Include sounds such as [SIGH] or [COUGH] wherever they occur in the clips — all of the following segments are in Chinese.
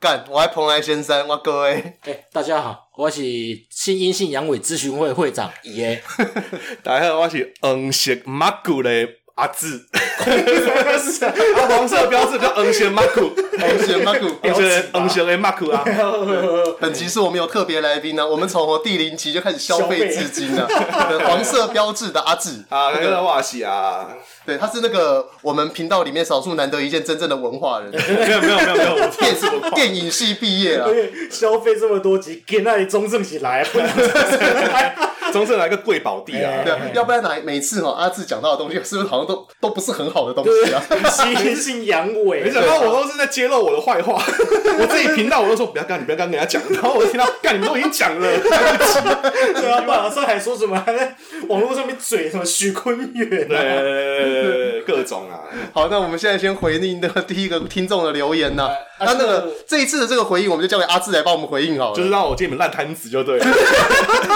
干，我还蓬莱仙山，哇各位，哎、大家好，我是新阴性阳痿咨询会会长耶。大家好，我是黄色马古的阿志，啊，黄色标志叫黄色马古，红 [LAUGHS] 雪马古，黄色黄色的马古啊，本集是我们有特别来宾呢、啊我们从我第零集就开始消费至今了、对黄色标志的阿志，啊，那个我是啊，对，他是那个我们频道里面少数难得一见真正的文 [LAUGHS] 化人，没有没有没有没有，我电电影系毕业啊，消费这么多集，给那里中正起来，不能中正来个贵宝地啊对，啊，要不然哪每次哦阿志讲到的东西是不是好像都都不是很好的东西啊？吸性阳没痿。想到我都是在揭露我的坏话，我自己频道我都说不要干，你不要跟人家讲，然后我就听到干，你们都已经讲了，对啊，马上还说什么？还在网络上面嘴什么许坤远对啊？对，各种啊，好，那我们现在先回应那个第一个听众的留言呢、哎那那这个个这一次的这个回应，我们就交给阿志来帮我们回应好了。就是让我接你们烂摊子就对了。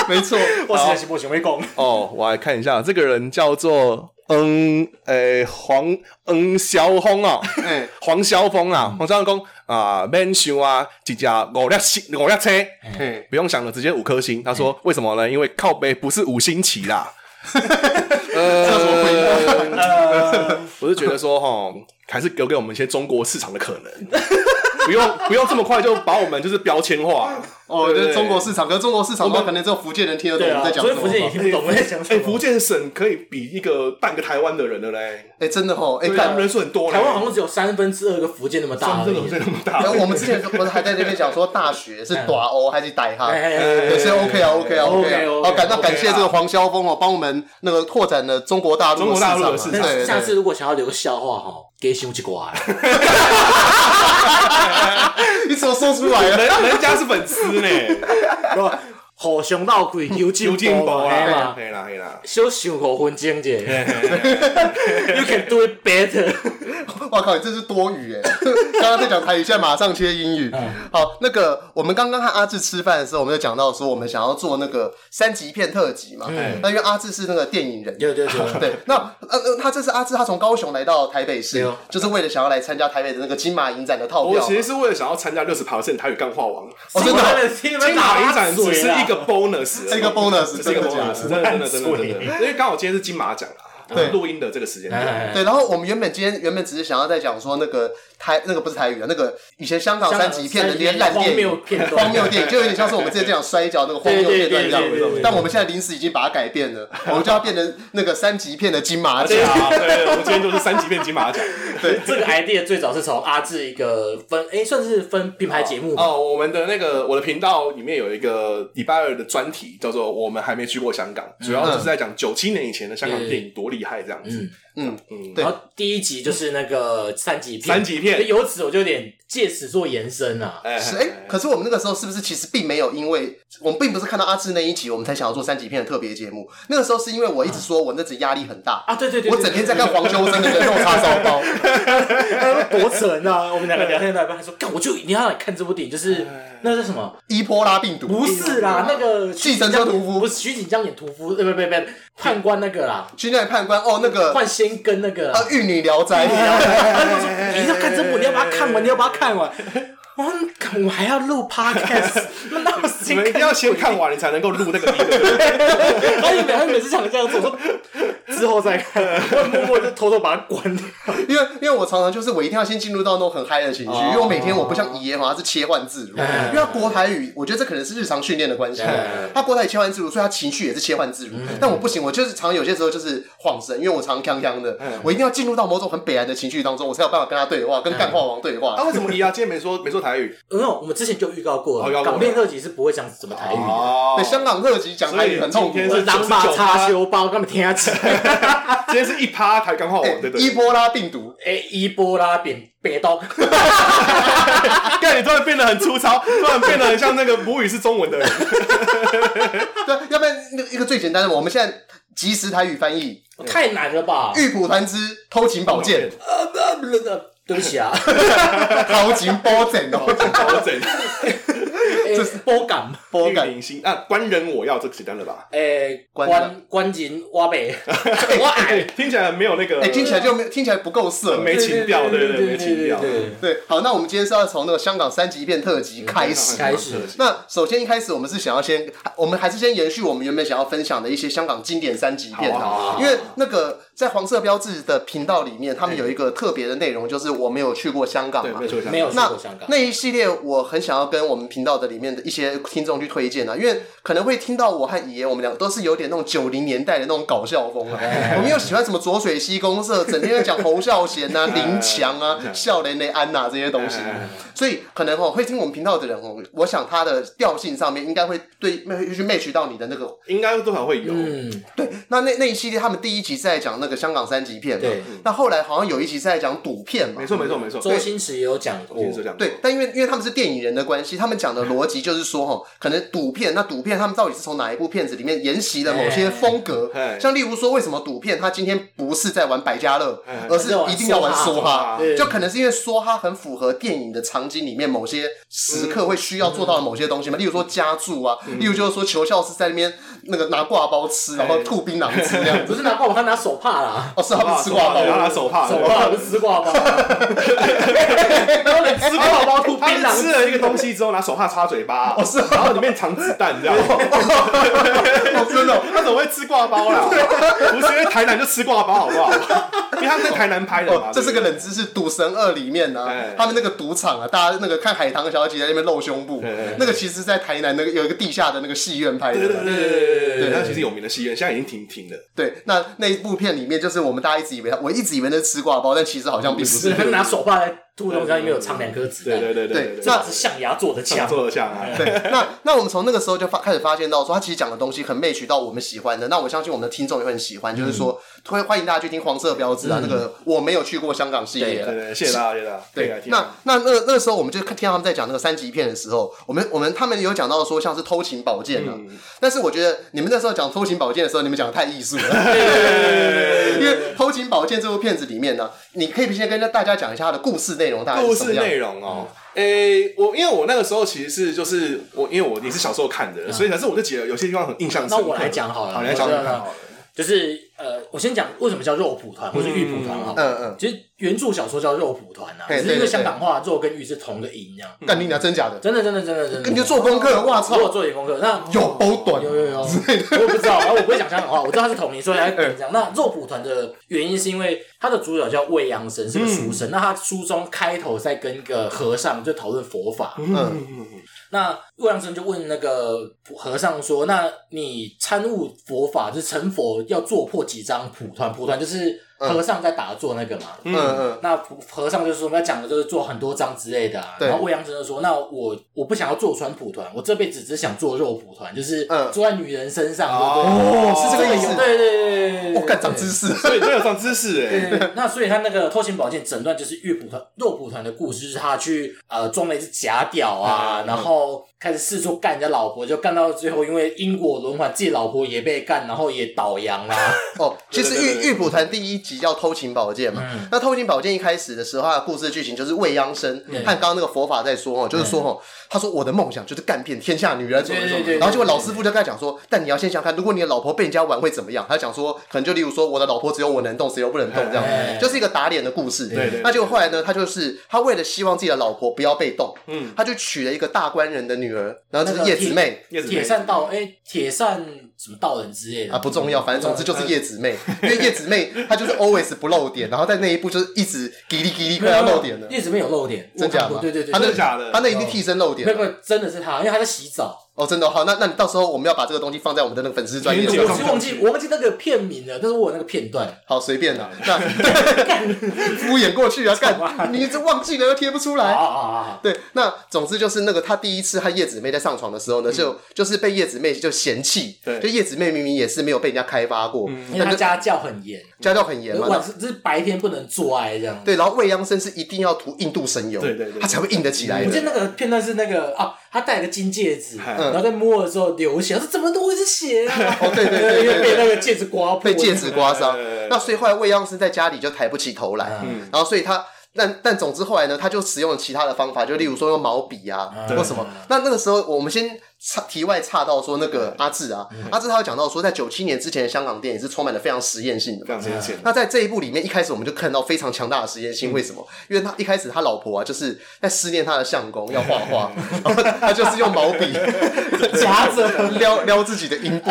没 [LAUGHS] 错，我实在是不行会讲，哦，我来看一下，这个人叫做嗯，诶、黄嗯萧峰啊，哎、黄萧峰啊，黄萧峰啊，免想啊，一只五辆星五辆车，嘿不用想了，直接五颗星。他说为什么呢？因为靠背不是五星旗 [LAUGHS] 啦。呃，我是觉得说哈，还是留给我们一些中国市场的可能，不用不用这么快就把我们就是标签化。 [LAUGHS] 哦，对就是中国市场，可是中国市场的话，可能只有福建人听得懂对我们啊，在讲所什以福么建也话。听不懂我在讲哎、什么。福建省可以比一个半个台湾的人的嘞，哎，真的哦，哎，对啊干。人数很多嘞，台湾好像只有三分之二个福建那么大而真的有已。这么然大哎后。我们之前不是还在那边讲说大学是短欧还是歹哈？哎哎哎对，所以 OK 啊，OK 啊，OK 啊。 OK，OK，好，感那 OK 感谢这个黄霄峰哦，帮我们那个拓展了中国大陆中国大陆的市市场啊。场对，那下对次如果想要留个笑话哈，给胸一瓜。你怎么说出来 [LAUGHS] 了？人人家是粉丝 [LAUGHS] 呢，互相闹鬼，有刘进进博嘛，嘿啊，嘛，黑啦黑啦，小想五分钟者，You can do it better。我靠，你这是多语哎！ [LAUGHS] 刚刚在讲台语，现在马上切英语。好，那个我们刚刚和阿志吃饭的时候，我们就讲到说我们想要做那个三级片特辑嘛。那因为阿志是那个电影人，对对 [LAUGHS] 对，对，那呃呃，他这次阿志他从高雄来到台北市对哦，就是为了想要来参加台北的那个金马影展的套我票。其实是为了想要参加六十 percent 台语干话王，哦，真的哦， [LAUGHS] 金金马影展只是一个 bonus，是一个 bonus，只是一个真的假的 bonus，真的真的真的真的，烂因为刚好今天是金马奖啦，对录音的这个时间哎哎点，哎对。然后我们原本今天原本只是想要在讲说那个台那个不是台语啊，那个以前香港三级片的那些烂电荒影谬。片段，荒谬电影就有点像是我们之前讲摔跤那个荒谬片段这样对对对对对子对，但我们现在临时已经把它改变了，我们就要变成那个三级片的金马奖对。啊，对，我今天就是三级片金马奖。这个 idea 最早是从阿志一个分，哎、算是分品牌节目吧。哦，我们的那个我的频道里面有一个礼拜二的专题，叫做“我们还没去过香港”，嗯主要就是在讲九七年以前的香港电影多厉害这样子。嗯，嗯，对然后第一集就是那个三级片，三级片所以由此我就有点借此做延伸啊。哎是哎，可是我们那个时候是不是其实并没有，因为我们并不是看到阿志那一集，我们才想要做三级片的特别节目。那个时候是因为我一直说我那阵压力很大，啊，对对对 [LAUGHS] 我整天在 [LAUGHS] 看黄秋生的那个肉叉烧 [LAUGHS] 包，多沉啊！我们两个聊天到一半，他说：“干，我就一定要来看这部电影，就是哎那是什么？伊波拉病毒不是啦，那个计程车屠夫不是徐锦江演屠夫，呃，不不不，判官那个啦，军内判官哦，那个换先跟那个啦。呃玉女聊斋，他就说：“你要看这部，你要把它看完，你要把它看完。”我说干我还要录 podcast，那那我时你间们一定要先看完，你才能够录那个音对不 [LAUGHS] 对。他以为他每次想这样做，我说之后再看，我默默就偷偷把它关掉。 [LAUGHS] 因为因为我常常就是我一定要先进入到那种很嗨的情哦绪，因为我每天我不像爷嘛，他是切换自如，哎因为他国台语，我觉得这可能是日常训练的关系，他国台语切换自如，所以他情绪也是切换自如。嗯但我不行，我就是常有些时候就是晃神，因为我常锵锵的，嗯我一定要进入到某种很北然的情绪当中，我才有办法跟他对话，跟干话王对啊，话。为什么怡啊今天没说没说台语？没有，我们之前就预告过哦预告了，过了港片特辑是不会讲什么台语的，哦哎对，香港热集讲台语很痛苦啊所以今天。是是狼把插修包，根本听得起。今天是一趴台刚好哎网，哦对不伊对？波拉病毒，哎，伊波拉扁北刀，干，你突然变得很粗糙，突然变得很像那个母语是中文的人。对，啊要不然那个一个最简单的，我们现在即时台语翻译，太难了吧？啊玉蒲团之偷情宝剑，对不起啊，偷情宝剑哦。我整，欸这是波感， [LAUGHS] 波玉感林星啊，官人我要这个简单了吧？诶，关欸关关紧挖 [LAUGHS] 北，我矮， [LAUGHS] 听起来没有那个，哎、听起来就没听起来不够色。没情调，对对，没情调。对，好，那我们今天是要从那个香港三级片特辑开始。嗯开始那首先一开始我们是想要先，我们还是先延续我们原本想要分享的一些香港经典三级片好啊好啊好啊啊，因为那个在黄色标志的频道里面，他们有一个特别的内容，就是我没有去过香港对，嘛没。错，没有去那过香港那，一系列我很想要跟我们频道的里面的一些听众去推荐啊，因为可能会听到我和爷爷我们两个都是有点那种九零年代的那种搞笑风啊，哎我们又喜欢什么浊水溪公社，整天在讲侯孝贤 [LAUGHS] 啊、林强啊、哎笑莲的安娜这些东西。所以可能哦，会听我们频道的人哦，我想他的调性上面应该会对会去 match 到你的那个应该多少会有。嗯，对。那那那一系列他们第一集是在讲那个香港三级片嘛对，那后来好像有一集是在讲赌片嘛没。错，没错，没错。嗯周星驰也有讲过，对，是这样。对，，但因为因为他们是电影人的关系，他们讲的逻辑就是说，哦，可能赌片，那赌片他们到底是从哪一部片子里面沿袭了某些风格？哎像例如说，为什么赌片他今天不是在玩百家乐哎，而是一定要玩梭哈？对就可能是因为梭哈很符合电影的场景里面某些时刻会需要做到的某些东西嘛，例如说家住啊，例如就是说求孝是在那边那个拿挂包吃，然后吐槟榔吃这样子。不是拿挂包，他拿手帕啦，哦，是他们吃挂包然后吗，他手帕，手帕不是吃 [LAUGHS] 挂包，然后你吃挂包吐槟他榔是吃了一个东西之后，拿手帕插嘴巴，哦是然后里面藏子弹，这 [LAUGHS] 样。哦真的哦。他怎么会吃挂包啦？不是因为台南就吃挂包，好不好？因为他在台南拍的 [LAUGHS] 嘛哦。，这是个对冷知识，《赌神二》里面呢、哎他们那个赌场啊，大家那个看海棠小姐在那边露胸部哎哎哎，那个其实，在台南那个有一个地下的那个戏院拍的。不对对对对对对对，他其实有名的戏院，现在已经停停了。对那那一部片里面，就是我们大家一直以为，我一直以为那是吃挂包，但其实好像并不是是。 [LAUGHS] 他拿手帕来吐东西，里面有藏两颗子对弹，对对对对对，那是象牙做的像枪，做的像啊。对，那那我们从那个时候就发开始发现到说，他其实讲的东西很 match 到我们喜欢的。那我相信我们的听众也会很喜欢，就是说，嗯欢欢迎大家去听黄色标志啊，那个我没有去过香港系列对啊对对，谢啊谢大家，谢谢大家。可以来听那那那那个时候，我们就看听到他们在讲那个三级片的时候，我们我们他们有讲到说像是偷情宝剑啊，嗯但是我觉得你们那时候讲偷情宝剑的时候，你们讲的太艺术 [LAUGHS] 了，因为偷情宝剑这部片子里面呢、你可以先跟大家讲一下它的故事内容大概故是什么事样。内容嗯哦。诶、我因为我那个时候其实是就是我，因为我也是小时候看嗯的，所以可是我就觉得有些地方很印象深刻。那我来讲好了，好，你来讲我讲觉得看好了。就是呃，我先讲为什么叫肉蒲团或是玉蒲团好了。嗯嗯，其实原著小说叫肉蒲团啊，嘿只是因对为对香港话肉跟玉是同个音这样。干你娘，真假的？真的真的真的真的，你就做功课哇操我有做点功课，那有包短有 [LAUGHS] 有有，我不知道，然后我不会讲香港话，我知道它是同名，所以才这嗯样。那肉蒲团的原因是因为它的主角叫未央生，是个书嗯生。那他书中开头在跟一个和尚就讨论佛法，嗯，那魏良生就问那个和尚说：“那你参悟佛法，就是成佛要做破几张蒲团？蒲团就是和尚在打坐那个嘛。嗯嗯那和尚就说：“我们要讲的就是做很多张之类的啊。”对然后魏阳生就说：“那我我不想要坐穿蒲团，我这辈子只想做肉蒲团，就是嗯坐在女人身上，哦是这个对不对？意思对对对对对，我干长长知识，所以真有上知识哎、对那所以他那个偷情宝剑整段就是玉蒲团、肉蒲团的故事，就是他去呃装了一只假屌嗯啊，然后开始四处干人家老婆，就干到最后，因为因果轮环，自己老婆也被干，然后也倒啊洋 [LAUGHS] 啦、哦，其实对对对玉对玉蒲团第一集叫《偷情宝剑》嘛，嗯那《偷情宝剑》一开始的时候，它的故事剧情就是未央生嗯和刚刚那个佛法在说哦，就是说哦，他说我的梦想就是干遍天下女人怎么怎对对么，对对然后结果老师傅就跟他讲说，但你要先想看，如果你的老婆被人家玩会怎么样？他讲说，可能就例如说我的老婆只有我能动，谁都不能动这样哎哎哎，就是一个打脸的故事。对对对那结果后来呢，他就是他为了希望自己的老婆不要被动，嗯，他就娶了一个大官人的女儿，然后就是叶子妹。叶子妹铁扇道哎，铁扇什么道人之类的啊，不嗯重要，反正总之就是叶子妹，因为叶子妹她就是 always 不露点，然后在那一步就是一直叽哩叽哩快要露点了，叶子妹有露点，真假我看过吗？对对对，她那真的假的她那一定替身露没点有没了。有，真的是他，因为他在洗澡。哦，真的哦好，那那你到时候我们要把这个东西放在我们的那个粉丝专业你我有介这绍种是忘记我忘记那个片名了，但是我有那个片段。好随便啦，那 [LAUGHS] 敷衍过 [LAUGHS] 去啊，干你这忘记了又贴不出啊来。啊啊啊！对，那总之就是那个他第一次和叶子妹在上床的时候嗯呢，就就是被叶子妹就嫌弃，对就叶子妹明明也是没有被人家开发过，嗯因为但他就家教很严，家教很严嘛，晚上就是白天不能做爱这样。对，然后未央生是一定要涂印度神油，对对对它才会硬得起来我记的。得那个片段是那个啊，他戴了个金戒指，嗨然后在摸的时候流血，他说怎么都会是血啊？哦，对对对因对为被对，那个戒指刮破，被戒指刮伤对对对对。嗯那所以后来未央生在家里就抬不起头来，然后所以他。但但总之后来呢，他就使用了其他的方法，就例如说用毛笔啊啊或什么。那那个时候我们先岔题外岔到说那个阿志啊，阿志他有讲到说，在九七年之前的香港电影是充满了非常实验性的非嘛。常接近。那在这一部里面，一开始我们就看到非常强大的实验性，为什么？因嗯为他一开始他老婆啊，就是在思念他的相公，要画 [LAUGHS] 画，然后他就是用毛笔夹着。撩撩自己的阴 [LAUGHS] 部，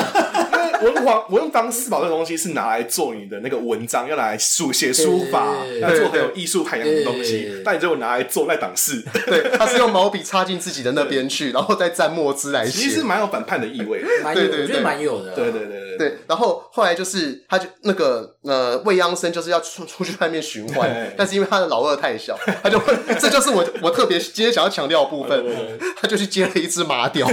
文房文房四宝这东西是拿来做你的那个文章，要拿来书写书法，对要做很有艺术涵养的东对对西。但你只有拿来做那档事，对，他是用毛笔插进自己的那边去，然后再蘸墨汁来其写。实是蛮有反叛的意味的。蛮有，对对我觉得对蛮有的。对对对对，对，然后后来就是他就那个呃未央生就是要出出去外面寻欢对，但是因为他的老二太小，他就 [LAUGHS] 这就是我我特别今天想要强调的部分，他就去接了一只马雕，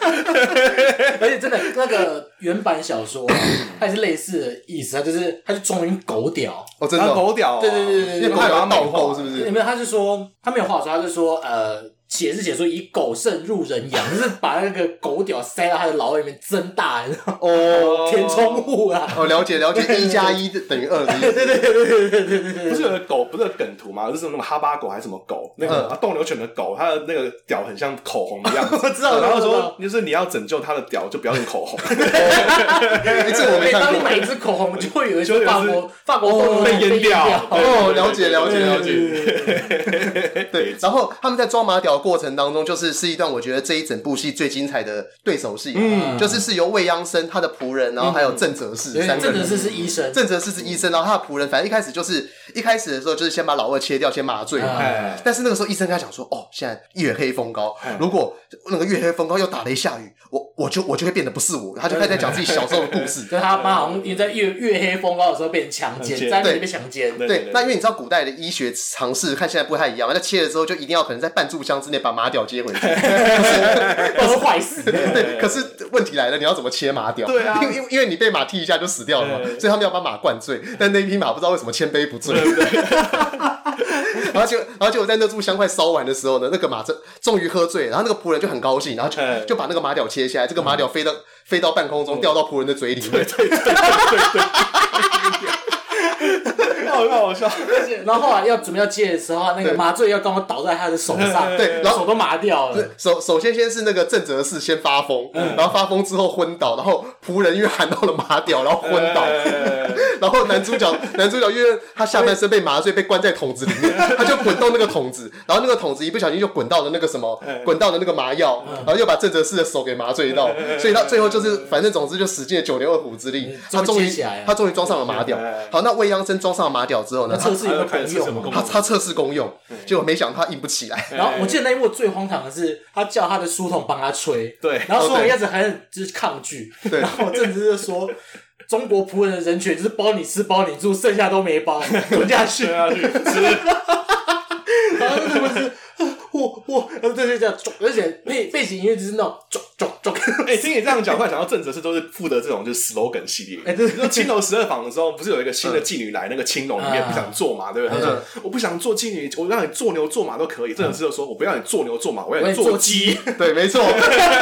而且真的那个原版小说啊，它也是类似的意思，它就是它就忠于狗屌，哦真的然后哦，狗屌哦，对对对对因对为狗还有要美倒化钩是不对是？没有，他是说他没有话说，他是说呃，写是写说以狗肾入人养，就是把那个狗屌塞到他的牢里面增大，然后哦填充物啊，哦，了解了解，一加一等于二的意思，不是有的狗不是有梗图吗？就是那种哈巴狗还是什么狗，那个啊斗牛犬的狗，它的那个屌很像口红的样子。我知道然后我知道说就是你要拯救它的屌，就不要用口红，哎这我没每看当你过买。一支口红，就会有一就些有一法只国法国豆 [LAUGHS] 被淹掉。哦对了解了解了解对对，然后他们在抓马屌的过程当中，就是是一段我觉得这一整部戏最精彩的对手戏，嗯就是是由未央生他的仆人，然后还有郑则仕对三个哎真人的是是医生，郑则仕是医生，然后他的仆人，反正一开始就是一开始的时候就是先把老二切掉，先麻醉嘛。啊哎，但是那个时候医生跟他讲说，哦，现在月黑风高，如果那个月黑风高又打雷下雨，我我就我就会变得不是我。他就开始在讲自己小时候的故事。就他妈好像因为在月月黑风高的时候被人强奸，强奸在那里对被强奸，对对，那因为你知道古代的医学常识看现在不太一样嘛，那切了之后就一定要可能在半炷香之内把马屌接 [LAUGHS] 回去。都是坏事。对，可是问题来了，你要怎么切马屌？对啊因为因为因为你被马踢一下就死掉了嘛，对所以他们要把马灌醉，但那匹马不知道为什么千杯不醉。 [LAUGHS] 然后就，然后结果在那炷香快烧完的时候呢，那个马这终于喝醉了，然后那个仆人就很高兴，然后就嗯就把那个马屌切下来，这个马屌飞到飞到半空中，掉到仆人的嘴里面。那很好笑。然后后来要准备要接的时候，那个麻醉药刚好倒在他的手上，对然后手都麻掉了。首首先先是那个郑则仕先发疯，然后发疯之后昏倒，然后仆人因为喊到了马屌，然后昏倒，哎然后男主角男主角因为他下半身被麻醉，被关在桶子里面，他就滚动那个桶子，然后那个桶子一不小心就滚到了那个什么，滚到了那个麻药，然后又把郑则仕的手给麻醉到，所以到最后就是反正总之就使尽了九牛二虎之力，他终于终于接起来了他终于装上了麻屌哎。好，那未央生装上了麻屌之后呢那，测他试有没有功还有什么用功啊？他他测试功用，结果没想到他硬不起来。 [LAUGHS] 然后哎我记得那一幕最荒唐的是，他叫他的书童帮他吹，对然后书哦童对一开始还很就是抗拒，对然后郑直就说。中国仆人的人权就是包你吃包你住，剩下都没 [LAUGHS] 包，滚下去！对啊，去吃然后那个不是啊我我，然后对对这样，而且背背景音乐就是那种咚咚咚，哎，听你这样讲，突然想到郑则仕都是负责这种就是 slogan 系列。哎对你说青楼十二坊的时候，不是有一个新的妓女来那个青楼里嗯面不想做嘛，对不对？他说我不想做妓女，我让你做牛做马都可以。郑则仕就说我不要你做牛做马，我要我也你做做鸡鸡，对，没错，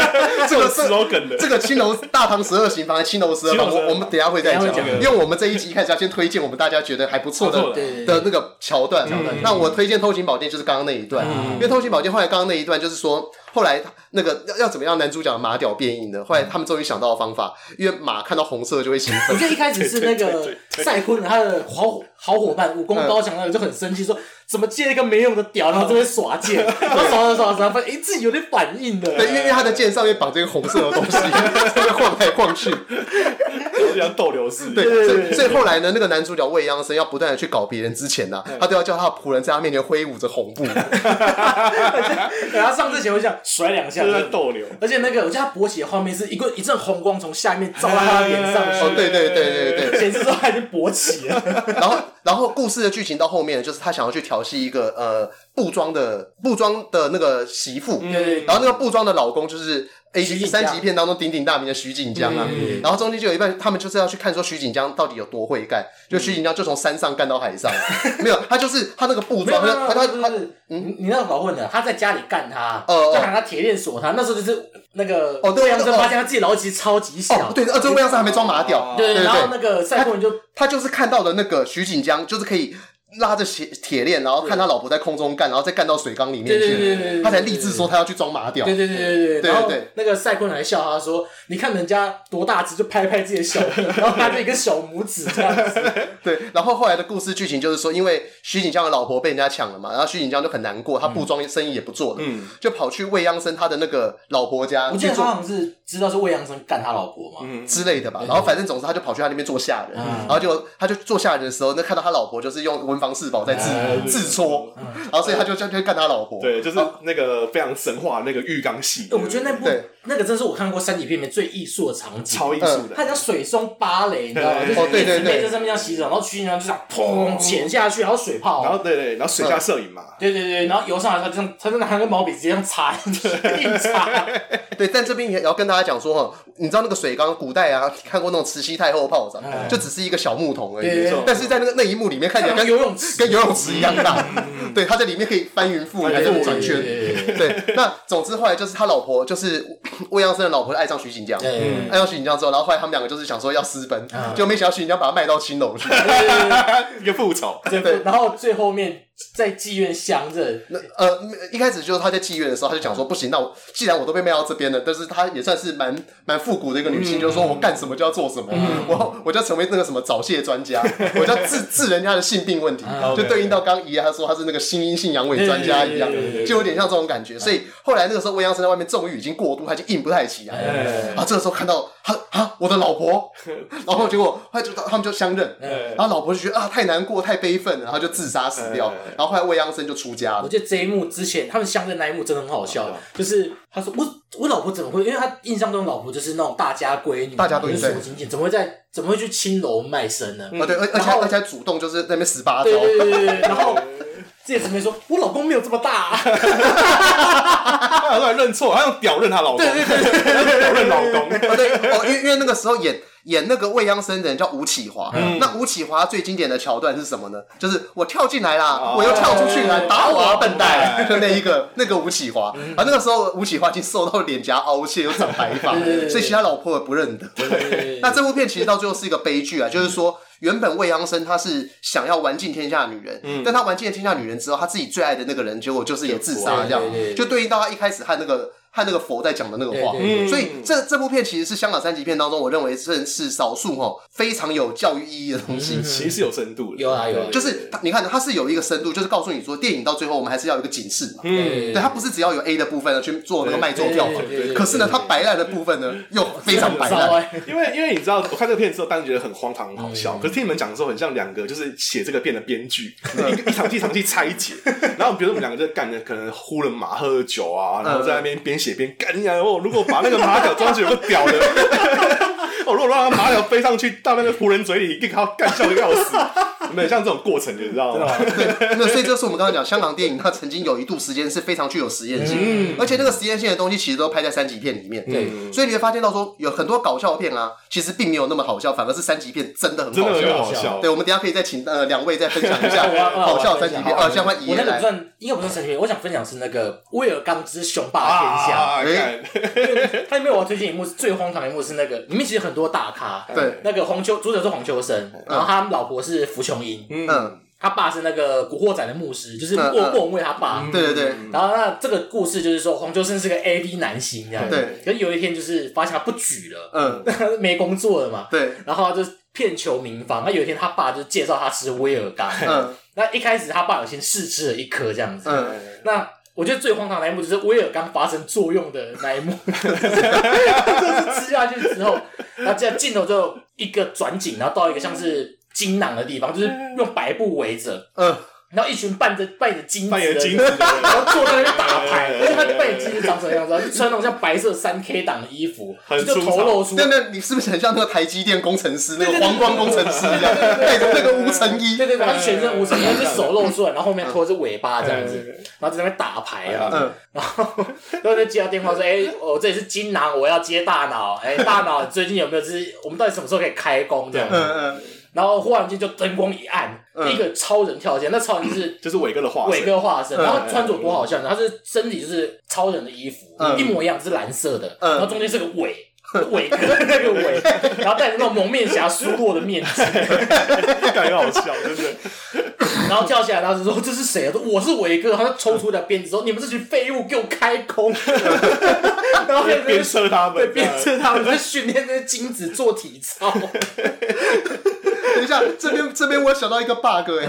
这这个个是 slogan [LAUGHS] 的。这个青楼大唐十二行房，青楼十二青楼房，十二我我们等一下会再等讲一下会，因为我们这一集一开始要先推荐我们大家觉得还不错的不错的对对对的那个桥段。那我推荐《偷情宝剑》就是刚刚那一段，因为《偷情宝剑》后来刚刚那一段就是说，后来他那个要要怎么样男主角的马屌变硬的，后来他们终于想到了方法，因为马看到红色就会兴我 [LAUGHS] 奋。记得一开始是那对对个对赛坤，他的好好伙伴武功高强那个就很生气，说怎么借一个没用的屌，然后这边耍 [LAUGHS] 剑，然后耍着耍着耍着，发现哎自己有点反应对，因了。为因为他的剑上面绑着一个红色的东西， [LAUGHS] 在那晃来晃去。就是像斗牛士。对，所以所以后来呢，那个男主角未央生要不断的去搞别人之前呢、他都要叫他的仆人在他面前挥舞着红布。然后上之前我想甩两下就，是在斗牛。而且那个我记得他勃起的画面是一个一阵红光从下面照到他的脸上哦，去，对对对对对。显示说他已经勃起了。然后，然后故事的剧情到后面，就是他想要去调戏一个呃布庄的布庄的那个媳妇，对然后那个布庄的老公就是 A 嗯徐锦江嗯三级片当中鼎鼎大名的徐锦江啊。然后中间就有一半，他们就是要去看说徐锦江到底有多会干，就徐锦江就从山上干到海 [LAUGHS] 上，没有，他就是他那个布没有庄，没有没他他有，不他是不是，你你那个搞混了，他在家里干他，哦哦就喊他铁链锁他，那时候就是那个哦对欧阳生哦发现他自己牢其实超级小哦，，对，呃，这个未央生还没装马屌，对，对然对，后那个赛坤就他就是看到了那个徐锦江，就是可以。拉着铁铁链，然后看他老婆在空中干，然后再干到水缸里面对对对对去，对他才立志说他要去装马屌。对对对对对对然后对那个赛坤还笑他说：“你看人家多大只，就拍拍自己的小臂，然后他就一个小拇指这样子。对，然后后来的故事剧情就是说，因为徐锦江的老婆被人家抢了嘛，然后徐锦江就很难过，他布庄生意也不做了，嗯就跑去未央生他的那个老婆”家我记去得他做好像是知道是魏阳生干他老婆嘛，嗯，之类的吧。然后反正总之他就跑去他那边做下人，嗯然后就他就做下人的时候，那看到他老婆就是用文房四宝在自、嗯自戳，然后所以他就就就干他老婆。对，就是那个非常神话那个浴缸戏，哎我觉得那部对那个真是我看过三级片里面最艺术的场景，超艺术的它，像水中芭蕾，你知道吗？对就是哦对对一直妹对在上面这样洗澡，然后徐锦江就这样砰潜下去，然后水泡，然后对对，然后水下摄影嘛，对对对，然后游上来，他就这样他就拿个毛笔直接这样擦，硬擦。对，但这边也要跟大家讲说哈，你知道那个水缸，古代啊，看过那种慈禧太后泡澡，嗯就只是一个小木桶而对对已对，但是在那个那一幕里面看起来跟像游泳池跟游泳池一样大， [LAUGHS] 对，他在里面可以嗯翻云覆雨，还是转圈。对对对对，那总之后来就是他老婆，就是 [COUGHS] 未央生的老婆，爱上徐锦江，对对爱上徐锦江之后，然后后来他们两个就是想说要私奔嗯，就没想到徐锦江把他卖到青楼去。 [LAUGHS] 一个复仇，对对，然后最后面在妓院相认，那呃，一开始就是他在妓院的时候，他就讲说不行，那我既然我都被卖到这边了，但是她也算是蛮蛮复古的一个女性，就是说我干什么就要做什么，我要我就要成为那个什么早泄专家，我就要治治人家的性病问题，嗯就对应到刚刚姨他说他是那个新阴性阳痿专家一样对对对对对，就有点像这种感觉。所以后来那个时候，魏央生在外面纵欲已经过度，他已经硬不太起来了。哎啊，这个时候看到他啊，我的老婆，然后结果他就他们就相认，哎然后老婆就觉得啊太难过太悲愤了，然后就自杀死掉哎，然后后来魏央生就出家了我。觉得这一幕之前他们相认那一幕真的很好笑，就是他说我我老婆怎么会？因为他印象中老婆就是那种大家闺女，大家闺女就是什么情景，怎么会在怎么会去青楼卖身呢？啊，对，而而且嗯然后而且还主动就是在那边十八招对，对对对对，然后这也是没说，我老公没有这么大、啊，他好像还认错，他用屌认他老公，屌认老公，哦 [LAUGHS] 对，哦，因为因为那个时候演演那个未央生的人叫吴启华，那吴启华最经典的桥段是什么呢？就是我跳进来啦，我又跳出去啦，打我啊笨蛋！就那一个那个吴启华，啊，那个时候吴启华已经瘦到脸颊凹陷又长白发，所以其他老婆也不认得。那这部片其实到最后是一个悲剧啊，嗯就是说。原本未央生她是想要玩尽天下女人，嗯但她玩尽了天下女人之后，她自己最爱的那个人，结果就是也自杀，这样对对对就对应到她一开始和那个和那个佛在讲的那个话对对对，所以这这部片其实是香港三级片当中，我认为是是少数哦非常有教育意义的东嗯西。其实是有深度的，有啊有啊对就是它你看，它是有一个深度，就是告诉你说，电影到最后我们还是要有一个警示嘛。对对，嗯它不是只要有 A 的部分呢去做那个卖座票房嗯对对对对，对可是呢，它白烂的部分呢又非常白 [LAUGHS] 糟烂。哎、因为因为你知道，我看这个片之后，当然觉得很荒唐、很好笑。可是听你们讲的时候，很像两个就是写这个片的编剧，一一场戏一场戏拆解。然后比如说我们两个在干的，可能呼了马喝了酒啊，然后在那边边写边干呀。哦，如果把那个马脚装上去，有个屌的。哦，如果让马脚飞上去到那个仆人嘴里，一靠干笑的要死。有没有像这种过程，你知道吗？那所以这是我们刚刚讲香港电影，它曾经有一度时间是非常具有实验性，而且那个实验性的东西其实都拍在三级片里面。对所以你会发现到说，有很多搞笑片啊，其实并没有那么好笑，反而是三级片真的很真好的笑很。好笑对，。我们等一下可以再请呃两位再分享一下我要好笑的三级片，我要呃，相关爷我那个不来。算，应该不算神片，我想分享是那个《威尔刚之雄霸天下》啊！干它里面我要推荐一幕是最荒唐的一幕是那个，里面其实很多大咖，对那个黄秋主角是黄秋生，然后他老婆是福琼英，嗯，他爸是那个《古惑仔》的牧师，就是嗯莫嗯莫文蔚他爸。对对对，然后那这个故事就是说，黄秋生是个 AV 男星这样，对。可是有一天就是发现他不举了， [LAUGHS] 嗯，没工作了嘛，对，然后他就骗求民房。那有一天他爸就介绍他吃威尔刚，嗯那一开始他爸有先试吃了一颗这样子，嗯，那我觉得最荒唐的那一幕就是威尔刚发生作用的 [LAUGHS] 那一幕，就是吃下去之后，然后这样镜头就一个转景，然后到一个像是金囊的地方，就是用白布围着，嗯，然后一群扮着扮着金子的扮演人金子哎的人然后坐在那边打牌，对而且他扮演金子长什么样子，然后就穿那种像白色三 K 档的衣服，很就粗头露出那那你是不是很像那个台积电工程师那个黄光工程师一样，戴着那个无尘衣对？对对，他全身无神，然后就手露出来，然后后面拖着尾巴这样子，哎然后在那边打牌啊嗯，然后然后就接到电话说，哎，我这里是金囊，我要接大脑， [LAUGHS] 哎，大脑最近有没有就是我们到底什么时候可以开工这样？嗯嗯，然后忽然间就灯光一暗，嗯一个超人跳进来，那超人就是就是伟哥的化伟身，哥化身，然后穿着多好笑呢，他是身体就是超人的衣服，嗯一模一样，是蓝色的，嗯然后中间是个尾。伟哥那个尾，然后戴着那种蒙面侠苏洛的面具，感觉好笑，真的。然后跳下来，然后就说这是谁啊？说我是伟哥。他就抽出了鞭子说你们这群废物，给我开空！ [LAUGHS] 然后边鞭射他对们，鞭策他们在训练这些精子做体操。等一下，这边这边我想到一个 bug 哎、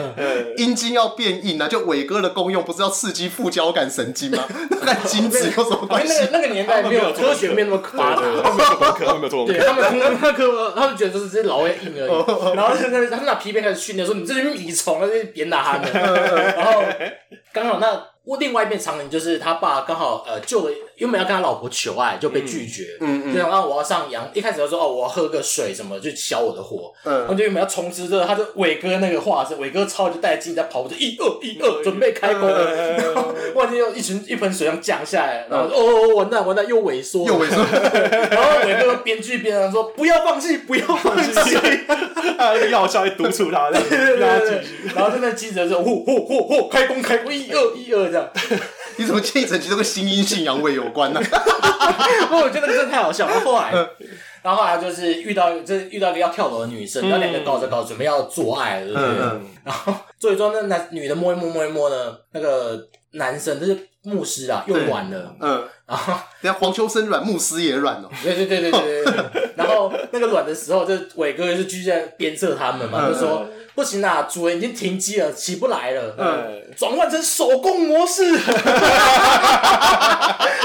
[LAUGHS] 阴茎要变硬啊！就伟哥的功用不是要刺激副交感神经吗？ [LAUGHS] 那跟精子有什么因为关 [LAUGHS] 那系个？那个年代没有科学没有那么发达，他们没有做功课，他们没有做功对课。他们，他们他们他们觉得就是这些老外硬而已，然后就在那他们拿皮鞭开始训练，说你这群米虫，那些别拿他们。然后刚好那我另外一边常人就是他爸刚好呃救了，原本要跟他老婆求爱就被拒绝，嗯嗯，就想啊我要上阳，一开始他说哦我要喝个水什么就消我的火，嗯然后就原本要重吃这个，他就伟哥那个话是伟哥超就带着镜在跑步，就一二一二准备开工了，然后突然间又一群一盆水这样降下来，然后就哦哦哦完蛋完蛋又萎缩了，又萎缩， [LAUGHS] 然后伟哥编剧边上说：“不要放 [LAUGHS] 弃，不要放弃。他那个药效会督促他，”让对对他对继对续。，然后就在记者说：“呼呼呼呼，开工开工，一二一二这样。你怎么这一整集都跟新阴性阳痿有关呢、 [LAUGHS] 啊？”不 [LAUGHS] 过我觉得那个真的太好笑了。后来， [LAUGHS] 然后后来就是遇到就是遇到一个要跳楼的女生，然后两个搞着搞着准备要做爱了，对不对？嗯然后做一做，那男女的摸一摸摸一摸呢，那个男生就是牧师啊，又软了，嗯，然后。等一下黄秋生软，牧师也软哦、对对对对对对对。然后那个软的时候，就伟哥就继续在鞭策他嗯们嘛，就说不行啦，主人已经停机了，起不来了，嗯转换成手工模式。 [LAUGHS]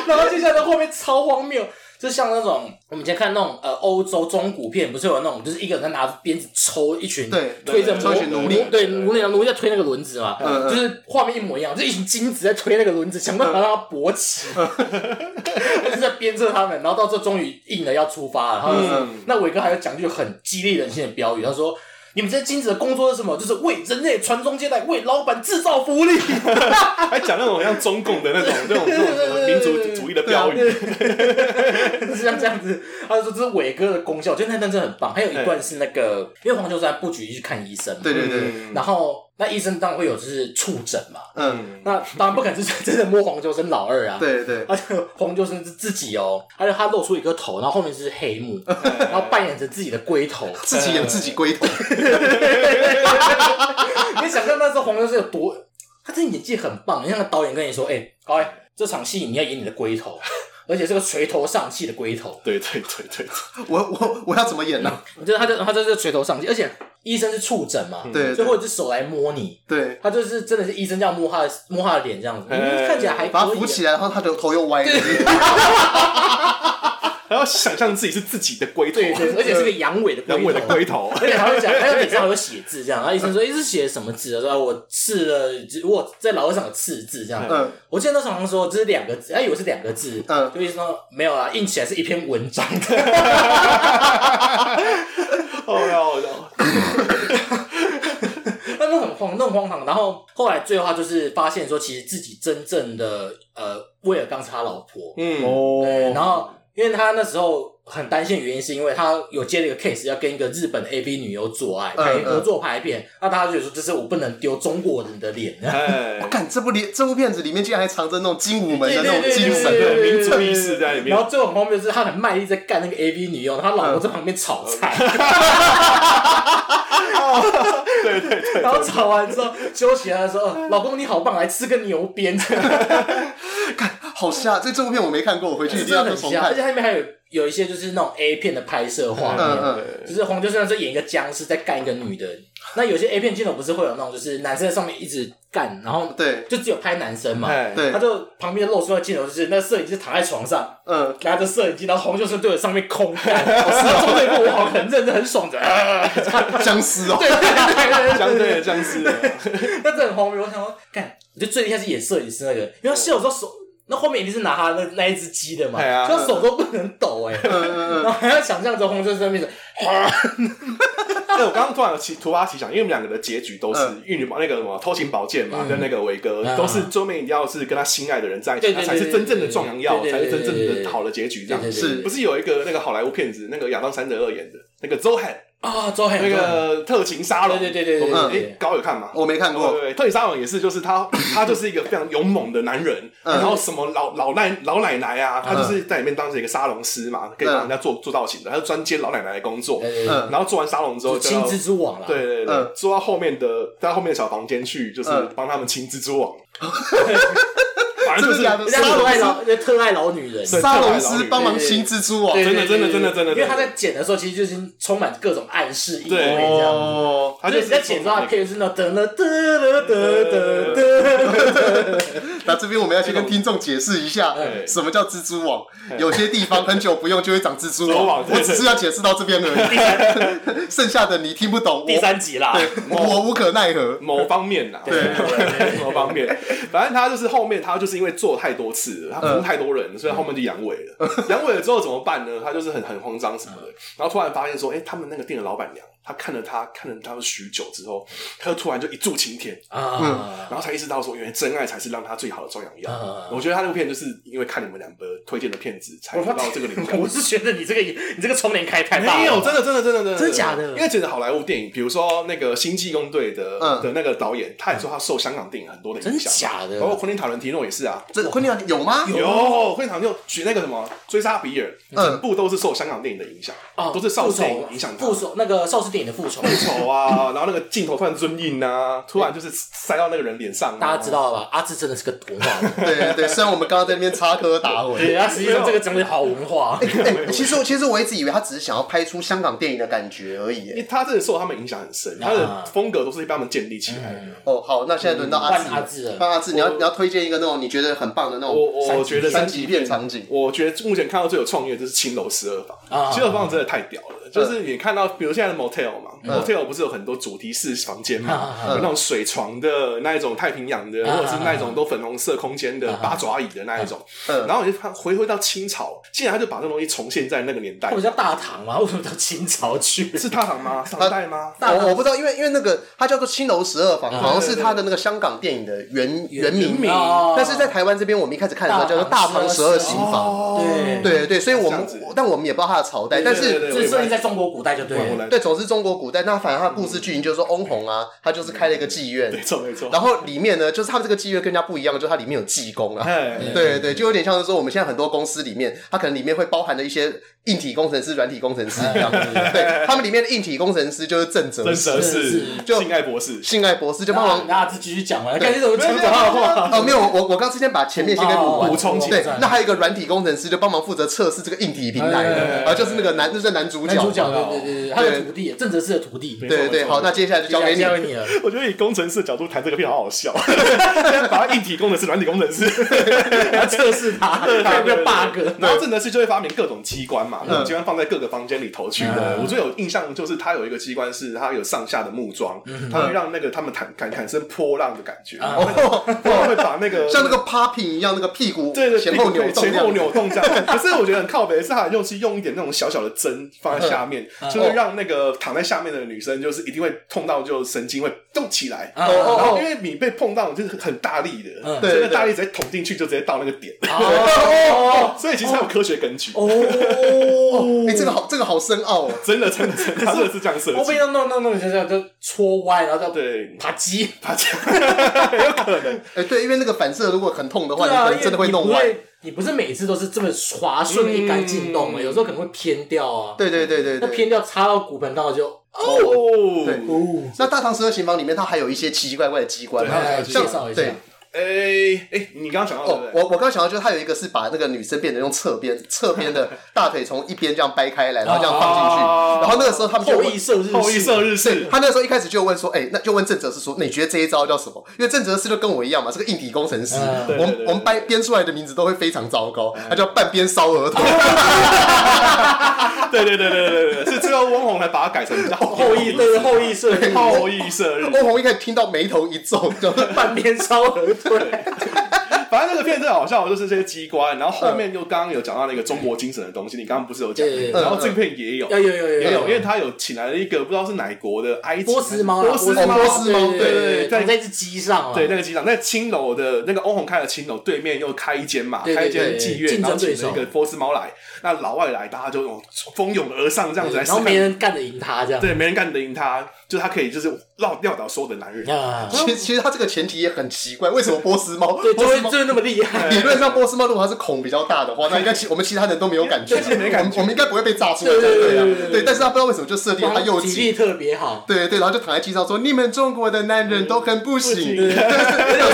然后接下来后面超荒谬。就像那种我们以前看那种呃欧洲中古片，不是有那种就是一个人在拿着鞭子抽一群对推着抽一群摩奴隶对奴隶然后奴隶在推那个轮子嘛，嗯嗯就是画面一模一样，就一群精子在推那个轮子，想办法让它 [LAUGHS] 勃起。就是在鞭策他们，然后到这终于硬了要出发了。然后就是、嗯那伟哥还有讲句很激励人心的标语，他说：“你们这些精子的工作是什么？就是为人类传宗接代，为老板制造 [LAUGHS] 福利。还讲那种像中共的那种、那种、那种什么民族主义的标语，就是像这样子，他就说这是伟哥的功效，我觉得那段真的很棒。还有一段是那个，因为黄秋山布局去看医生嘛，对对对，然后那医生当然会有就是触诊嘛，嗯，那当然不可能是真的摸黄秋生老二啊，对对，而且黄秋生是自己哦，而且他露出一颗头，然后后面是黑幕，哎然后扮演着自己的龟 [LAUGHS] 头。自己演自己龟 [LAUGHS] 头，你想象那时候黄秋生有多，他真的演技很棒。你像导演跟你说，哎、高哎，这场戏你要演你的龟头，而且是个垂头丧气的龟 [LAUGHS] 头。对对对对，我我我要怎么演呢、啊？我觉得他就他就是垂头丧气，而且医生是触诊嗯嘛，对最对后一只手来摸你，对，他就是真的是医生这样摸他的摸他的脸这样子，哎看起来还把可他以扶起来，啊。然后他的头又歪了。然后想象自己是自己的龟头，对 [LAUGHS] 对，而且是个阳痿的龟头阳痿的龟头，而且还会讲，还有脸上还有写字这样，然后医生说：“诶，是写什么字啊？”说啊：“我刺了，我在老二上有刺字这样。”嗯，我记得那时候好像说这是两个字，他以为是两个字，嗯就医生说没有啊，印起来是一篇文章的。 [LAUGHS] 哦呀哦呀，那那很荒，那很荒唐。然后后来最后他就是发现说，其实自己真正的呃，威尔刚是他老婆，嗯，对，哦，然后因为他那时候很担心，原因是因为他有接了一个 case，要跟一个日本 AV 女优做爱，嗯拍合作拍片，那大家就觉得说这是我不能丢中国人的脸。啊哎，看哦这部连这部片子里面竟然还藏着那种精武门的那种对对精对神，对对对对民族意识在里面然后最后很荒谬的是，他很卖力在干那个 AV 女优，然后他老婆在旁边炒菜，对对对，然后炒完之后休息了，他说：“哦老公你好棒，来吃个牛鞭。”好吓！这这部片我没看过，我回去一真定要的再很重像，而看且。它里面还有有一些就是那种 A 片的拍摄画面，嗯嗯就是黄秋生在演一个僵尸在干一个女的。那有些 A 片镜头不是会有那种，就是男生在上面一直干，然后对就只有拍男生嘛，哎，对他，就旁边露出的镜头就是那摄影师躺在床上，嗯，拿着摄影机，然后黄秋生对着上面空 [LAUGHS] 干，我始终对过我好像很认真很爽的，啊这样僵尸哦，对对僵对对对对，僵尸，那真的很荒谬。我想说，干，我就最厉害是演摄影师那个，因为他射的时候手。那后面一定是拿他那那一只鸡的嘛，哎呀就他手都不能抖哎、嗯嗯然嗯，后还要想象着红色生命的， [LAUGHS] 对，哎我刚刚突然有奇突发奇想，因为我们两个的结局都是玉女宝那个什么偷情宝剑嘛，跟那个伟哥嗯都是最后面一定要是跟他心爱的人在一对起，对他对才是真正的壮阳药，对才对对是真正对对对的好的结局这样。对对对是不是有一个那个好莱坞骗子，那个亚当·山德勒演的那个 Zohan，啊，周黑那个特勤沙龙，对对对对对我们对对诶高有看吗？我没看过对对对特勤沙龙也是，就是他他就是一个非常勇猛的男人，嗯然后什么老老奶老奶奶啊，他就是在里面当成一个沙龙师嘛，可以帮嗯人家做做造型的，他就专接老奶奶的工作，对嗯然后做完沙龙之后哎就就青要蜘蛛网啦，对对对嗯，坐到后面的，到后面的小房间去，就是嗯帮他们清蜘蛛网。 [LAUGHS] 反正就是真的假的人家特爱老，人家特爱呃老女人，是沙龙师帮忙清蜘蛛网对对对真的真的对真的真的因为他在剪的时候其实就是充满各种暗示意味对这样。哦，他就就是是在剪出来的配乐是那噔了噔了噔噔噔，那这边我们要先跟听众解释一下对什么叫蜘蛛网。有些地方很久不用就会长蜘蛛蛛网网，对我只是要解释到这边而已， [LAUGHS] 剩下的你听不懂，第我三集啦，我无可奈何。某方面呐，对某方面，反正他就是后面他就是因为做太多次了，他服务太多人，所以他后面就阳痿嗯了。阳痿了之后怎么办呢？他就是很很慌张什么的，然后突然发现说，哎，他们那个店的老板娘，他看了他看了他们许久之后，他就突然就一柱擎天，啊，然后才意识到说，原来真爱才是让他最好的壮阳啊药。我觉得他那部片就是因为看你们两个推荐的片子，才得到这个灵感。 [LAUGHS] 我是觉得你这个你这个窗帘开太大了， [LAUGHS] 没 [LAUGHS] 有，真的，真的，真的，真的，真假的因为其实好莱坞电影，比如说那个《星际攻队》的嗯的那个导演，他也说他受香港电影很多的哦影真响，假的包括昆汀·塔伦提诺也是啊。这昆汀啊有吗？有昆汀·塔伦提诺啊举那个什么《追杀比尔》，嗯整部都是受香港电影的影响，哦，都是邵复氏电影仇影响他复。仇那个邵氏电影的复 [LAUGHS] 仇，复仇啊，然后那个镜头突然尊印啊，突然就是塞到那个人脸上啊，大家知道了吧？阿志真的是个文化人，对对对，虽然我们刚刚在那边插科打诨。对，他实际上这个真的好文化，哎其实其实我一直以为他只是想要拍出香港电影的感觉而已因为耶。他真的受他们影响很深，啊他的风格都是被他们建立起来的。哦，好，那现在轮到阿换志，阿志了，换阿志，你要你要推荐一个那种你觉得很棒的那种我我觉得三级片场景。我觉得目前看到最有创意的就是青楼十二啊房，青楼房真的太屌嗯了。就是你看到，比如现在的 motel 嘛，motel 不是有很多主题式房间嘛，嗯有那种水床的那一种太平洋的，啊或者是那一种都粉红色空间的八爪椅的那一种。嗯然后你就看回回到清朝，竟然他就把这东西重现在那个年代哦他们，叫大唐嘛，为什么叫清朝去？是大唐吗？唐代吗？我、我不知道，因为因为那个它叫做《青楼十二房》，好像是它的那个香港电影的原原名啊名哦但是在台湾这边，我们一开始看的时候叫做《大唐十二行房》哦对对对对，所以我这们样子但我们也不知道它的朝代，但对对是。 [LAUGHS] 对这设定在中国古代就对我了，来，对，总是中国古代。那反正它的故事剧情就是说，翁虹啊，他就是开了一个妓院，没错没错。然后里面呢，就是他们这个妓院跟人家不一样，就是它里面有技工啊。哎，对 [LAUGHS] 对对，就有点像是说我们现在很多公司里面，它可能里面会包含了一些硬体工程师、软体工程师嗯一 [LAUGHS] 样。对，他们里面的硬体工程师就是郑哲真师、的是是就性爱博士， [LAUGHS] 性爱博士，就那帮忙那阿志继续讲完，看你怎么讲讲他的话。哦，没有，我我刚之前把前面先给补完哦补充对进，那还有一个软体工程师就帮忙负责测试这个硬体平台哎哎哎的，哎啊，就是那个男，就是男主角。男主角的对对对，他的对徒弟郑则仕的徒弟，对对对，没错好，那接下来就交给你交。给你了。我觉得以工程师的角度谈这个片好好笑， [LAUGHS] 把它硬体工程师、软体工程师，要测试 [LAUGHS] 他 [LAUGHS] 有没有 bug。然后郑德是就会发明各种机关嗯嘛，各种机关放在各个房间里头去的。我最有印象就是他有一个机关是它有上下的木桩，嗯它会让那个他们产产产生波浪的感觉，然啊后会把那 [LAUGHS] 个像那个 popping 一样，那个屁股对对前后扭动这前后样。扭动这样。可是我觉得很靠北，是他用是用一点那种小小的针放在下面，嗯嗯就是让那个躺在下面的女生就是一定会痛到就神经会动起来。哦哦然后因为你被碰到就是很大力的，嗯所以对那大力直接捅进去就直接到那个 [LAUGHS] 点，哦所以其实它有科学根据，哦哎，这个好，这个好深奥哦。真的真的真的，它真的是这样设哦，被计。弄弄弄弄，就这样就戳歪，然后就对，爬鸡。它这样有可能，哎，对，因为那个反射如果很痛的话，对你啊，可因为能真的会你不弄歪。会，你不是每次都是这么滑顺的一杆进洞嗯的，有时候可能会偏掉啊。对对对对那偏对。掉插到骨盆，刚好就对哦，哦。那大唐十二行房里面，它还有一些奇奇怪怪的机关嘛对来，像介绍一下对，哎哎，你刚刚讲到对哦不，对？我我刚想到就是他有一个是把那个女生变得用侧 [LAUGHS] 边侧边的大腿从一边这样掰开来，然后这样放进去，哦然后那个时候他们就后问羿。射日，后羿射日对式，他那时候一开始就问说，哎、那就问郑哲是说，那你觉得这一招叫什么？因为郑哲是就跟我一样嘛，是个硬体工程师。嗯对我对们对嗯我们掰编出来的名字都会非常糟糕，他叫半边烧额 [LAUGHS] 头。对对对对对对对，是最后翁虹才把它改成叫后羿对后羿射日，后羿射日。欧红一开始听到眉头一皱，就半边烧而退。反正这个片最好笑的就是这些机关，然后后面又刚刚有讲到那个中国精神的东西，你刚刚不是有讲？对对对然后这个片也有，有有有也有，因有为他有请来了一个不知道是哪国的埃及波斯猫啦，波斯猫猫，波斯猫对对对对，对躺在一只鸡上啊，对，那个机长在青楼的那个欧红开的青楼对面又开一间嘛，对对开一间对妓竞院，然后争对请了一手个波斯猫来，那老外来，大家就哦蜂拥而上这样子来然试后探，没人干得赢他这样，对没人干得赢他，就他可以就是绕撂倒所有的男人。啊， [LAUGHS] 其实其实他这个前提也很奇怪，为什么波斯猫？对，就波斯会猫就会那么厉害，理论上波斯猫如果它是孔比较大的话，那应该其我们其他人都没有感觉，对其实没感觉我们我们应该不会被炸出来才对对对对啊对。对对，但是他不知道为什么就设 [LAUGHS] 定他右体颈力特别好，对对，然后就躺在地上说：“你们中国的男人都很不行，不 [LAUGHS] 有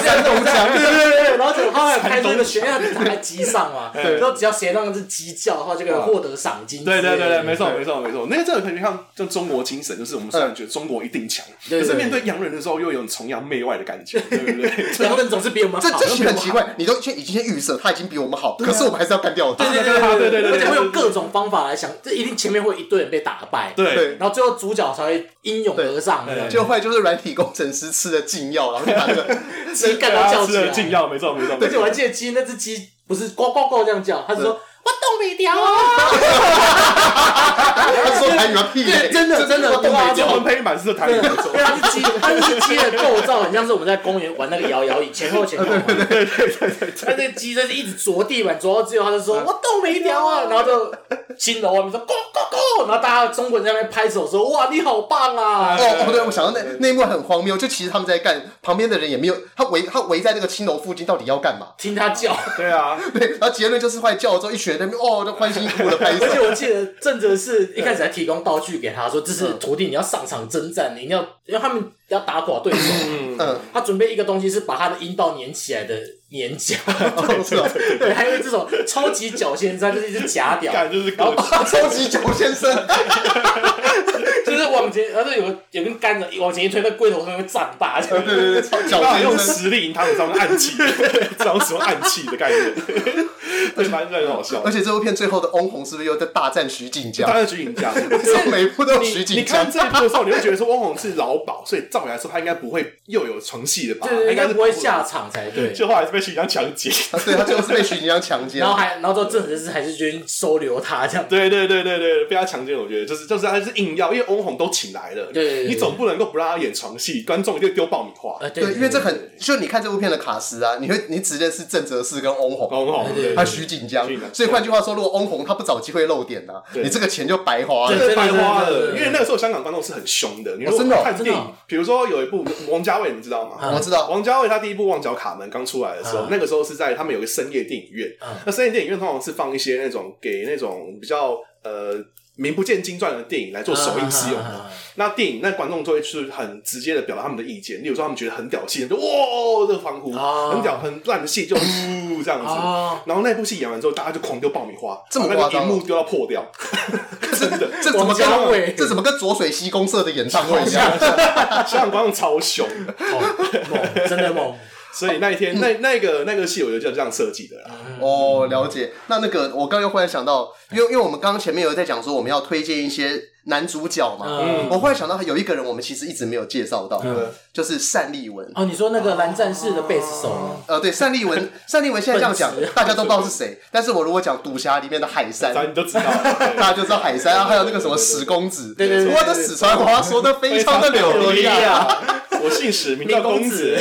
山东腔。对对对，然后 [LAUGHS] 就他还开出一个悬崖躺在鸡上嘛，然后只要谁让那只鸡叫的话，就可以获得赏金之类对的，对对对，没错没错没错，那个真的可以看，就中国精神，就是我们虽然觉得中国一定强，对对可是面对洋人的时候，又有种崇洋媚外的感觉，对不对？然后人总是比我们这好，这题很奇怪，你都先已经先预设他已经比我们好，可是我们还是要干掉他。对对对对对而且会有各种方法来想，这一定前面会有一堆人被打败，对对，然后最后主角才会英勇而上，对就后来就是软体工程师吃了禁药，然后就把那个鸡干大到家叫吃起了来，禁药，没错没错。而且我还没记错得鸡那只鸡不是呱呱呱这样叫，它是对说我动不掉啊， [LAUGHS] 他说台语要屁嘞，对真的真的他东北中叫文配音版是台语对，没因错为，它是鸡，它那只鸡的构造很像是我们在公园玩那个摇摇椅，前后前后嘛。对对对对那这鸡就是一直着地板，着到最后它就说我动没掉啊，然后就新楼外面说 go go go，然后大家中国人在那边拍手说哇你好棒啊，哦哦，对，我想到那那一幕很荒谬，就其实他们在干，旁边的人也没有，他围他围在那个青楼附近，到底要干 [LAUGHS] 嘛？听他叫。对啊，对，然后结论就是后来叫了之后，一群人在那边哦，都欢欣鼓舞的拍手而。且我记得郑则仕一开始还提供道具给他说，这是徒弟你要上场征战，你一定要因为他们要打垮对手。嗯，他准备一个东西是把他的阴道粘起来的粘夹，哦是哦，对，还有这种超级脚先生，就是一只假屌，感就是然各后种把超级九先生，就是往前，然后有个有根杆子往前一推，那龟头上面会胀大，对对对，超 [LAUGHS] 那角用先生。实力赢他们，这种暗 [LAUGHS] 器，这种使用暗器的概 [LAUGHS] 念，对，反正很好笑而。且这部片最后的翁虹是不是又在大战徐锦当江？然徐锦江，就每部都有徐你锦江看。这一部的时候，你会觉得说翁虹是老鸨，所以照理来说他应该不会又有床戏的吧？就是应应该该是不会下，场才对。就后来是被徐锦江强奸。啊对他最后是被徐锦江强奸然。后还，然后到郑则仕还是决定收留他这样。对对对对对，被他强奸，我觉得就是就是他是硬要，因为翁虹都请来了，对对对对你总不能够不让他演床戏，观众一定丢爆米花。呃，对，对，因为这很就你看这部片的卡司啊，你会你只认识郑则仕跟翁虹，翁虹，对对还有徐锦江徐锦，江所以换句话说，如果翁虹他不找机会露点呢，对你这个钱就白花对了。对白花对对对了，对因为那个时候香港观众是很凶的。你如哦真果的哦嗯看电真的影哦，比如说有一部王家卫，你知道吗？我知道，王家卫他第一部《旺角卡门》刚出来的时候，嗯那个时候是在他们有个深夜电影院。嗯那深夜电影院通常是放一些那种给那种比较呃名不见经传的电影来做首映使嗯用的。啊那电影那观众就会去很直接的表达他们的意见，例如说他们觉得很屌戏，就哇哦这个欢呼；啊很屌很烂的戏就呜这样子。啊然后那部戏演完之后，大家就狂丢爆米花，哦这么把那夸个张荧哦幕丢到破掉，真的。这怎么王家卫跟这怎么跟浊水溪公社的演唱会一样？ [LAUGHS] 香港观众超凶，好哦猛，真的猛。所以那一天那那个那个戏，我觉得就是这样设计的啦。哦，了解。那那个，我刚又忽然想到，因为因为我们刚刚前面有在讲说我们要推荐一些男主角嘛，嗯我忽然想到有一个人我们其实一直没有介绍到，嗯就是单立文。哦，你说那个蓝战士的贝斯手吗？呃，对，单立文，单立文现在这样讲本职，大家都不知道是谁。但是我如果讲赌侠里面的海山，咱你都知道了。对 [LAUGHS] 大家就知道海山，啊，还有那个什么史公子，对对对对我的史传华说的非常的柳柳莉地亚啊。，我姓史，名叫公子。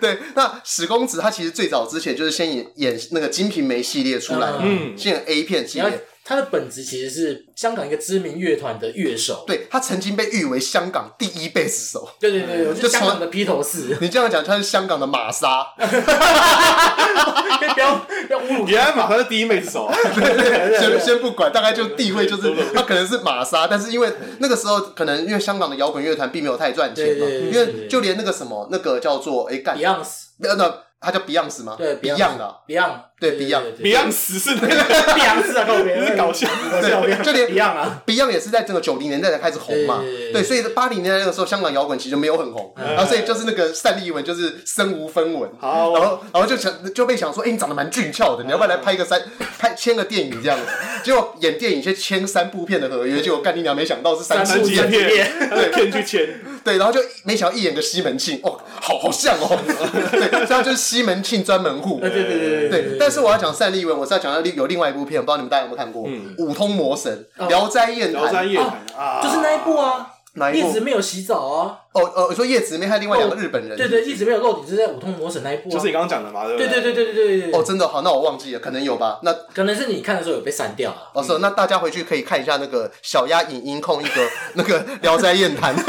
对，那史公子他其实最早之前就是先演演那个《金瓶梅》系列出来，嗯先演 A 片系你要列。他的本职其实是香港一个知名乐团的乐手。对他曾经被誉为香港第一贝斯手，对对嗯对对，我就就从香港的披 [LAUGHS] 头士，你这样讲他是香港的玛莎，不要不要 [LAUGHS] 侮辱原来马上是第一妹子手，啊 [LAUGHS] 先先不管，大概就地位就是他可能是玛莎，但是因为那个时候可能因为香港的摇滚乐团并没有太赚钱嘛，对对对因对为就连那个什么那个叫做哎干， Beyonds，呃那他叫 Beyonce 吗？对 Beyond 啊， Beyond，对 Beyond。 b e y o n 死是那个碧昂斯啊，告别，就是搞笑搞笑，对就 [LAUGHS] 连一样啊。 Beyond 也是在整个九零年代才开始红嘛对对，对嗯对，所以八零年代那个时候香港摇滚其实没有很红，然后所以就是那个单立文就是身无分文，然好后然后就想就被想说，哎，你长得蛮俊俏的，你要不要来拍 [LAUGHS] 个三拍签个电影这样子？结果演电影先签三部片的合约，结果干你娘没想到是三三部级片，片，对片去 [LAUGHS] 签，对，然后就没想到一演个西门庆，哦，好好像哦， [LAUGHS] 对，所以他就是西门庆专门户，对对对对对，但是我要讲单立文，我是要讲到另有另外一部片，我不知道你们大家有没有看过嗯《五通魔神》哦《聊斋艳聊斋谭》夜谈啊，就是那一部啊，哪一一直部？没有洗澡啊，哦哦，你说叶子妹和另外两个日本人，哦对对，一直没有露底，就是在五通魔神那一部啊，就是你刚刚讲的嘛，对不对对对对对对对哦，对，真的好，那我忘记了，可能有吧。那可能是你看的时候有被删掉啊，哦是哦，那大家回去可以看一下那个小鸭影音控一个那个《聊斋艳谭》。 [LAUGHS]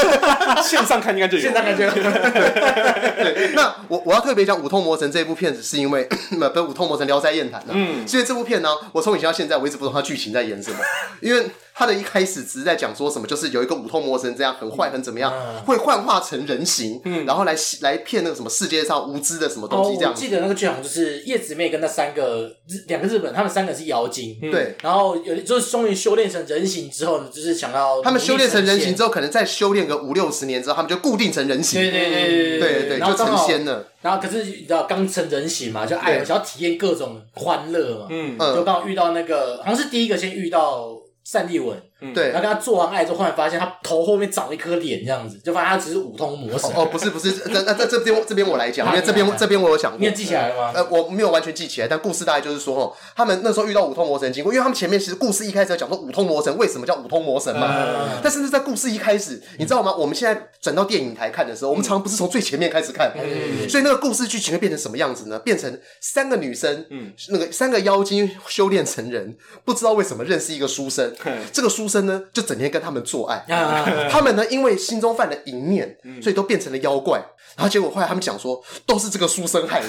线上看应该就有，现在感觉对， [LAUGHS] 那我我要特别讲《五通魔神》这部片子，是因为 [CLEARS THROAT] 那不是《五通魔神》《聊斋艳谭》嗯，所以这部片呢，我从以前到现在，我一直不懂它剧情在演什么，因为它的一开始只是在讲说什么，就是有一个五通魔神这样很坏很怎么样，嗯会幻化成人形，然后来来骗那个什么世界上无知的什么东哦，西这样我子。记得那个剧好像就是叶子妹跟那三个日两个日本，他们三个是妖精，对，然后有就是终于修炼成人形之后，就是想要他们修炼成人形之后，后，可能再修炼个五六十年之后，他们就固定成人形。对对对对对对，就然后刚成好，仙了。然后可是你知道刚成人形嘛，就哎对想要体验各种欢乐嘛，嗯嗯就刚好遇到那个好像是第一个先遇到单立文，对然，后跟他做完爱之后，忽然发现他头后面长了一颗脸，这样子，就发现他只是五通魔神。哦，不是不是，这这这这边这边我来 [LAUGHS] 讲，因为这啊你边来这边我有想过你有。记起来了吗？呃，我没有完全记起来，但故事大概就是说，哦，他们那时候遇到五通魔神经过，因为他们前面其实故事一开始有讲说五通魔神为什么叫五通魔神嘛，嗯但甚至在故事一开始，你知道吗？我们现在转到电影台看的嗯时候，我们常常不是从最前面开始看，所以那个故事剧情会变成什么样子呢？变成三个女生，嗯，那个三个妖精修炼成人，不知道为什么认识一个书生嘿，这个书生呢就整天跟他们做爱，嗯啊，嗯他们呢，因为心中犯了淫念，所以都变成了妖怪。然后结果后来他们讲说，都是这个书生害的。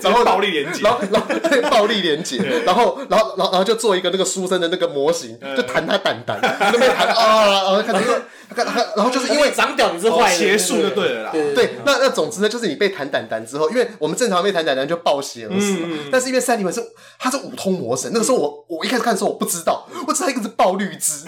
然后暴力连接然后 [LAUGHS] 然后对暴力连结，然后然后然后然后就做一个那个书生的那个模型，就弹他胆胆，那边弹啊，然后看这个，看看然后就是因为。长屌你是坏人，邪术就对对了啦，对嗯对，那那总之呢，就是你被弹胆胆之后，因为我们正常被弹胆胆就暴血而死嘛，但是因为三里文是他是五通魔神，那个时候我我一开始看的时候我不知道，我只知道一个是暴绿枝，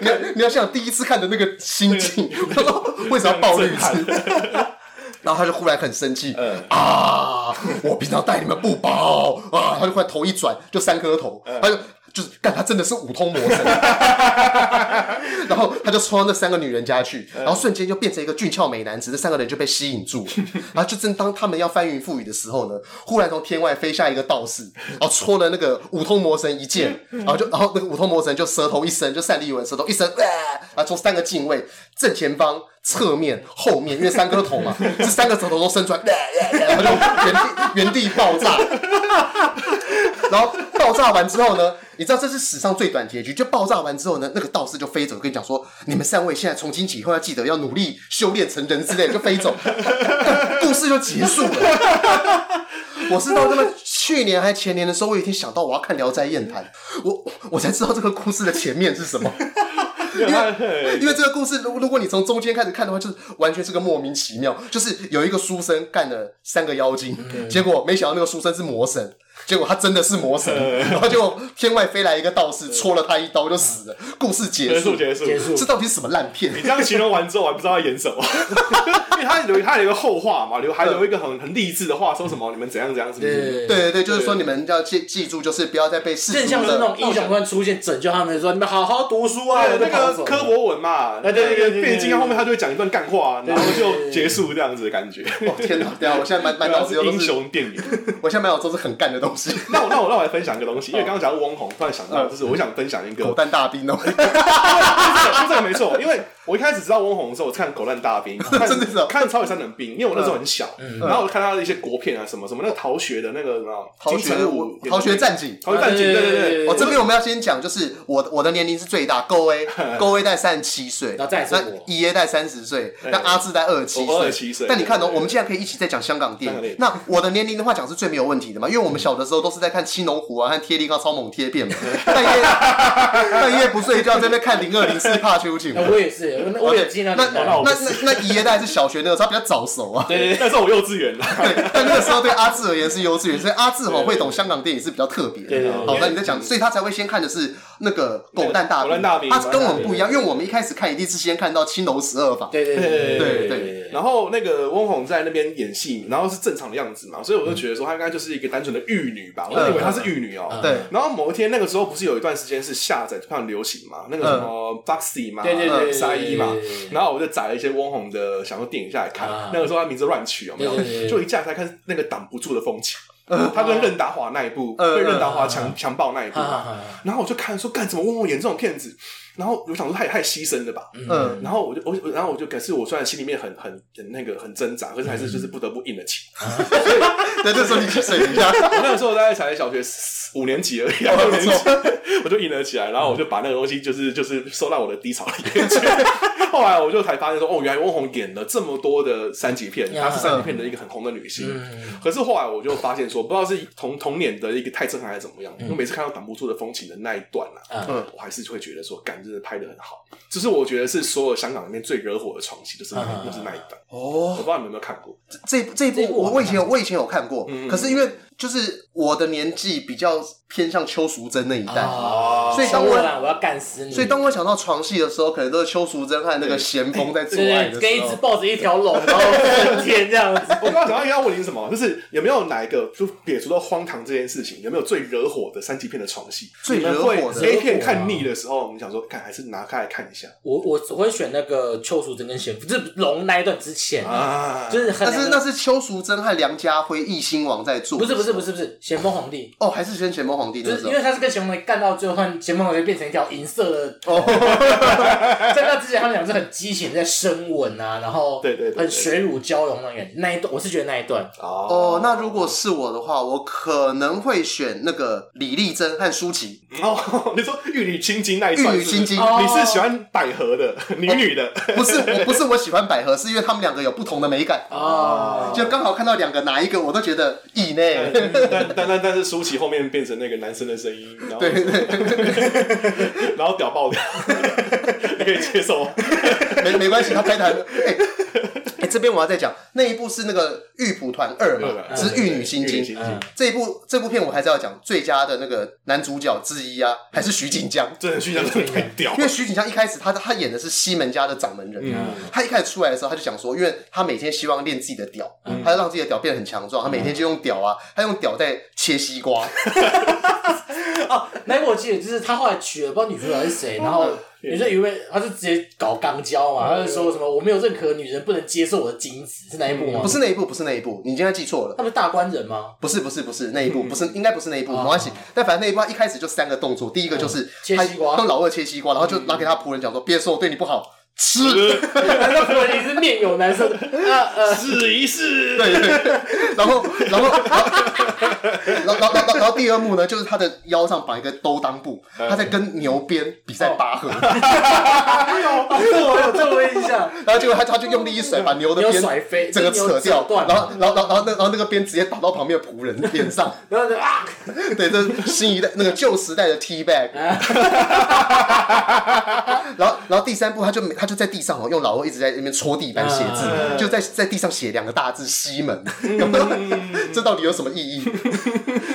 你要你要想第一次看的那个心境，他说为什么要暴绿枝？ [LAUGHS] 然后他就忽然很生气、啊！我平常待你们不薄啊！他就忽然头一转，就三颗头，他就就是干，他真的是五通魔神。然后他就冲到那三个女人家去，然后瞬间就变成一个俊俏美男子，这三个人就被吸引住了。然后就正当他们要翻云覆雨的时候呢，忽然从天外飞下一个道士，然后戳了那个五通魔神一剑，然后就然后那个五通魔神就舌头一伸，就单立文舌头一伸，啊，然后从三个敬畏正前方。侧面、后面，因为三颗头嘛， [LAUGHS] 这三个舌头都伸出来，啊啊啊然后就原地原地爆炸，然后爆炸完之后呢，你知道这是史上最短结局。就爆炸完之后呢，那个道士就飞走，跟你讲说，你们三位现在从今起以后要记得要努力修炼成人之类的，就飞走， [LAUGHS] 故事就结束了。我是到那么去年还前年的时候，我有一天想到我要看《聊斋艳谭》，我我才知道这个故事的前面是什么。因为 [LAUGHS] 因为这个故事，如如果你从中间开始看的话，就是完全是个莫名其妙，就是有一个书生干了三个妖嗯精，结果没想到那个书生是魔神，结果他真的是魔神，嗯然后结果天外飞来一个道士，戳了他一刀就死了，故事结结束束。结束结束这到底是什么烂片你？这样形容完之后，我还不知道他演什么， [LAUGHS] 因为他留他留一个后话嘛，留还留一个很很励志的话，说什么你们怎样怎样是不对是？对对，就是说你们要记记住，就是不要再被世更俗像是那的。种英雄突然出现拯救他们，说你们好好读书啊，对，那然后就跑个走了柯博文嘛，那对对对对个对变形金刚后面他就会讲一段干话，然后就结束这样子的感觉。 [LAUGHS] 哦天哪！对啊，我现在满满对啊脑子是都英是，雄电影。我现在满脑子都是很干的 [LAUGHS] 东西，那我那我那我来分享一个东哦西，因为刚刚讲到翁虹，突然想嗯到，就是我想分享一个狗 [LAUGHS] 蛋大兵哦，是这个没错，因为我一开始知道翁虹的时候，我是看《狗蛋大兵》看， [LAUGHS] 真的是哦嗯看《超级三等兵》，因为我那时候很小，然后我看他的一些国片啊，什么什么那个逃学的那个什么逃金学城武演的逃学战警，逃学战警，啊哦对对对对对对，对我哦这边我们要先讲，就是我我的年龄是最大，勾 A 勾 A 带三十七岁，然后再来是那我爷带三十岁，那阿志带二十七我岁， 27岁但你看哦，对我们竟然可以一起在讲香港电影，香那我的年龄的话讲是最没有问题的嘛，因为我们小的时候都是在看《青龙湖》啊，和《贴力高超猛贴片》嘛，半夜半夜不睡觉在那边看零二零四怕秋瑾嘛哎。我也是，对，我有经那常那听那到。那那爷爷大概是小学那个时候，他比较早熟啊。对 [LAUGHS] 那时候我幼稚园啊啦，对， [LAUGHS] 但那个时候对阿志而言是幼稚园，所以阿志吼会懂香港电影是比较特别的。对对对嗯好，那你在讲，所以他才会先看的是那个《狗蛋大兵》，狗蛋大兵他跟我们不一样，因为我们一开始看一定是先看到《青楼十二房》。对对对对对，然后那个翁虹在那边演戏，然后是正常的样子嘛，所以我就觉得说她应该就是一个单纯的玉女吧，我以为她是玉女哦、嗯对，然后某一天，那个时候不是有一段时间是下载非常流行嘛，那个什么 Foxy 嘛，嗯嗯对对呃对对沙一嘛对对对，对然后我就载了一些翁虹的想说电影下来看啊，那个时候他名字乱取有没有对对对？对嗯就一下才看那个挡不住的风景，他跟任达华那一部嗯被任达华强强暴那一部哈哈嘛，哈哈然后我就看说干什么翁虹演这种骗子，然后我想说他也太牺牲了吧，嗯，然后我就我我然后我就可是我虽然心里面很很很那个很挣扎，可是嗯还是就是不得不硬了起。对，这时候你去水 [LAUGHS] 一下，我那个时候大概才小学四五年级而 [LAUGHS] 已、啊，哦五不年错级， [LAUGHS] 我就硬了起来，然后我就把那个东西就是就是收到我的低潮里面去。 [LAUGHS] 后来我就才发现说，哦，原来翁虹演了这么多的三级片，她是三级片的一个很红的女嗯嗯星。 [LAUGHS] 可是后来我就发现说，不知道是同同年的一个太震撼还是怎么样，我每次看到挡不住的风景的那一段啊，嗯我还是会觉得说，感真的拍的很好。就是我觉得是所有香港里面最惹火的床戏，就是那嗯就是那一段。我哦，不知道你们有没有看过，这这一这一部部我我我以前有我以前有看过嗯，可是因为就是我的年纪比较偏向邱淑贞那一代，啊，哦嗯所以当我我我要干死你，所以当我想到床戏的时候，可能都是邱淑贞和那个咸丰在做就爱是的跟时一只候。抱着一条龙，然后整天这样子。 [LAUGHS] 我刚刚想到要问你是什么，就是有没有哪一个就撇除到荒唐这件事情，有没有最惹火的三级片的床戏？最惹你火们的会 A 片看腻的时候，你想说，看还是拿开来看一下我我只会选那个邱淑贞跟贤夫，就是龙那一段之前，啊？就是很但难是那是邱淑贞和梁家辉一心王在做，不是不是不是不是咸丰皇帝，哦，还是先咸丰皇帝那就个是时因候为。他是跟咸丰皇帝干到最后，他咸丰皇帝变成一条银色的。哦，在那之前，他们俩是很激情，在深吻啊，然后对对对对很水乳交融那种感觉。那一段我是觉得那一段，哦，那如果是我的话，我可能会选那个李丽珍和舒淇， [LAUGHS] 哦，你说玉女青筋那一玉段，女心经。哦你是喜欢百合的女女的不是，我不是我喜欢百合，是因为他们两个有不同的美感，哦，就刚好看到两个哪一个我都觉得异呢。 [LAUGHS] 但但但但但是舒淇后面变成那个男生的声音，然后对对， [LAUGHS] 然后屌爆掉，你可以接受吗？没没关系，他拍的哎。哎，这边我要再讲，那一部是那个《玉蒲团二》啊嘛，是《玉女心玉经女》。嗯这一部这部片我还是要讲，最佳的那个男主角之一啊，还是徐锦江。真的去真的太屌因，为徐锦江一开始他他演的是西门家的掌门人，嗯他一开始出来的时候他就讲说，因为他每天希望练自己的屌，嗯他要让自己的屌变得很强壮，他每天就用屌啊，他用屌在切西瓜，嗯哦，那个我记得就是他后来娶了不知道女主角是谁，然后女生以为他就直接搞肛交嘛，他就说什么我没有任何女人不能接受我的精子，是那一部吗？不，是那一部，不是那一部，你今天记错了他。不是大官人 [LAUGHS] 吗？不是不是不是那一部，不是应该不是那一部，没关系。但反正那一部他一开始就三个动作，第一个就是嗯切他西瓜嗯让老二切西瓜，然后就拿给他仆人讲说：“别说我对你不好，吃。”难道可能你是面有男生？呃呃，试一试。对对，对，然后然后然后然后然后然后然后第二幕呢，就是他的腰上绑一个兜裆布，嗯他在跟牛鞭比赛拔河，哦这 [LAUGHS] 我有这我有印象，然后结果他他就用力一甩，把牛的牛鞭甩飞整个这牛扯掉扯，断然后然后然后然后那然后那个鞭直接打到旁边的仆人脸上，然后就啊，对，这是新一代那个旧时代的 T bag。然后，然后第三步，他就他就在地上哦，用老二一直在那边戳地板写字，嗯就在在地上写两个大字“西门”， [LAUGHS] 这到底有什么意义？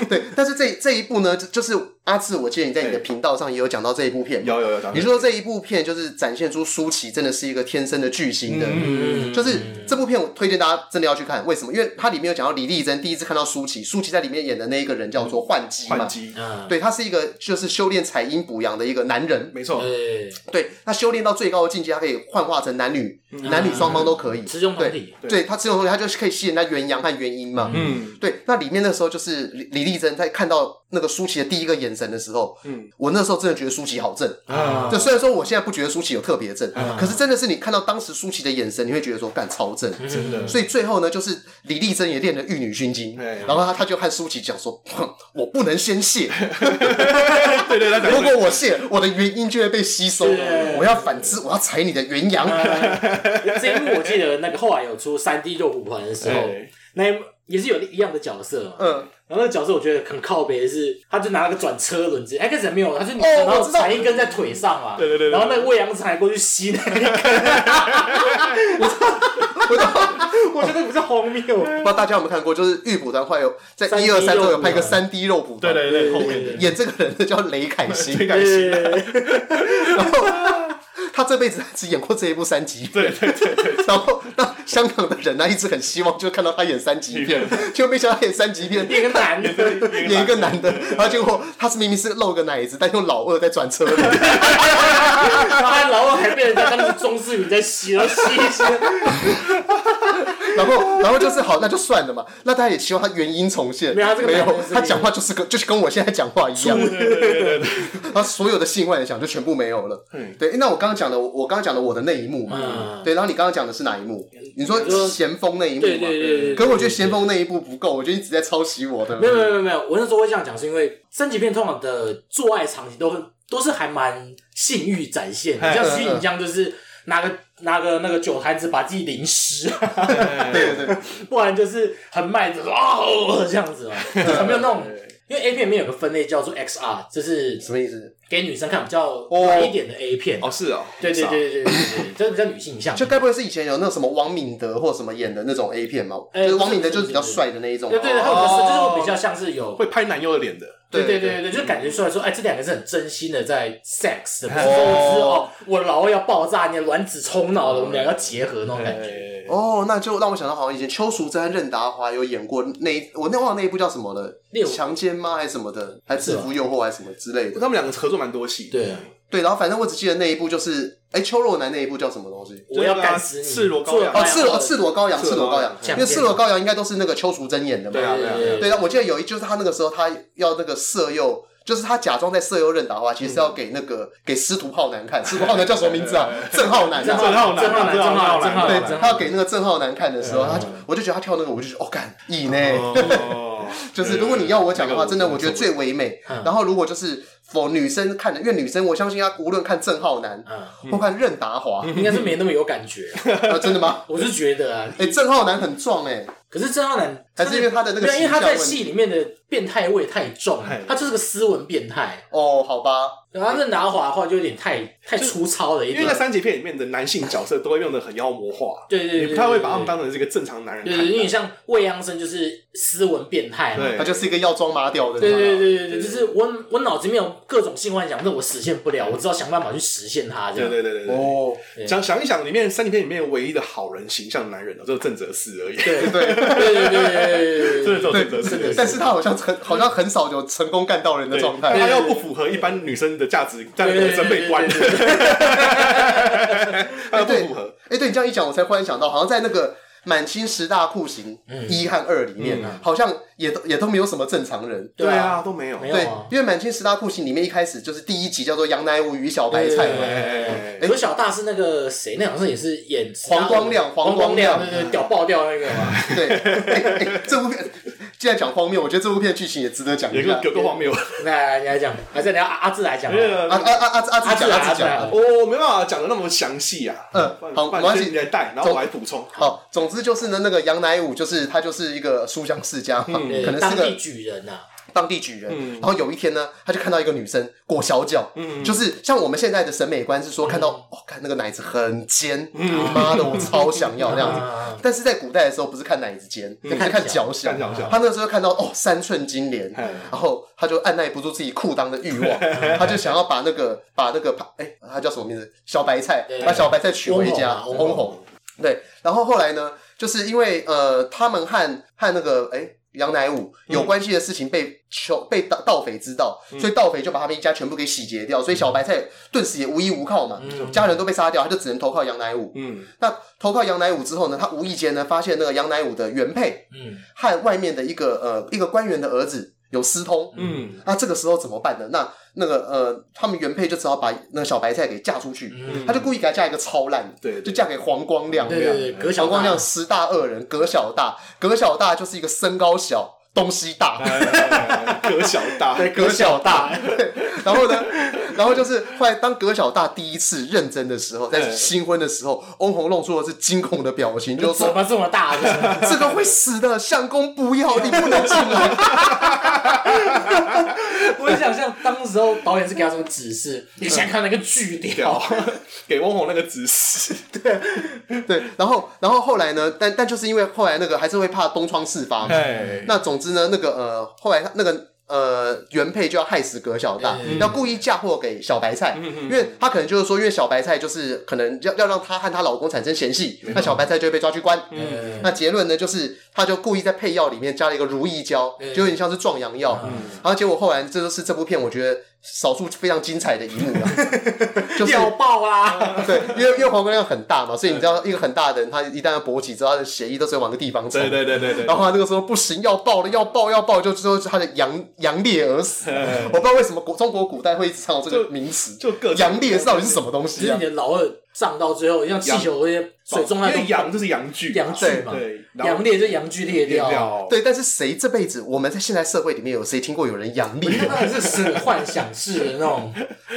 对，但是这这一部呢，就就是阿志，我记得你在你的对频道上也有讲到这一部片，有有有，你说这一部片就是展现出舒淇真的是一个天生的巨星的，嗯就是这部片我推荐大家真的要去看，为什么？因为它里面有讲到李丽珍第一次看到舒淇，舒淇在里面演的那一个人叫做焕姬嘛换，机，嗯，对，他是一个就是修炼采阴补阳的一个男人，没错，对，对他修炼到最高的境界，他可以幻化成男女，嗯男女双方都可以，雌雄同体，对他这种东西，他就是可以吸引到元阳和元阴嘛。嗯对，那里面那时候就是李李丽珍在看到那个舒淇的第一个眼神的时候，嗯我那时候真的觉得舒淇好正，啊就虽然说我现在不觉得舒淇有特别正，可是真的是你看到当时舒淇的眼神，你会觉得说干超正。真的， [LAUGHS] 所以最后呢，就是李丽珍也练了玉女熏经，哎然后她她就和舒淇讲说：“哼，我不能先谢，对对，他讲如果我谢，我的元阴就会被吸收对，我要反之，我要踩你的元阳。哎哦这一幕我记得那个后来有出三 D 肉蒲团的时候对，那一幕也是有一样的角色嘛。嗯，然后那个角色我觉得很靠北的是，他就拿了个转车轮子，X 人没有，他就你、哦然我后知道缠一根在腿上嘛。对对对对然后那个未央缠过去吸那一根，我觉得比较荒谬。不知道大家有没有看过，就是玉蒲团会有在 3D 一二三都有拍一个肉蒲团三 D 肉蒲对团，对对，后面的演这个人的叫雷凯欣，推感性，对，然后他这辈子只演过这一部三级 [LAUGHS] 片，对对对 [LAUGHS] 然后那香港的人呢、一直很希望就看到他演三级片，就没想到他演三级片。一个男的，演一个男的，然后结果他是明明是露个奶子，但用老二在转车轮， [LAUGHS] 他然后还被人家当成中式饼在吸，然后吸一吸，然后然后就是好，那就算了嘛。那他也希望他原音重现，没有他这个男的是他讲话就是跟就是跟我现在讲话一样，对对对对对， [LAUGHS] 他所有的性幻想就全部没有了。嗯对，那我刚刚讲的，我我刚刚讲的我的那一幕嘛，嗯对，然后你刚刚讲的是哪一幕？你说你说咸丰那一幕嘛？对对对对对可我觉得咸丰那一幕不够，我觉得你一直在抄袭我的。没有没有没有没有，我那时候会这样讲，是因为三级片通常的做爱场景都很都是还蛮性欲展现的，嗯像嗯虚影这样就是拿个拿个那个酒坛子把自己淋湿，啊哎对对对，不然就是很慢的哦这样子嘛，嗯有没有那种？因为 A 片里面有个分类叫做 XR，就是什么意思？给女生看比较哦软一点的 A 片。哦是哦，对对对对对 [LAUGHS] 对，对这比较女性向。就该不会是以前有那个什么王敏德或什么演的那种 A 片吗？哎就是王敏德就是比较帅的那一种。对对对，还有就是就是我比较像是有会拍男优的脸的，对对对对对对，就感觉出来说，哎，这两个是很真心的在 sex 的，不是说哦是哦，我老二要爆炸，你的卵子冲脑了，我们俩要结合那种感觉。对哦，那就让我想到，好像以前邱淑贞、任达华有演过那一，我那忘了那一部叫什么了猎，舞强奸吗？还是什么的？还制服诱惑还是什么之类的？他们两个合作蛮多戏，对，对，然后反正我只记得那一部就是，哎，邱若楠那一部叫什么东西？我要干死你，赤裸羔羊哦，做赤裸赤裸羔羊，赤赤裸裸羔羔羊羊，强因为奸赤裸羔羊应该都是那个邱淑贞演的嘛。对啊对啊对对对，然后我记得有一就是他那个时候他要那个色诱，就是他假装在色诱任达华，其实是嗯要给那个给司徒浩南看，司徒浩南叫什么名字 [LAUGHS] 啊？郑浩南郑啊。浩南，郑郑浩浩南南，郑浩郑南，浩南对，郑他要浩南。嗯给那个郑浩南看的时候，他就我就觉得他跳那个，我就觉得哦，干瘾呢。 [LAUGHS] 就是如果你要我讲的话，真的我觉得最唯美。嗯然后如果就是否女生看的，因为女生我相信她无论看郑浩南嗯，或看任达华，应该是没那么有感觉， [LAUGHS] 啊真的吗？我是觉得啊，哎，郑浩南很壮哎，可是郑浩南还是因为他的那个对啊因为他在形象问题戏里面的变态味太重嘿，他就是个斯文变态，哦，好吧，然后任达华的话就有点太太粗糙了一因点为在，三级片里面的男性角色都会用的很妖魔化，对对对，你不太会把他对们当成是一个正常男人对看对，待，有点像未央生，就是斯文变态嘛。对他就是一个要装麻掉的人对嘛。对对对对，就是我我脑子里面有各种性幻想，但我实现不了，我只好想办法去实现它。这对样，对对对对。哦，想想一想，里面三级片里面唯一的好人形象的男人哦，就是郑则仕而已。 [LAUGHS] 对，对对对对对对对对对真的对只有对，郑则真的仕。但是他好像很好像很少有成功干到人的状他态。哎要不符合一般女生的价值，在那个审美观，对对 [LAUGHS] 他要不对符合。哎，对你这样一讲，我才忽然想到，好像在那个《满清十大酷刑》一和二里面，啊好像也都也都没有什么正常人。对啊，都没有。没有对啊，。因为《满清十大酷刑》里面一开始就是第一集叫做杨乃武与小白菜对嘛，哎，可是小大是那个谁，那好像也是演黄光亮黄黄光亮，亮对对，对屌爆掉那个嘛。 [LAUGHS] 对，哎哎这部片既然讲荒谬，我觉得这部片剧情也值得讲有一个下。有个荒谬，那你来讲，还是你要阿阿志来讲啊？阿 [LAUGHS] 阿阿阿阿阿志讲志来阿志讲来来，啊我没办法讲的那么详细啊。嗯好反没关系正你来带，然后我来补充。好，总之就是呢，那个杨乃武就是他就是一个书香世家嘛，对可能当是地个举人啊呐，当地举人。然后有一天呢，他就看到一个女生裹小脚，嗯就是像我们现在的审美观是说看到，哦，看那个奶子很尖，妈的，我超想要那样子。啊但是在古代的时候，不是看奶子尖，是看看脚脚小看。脚小他那时候看到哦三寸金莲，嗯然后他就按耐不住自己裤裆的欲望， [LAUGHS] 他就想要把那个把那个哎，他叫什么名字？小白菜对，把小白菜娶回家，翁翁虹啊翁虹。对，然后后来呢，就是因为呃，他们和和那个哎。杨乃武嗯有关系的事情被囚被盗盗匪知道，所以盗匪就把他们一家全部给洗劫掉，所以嗯小白菜顿时也无依无靠嘛，家人都被杀掉，他就只能投靠杨乃武。嗯，那投靠杨乃武之后呢，他无意间呢发现那个杨乃武的原配，嗯，和外面的一个呃一个官员的儿子有私通，嗯，那这个时候怎么办呢？那那个呃，他们原配就只好把那个小白菜给嫁出去，他就故意给她嫁一个超烂的，对对就嫁给黄光亮，嗯对对对，葛小黄光大亮十大恶人，葛小大，葛小大就是一个身高小，东西大。哎葛小 [LAUGHS] 大，对，葛小大。然后呢，然后就是后来当葛小大第一次认真的时候，在嗯新婚的时候，翁虹露出的是惊恐的表情，就就说怎么这么大的？这个会死的，相公不要，你不能进来。 [LAUGHS] 我想象当时候导演是给他什么指示？你想看那个巨雕 [LAUGHS] 屌，给翁虹那个指示，对，然后然后后来呢？但但就是因为后来那个还是会怕东窗事发嘛。哎，那总之呢，那个呃，后来他那个呃原配就要害死葛小大，嗯要故意嫁祸给小白菜，因为他可能就是说，因为小白菜就是可能要要让她和她老公产生嫌隙，那小白菜就会被抓去关。嗯那结论呢，就是他就故意在配药里面加了一个如意胶，嗯就有点像是壮阳药。然后结果后来这就是这部片我觉得少数非常精彩的一幕了， [LAUGHS] 就是屌爆啦！对，因为因为黄光量很大嘛，所以你知道一个很大的人，他一旦要勃起之后，他的血液都只有往个地方冲。对对对对对，然后他那个时候不行，要爆了，要爆，要爆，就之后他的羊羊裂而死。我不知道为什么古中国古代会一直唱这个名词，就各种羊裂到底是什么东只西是啊你？的老二胀到最后，像气球那些水中那因种为羊就是羊具，羊具嘛，对，然后羊裂就羊具裂裂掉。掉，对，但是谁这辈子我们在现代社会里面有谁听过有人羊裂你看啊？那是死幻想式的那种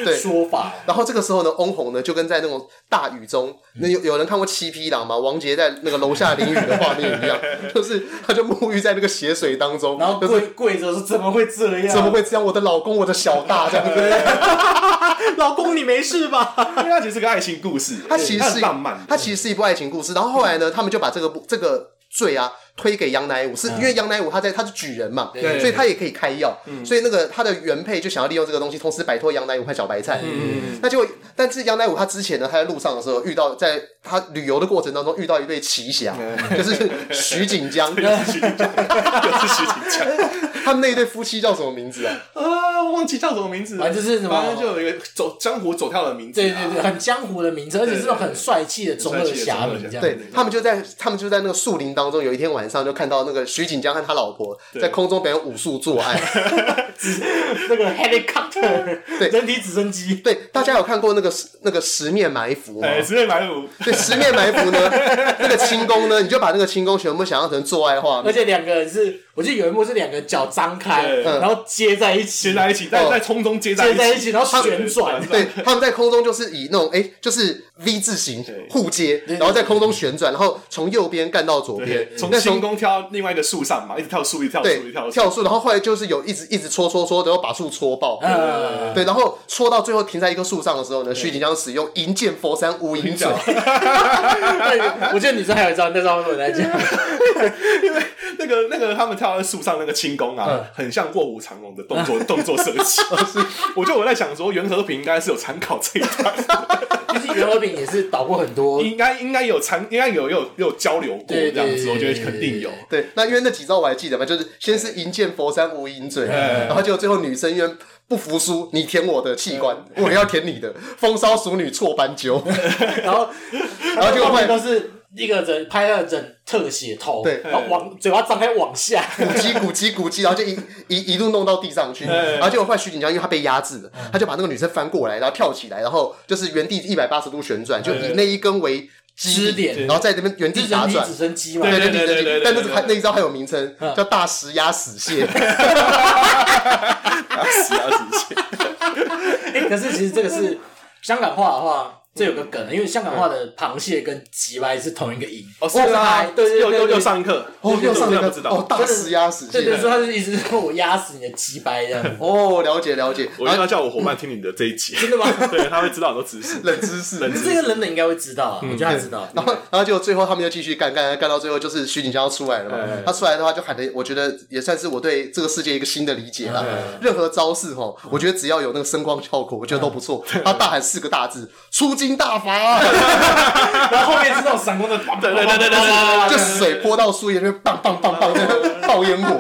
对说法，然后这个时候呢，翁虹呢就跟在那种大雨中，那有有人看过《七匹狼》吗？王杰在那个楼下淋雨的画面一样，就是他就沐浴在那个血水当中，然后就是跪跪着说怎么会这样？怎么会这样？我的老公，我的小大这样子。老公，你没事吧？因为它其实是个爱情故事，它其实它是很一浪漫的，嗯它其实是一部爱情故事。然后后来呢，他们就把这个部这个罪啊推给杨乃武，嗯是因为杨乃武他在他是举人嘛，对所以他也可以开药，嗯所以那个他的原配就想要利用这个东西，同时摆脱杨乃武和小白菜。嗯，那就但是杨乃武他之前呢，他在路上的时候遇到，在他旅游的过程当中遇到一对奇侠，嗯 [LAUGHS] 就是徐锦江，又是徐锦江， [LAUGHS] 他们那一对夫妻叫什么名字啊？啊，忘记叫什么名字了，反正就是什么反正就有一个走江湖走跳的名字啊，对对对，很江湖的名字，而且是那种很帅气的中二侠名这样。 [LAUGHS] 对他们就在他们就在那个树林当中，有一天晚上就看到那个徐锦江和他老婆在空中表演武术做爱。 [LAUGHS] 那个 helicopter，对人体直升机，对，大家有看过那个十那个十面埋伏吗？哎，直接买五，对，十面埋伏 [LAUGHS] 呢，那个轻功呢，你就把那个轻功全部想象成做爱画而面。且两个人是，我记得有一幕是两个脚张开，对然后接在一起，接在一起，在哦在空中接在接在一一起，起，然后旋转，对，他们在空中就是以那种哎、就是 V 字形对互接，然后在空中旋转，然后从右边干到左边对，，从那星宫跳到另外一个树上嘛，一直跳树，一直跳树，一对直跳树，跳树，然后后来就是有一直一直戳戳戳，然后把树戳爆。嗯呃，对，然后戳到最后停在一棵树上的时候呢，徐锦江使用银剑佛山无影爪，我记得女生还有一招，那招我来讲，那个那个他们跳在树上那个轻功嗯啊，很像卧虎藏龙的 [LAUGHS] 动作动作设计。哦我觉得我在想说，袁和平应该是有参考这 [LAUGHS] 一段， [LAUGHS] 就是袁和平也是导过很多，应该应该有参，应该有有有交流过对这对样子，对我觉得肯定有。 [LAUGHS] 对，那因为那几招我还记得嘛，就是先是银剑佛山无影嘴，哎然后就最后女生因为不服输，你舔我的器官，我要舔你的，风骚熟女错斑鸠，然后然后结果后后面都来是一个人拍了人特写头，对然后往嘴巴张开往下，鼓击鼓击鼓击，然后就一一一路弄到地上去，哎然后结果后来徐锦江因为他被压制了，他就把那个女生翻过来，然后跳起来，然后就是原地一百八十度旋转，就以那一根为支基点点，然后在那边原就地是人打体转直。升机嘛，对对对对但那还那一招还有名称嗯叫大石压死蟹，死啊死啊！欸可是其实这个是香港话的话，这有个梗，因为香港话的螃蟹跟鸡歪是同一个音，哦，是我啊，对对对又对又对又上课，哦，又上了一课个不知哦道，。大石压死蟹，。对对，所以他就一直说我压死你的鸡掰这样哦，了解了解，我一然定后要叫我伙伴听你的这一集，真的吗？ [LAUGHS] 对他会知道很多知识。 [LAUGHS] 冷啊知识，冷知这个冷冷应该会知道啊，我觉得他知道。然后，然后就最后他们就继续干干干干到最后，就是徐锦江要出来了嘛哎。他出来的话，就喊的，我觉得也算是我对这个世界一个新的理解哎了。任何招式哈，我觉得只要有那个声光效果，我觉得都不错。嗯他大喊四个大字：出金大法啊，然后后面是那种闪光的，对对对对对 [LAUGHS] 对就水泼到树叶，就棒棒棒棒，那个爆烟火。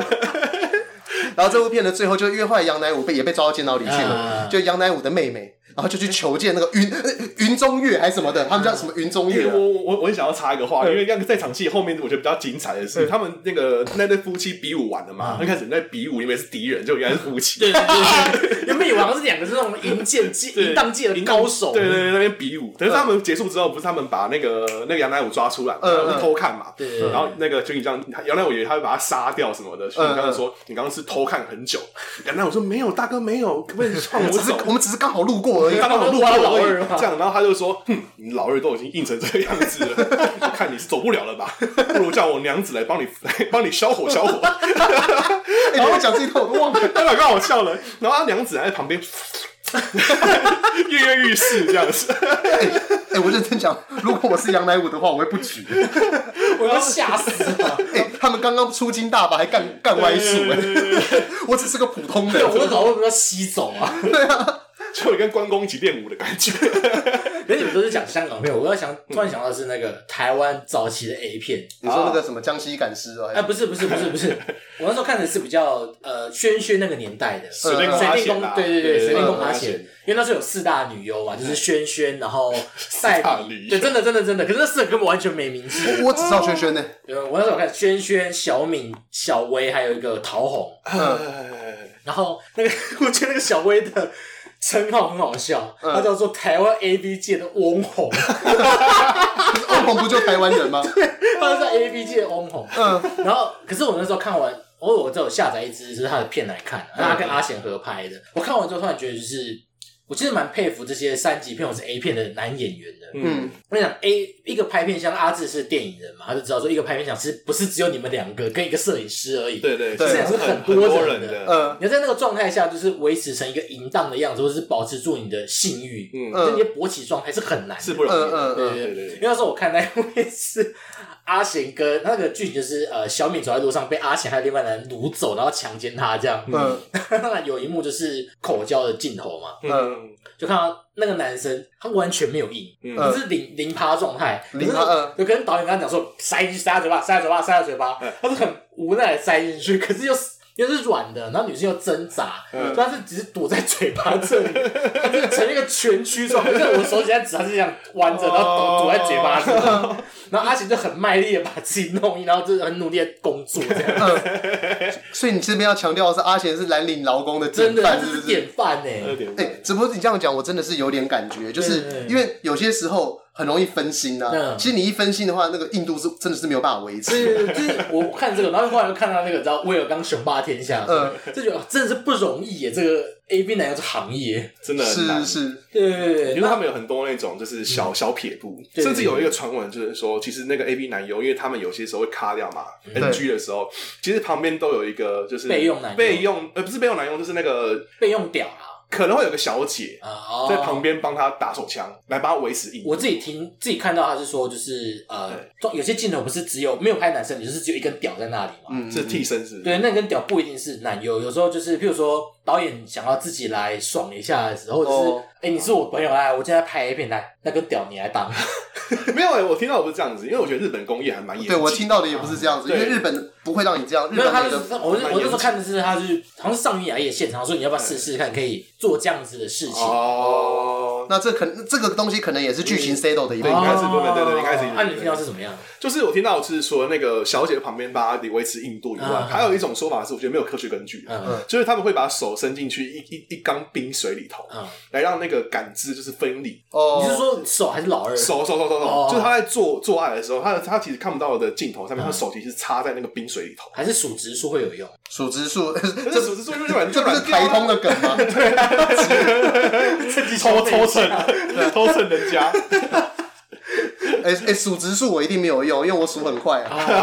然后这部片的最后，就因为后来杨乃武被也被抓到监牢里去了，嗯就杨乃武的妹妹然后就去求见那个云呃云中月还是什么的，他们叫什么云中月因为啊、我我我很想要插一个嗯话，因为那个在场戏后面我觉得比较精彩的是，他们那个那对夫妻比武完了嗯嘛，一开始在比武，因为是敌人，就原来是夫妻，对对对对， [LAUGHS] 原本以为好像是两个是那种银剑界、对银荡界的高手，嗯对对对，那边比武。可是他们结束之后，不是他们把那个那个杨乃武抓出来嘛，嗯然后偷看嘛。对对对嗯然后那个军警长杨乃武以为他会把他杀掉什么的，军警长就说：“你刚刚是偷看很久。”杨乃武说：“没有，大哥没 [LAUGHS] 有，可不可以放我我只是走？”我们只是刚好路过而已。哎刚好好路路过过啊老二嘛这样，然后他就说：“哼，你老二都已经硬成这个样子 [LAUGHS] 了，我看你是走不了了吧？ [LAUGHS] 不如叫我娘子来帮你来帮你消火消火。” [LAUGHS] 哎、欸，我讲这一段我都忘了。 [LAUGHS] 他老刚好笑了，然后他娘子还在旁边 [LAUGHS] 跃跃欲试这样子。哎、我认真讲，如果我是杨乃武的话，我会不举。我要吓死了。哎、他们刚刚出金大法，还干干歪术哎、 [LAUGHS] 我只是个普通对，我的人。老二不要吸走啊！就有跟关公一起练武的感觉。可是你们都是讲香港片，我要想突然想到的是那个台湾早期的 A 片，你说那个什么江西赶尸哦，哎，不是不是不是不是， [LAUGHS] 我那时候看的是比较呃轩轩那个年代的水水电工阿电贤啊工啦，，对对对，水电工嗯阿贤，因为那时候有四大女优嘛，就是轩轩，然后赛大比，女对，优真的真的真的，可是那四个根本完全没名气。我我只知道轩轩呢。对，我那时候有看轩轩、小敏、小薇，还有一个陶虹。哎然后那个， [LAUGHS] 我觉得那个小薇的称号很好笑，她叫做台湾 A B 界的翁虹，欧哦鹏不就台湾人吗？她是 A B 界的翁虹。嗯，然后可是我那时候看完，哦我我只有下载一支就是她的片来看，然后她跟阿贤合拍的。我看完之后突然觉得，就是我其实蛮佩服这些三级片或是 A 片的男演员的。嗯，我跟你讲，A 一个拍片像阿志是电影人嘛，他就知道说一个拍片像其实不是只有你们两个跟一个摄影师而已，对对，对其这实是很很多多人人的的。嗯你要在那个状态下，就是维持成一个淫荡的样子，或者是保持住你的性欲，嗯就你的勃起状态是很难的。是不容嗯嗯易的。嗯，对对对对，对因为那时候我看那一位是阿贤跟那个剧情，就是呃小敏走在路上被阿贤还有另外男人掳走，然后强奸她这样。嗯， [LAUGHS] 那有一幕就是口交的镜头嘛，嗯就看到那个男生他完全没有硬，嗯可是零零趴状态，零趴可是嗯就跟导演跟他讲说塞进去，塞到嘴巴，塞到嘴巴，塞到嘴巴，他是很无奈的塞进去，可是又是又是软的，然后女生又挣扎，嗯所以他是只是躲在嘴巴这里，他就是呈现一个蜷曲状，就是我手指在指，他是这样弯着，然哦后躲躲在嘴巴这里， [LAUGHS] 然后阿贤就很卖力的把自己弄硬，然后就是很努力的工作这嗯样，所以你这边要强调的是阿贤是蓝领劳工的真典的，他范，这是是不是？典范呢、欸嗯有点哎、只不过你这样讲，我真的是有点感觉，就对对是对因为有些时候很容易分心啊嗯。其实你一分心的话，那个硬度是真的是没有办法维持。对，就是我看这个，然后后来又看到那个，你知道威尔刚雄霸天下，嗯就觉得哦真的是不容易耶，这个 A B 男优这行业，真的很是难。是，对对对对，因为他们有很多那种就是小小撇步，对甚至有一个传闻就是说，其实那个 A B 男优，因为他们有些时候会卡掉嘛，NG 的时候，其实旁边都有一个就是备用男优备用呃不是备用男优，就是那个备用屌啊，可能会有个小姐啊在旁。边帮他打手枪，来帮他维持硬度。我自己听自己看到他是说，就是呃，有些镜头不是只有没有拍男生，你就是只有一根屌在那里嘛。嗯，是替身是不是？对，那根屌不一定是男优，有时候就是譬如说导演想要自己来爽一下的时候，或者是哎、哦诶你是我朋友来，我今天在拍 A 片来，那根屌你来当。没有哎、我听到我不是这样子，因为我觉得日本工业还蛮严嗯对我谨听到的也不是这样子，因对为日本不会让你这样，日没有，本他那就是个我是蛮我那时严候谨看的是他是好像是上云雅也现场说你要不要试试看，可以做这样子的事情。哦。那这可能这个东西可能也是剧情 settle 的一部分对应该是对对对对应该是那哦啊你听到是怎么样？就是我听到是除了那个小姐旁边帮她维持硬度以外，啊还有一种说法是我觉得没有科学根据的，嗯就是他们会把手伸进去一一一缸冰水里头，嗯，来让那个感知就是分离。哦你是说手还是老二？手手手手哦手，就是他在做做爱的时候，他他其实看不到的镜头上面，他手其实是插在那个冰水里头。还是数值数 [LAUGHS] 会有用？数植 [LAUGHS] 树，可这是手是做就软，这就不是软掉啊台通的梗吗？偷偷蹭偷蹭人家。哎哎，数植树我一定没有用，因为我数很快啊。对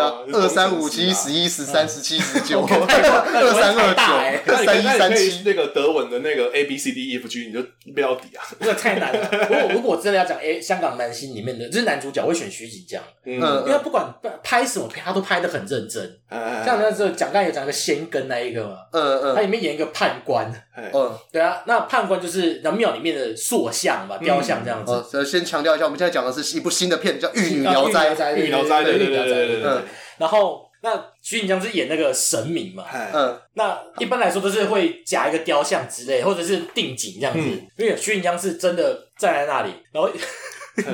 啊哦，二三五七十一十三十七十 [LAUGHS] 九，二三嗯太大二欸九，那二三你一那你三可七以。那个德文的那个 A B C D E F G，你就背到底啊。这个太难了。如果如果真的要讲，哎，香港男星里面的，就是男主角我会选徐锦江，因为嗯，他不管拍什么片，他都拍的很认真。哎像那时候蒋干有讲一个仙根那一个嘛，嗯他嗯里面演一个判官，哎嗯，对啊，那判官就是那庙里面的塑像嘛，雕像这样子。哦，所以先强调一下，我们现在讲的是一部新的片，叫《玉女嗯啊聊斋》。斋玉女聊斋，对对对对对对然后那徐锦江就是演那个神明嘛，哎，嗯，那一般来说都是会夹一个雕像之类，或者是定景这样子。嗯因为徐锦江是真的站在那里，然 [LAUGHS] 后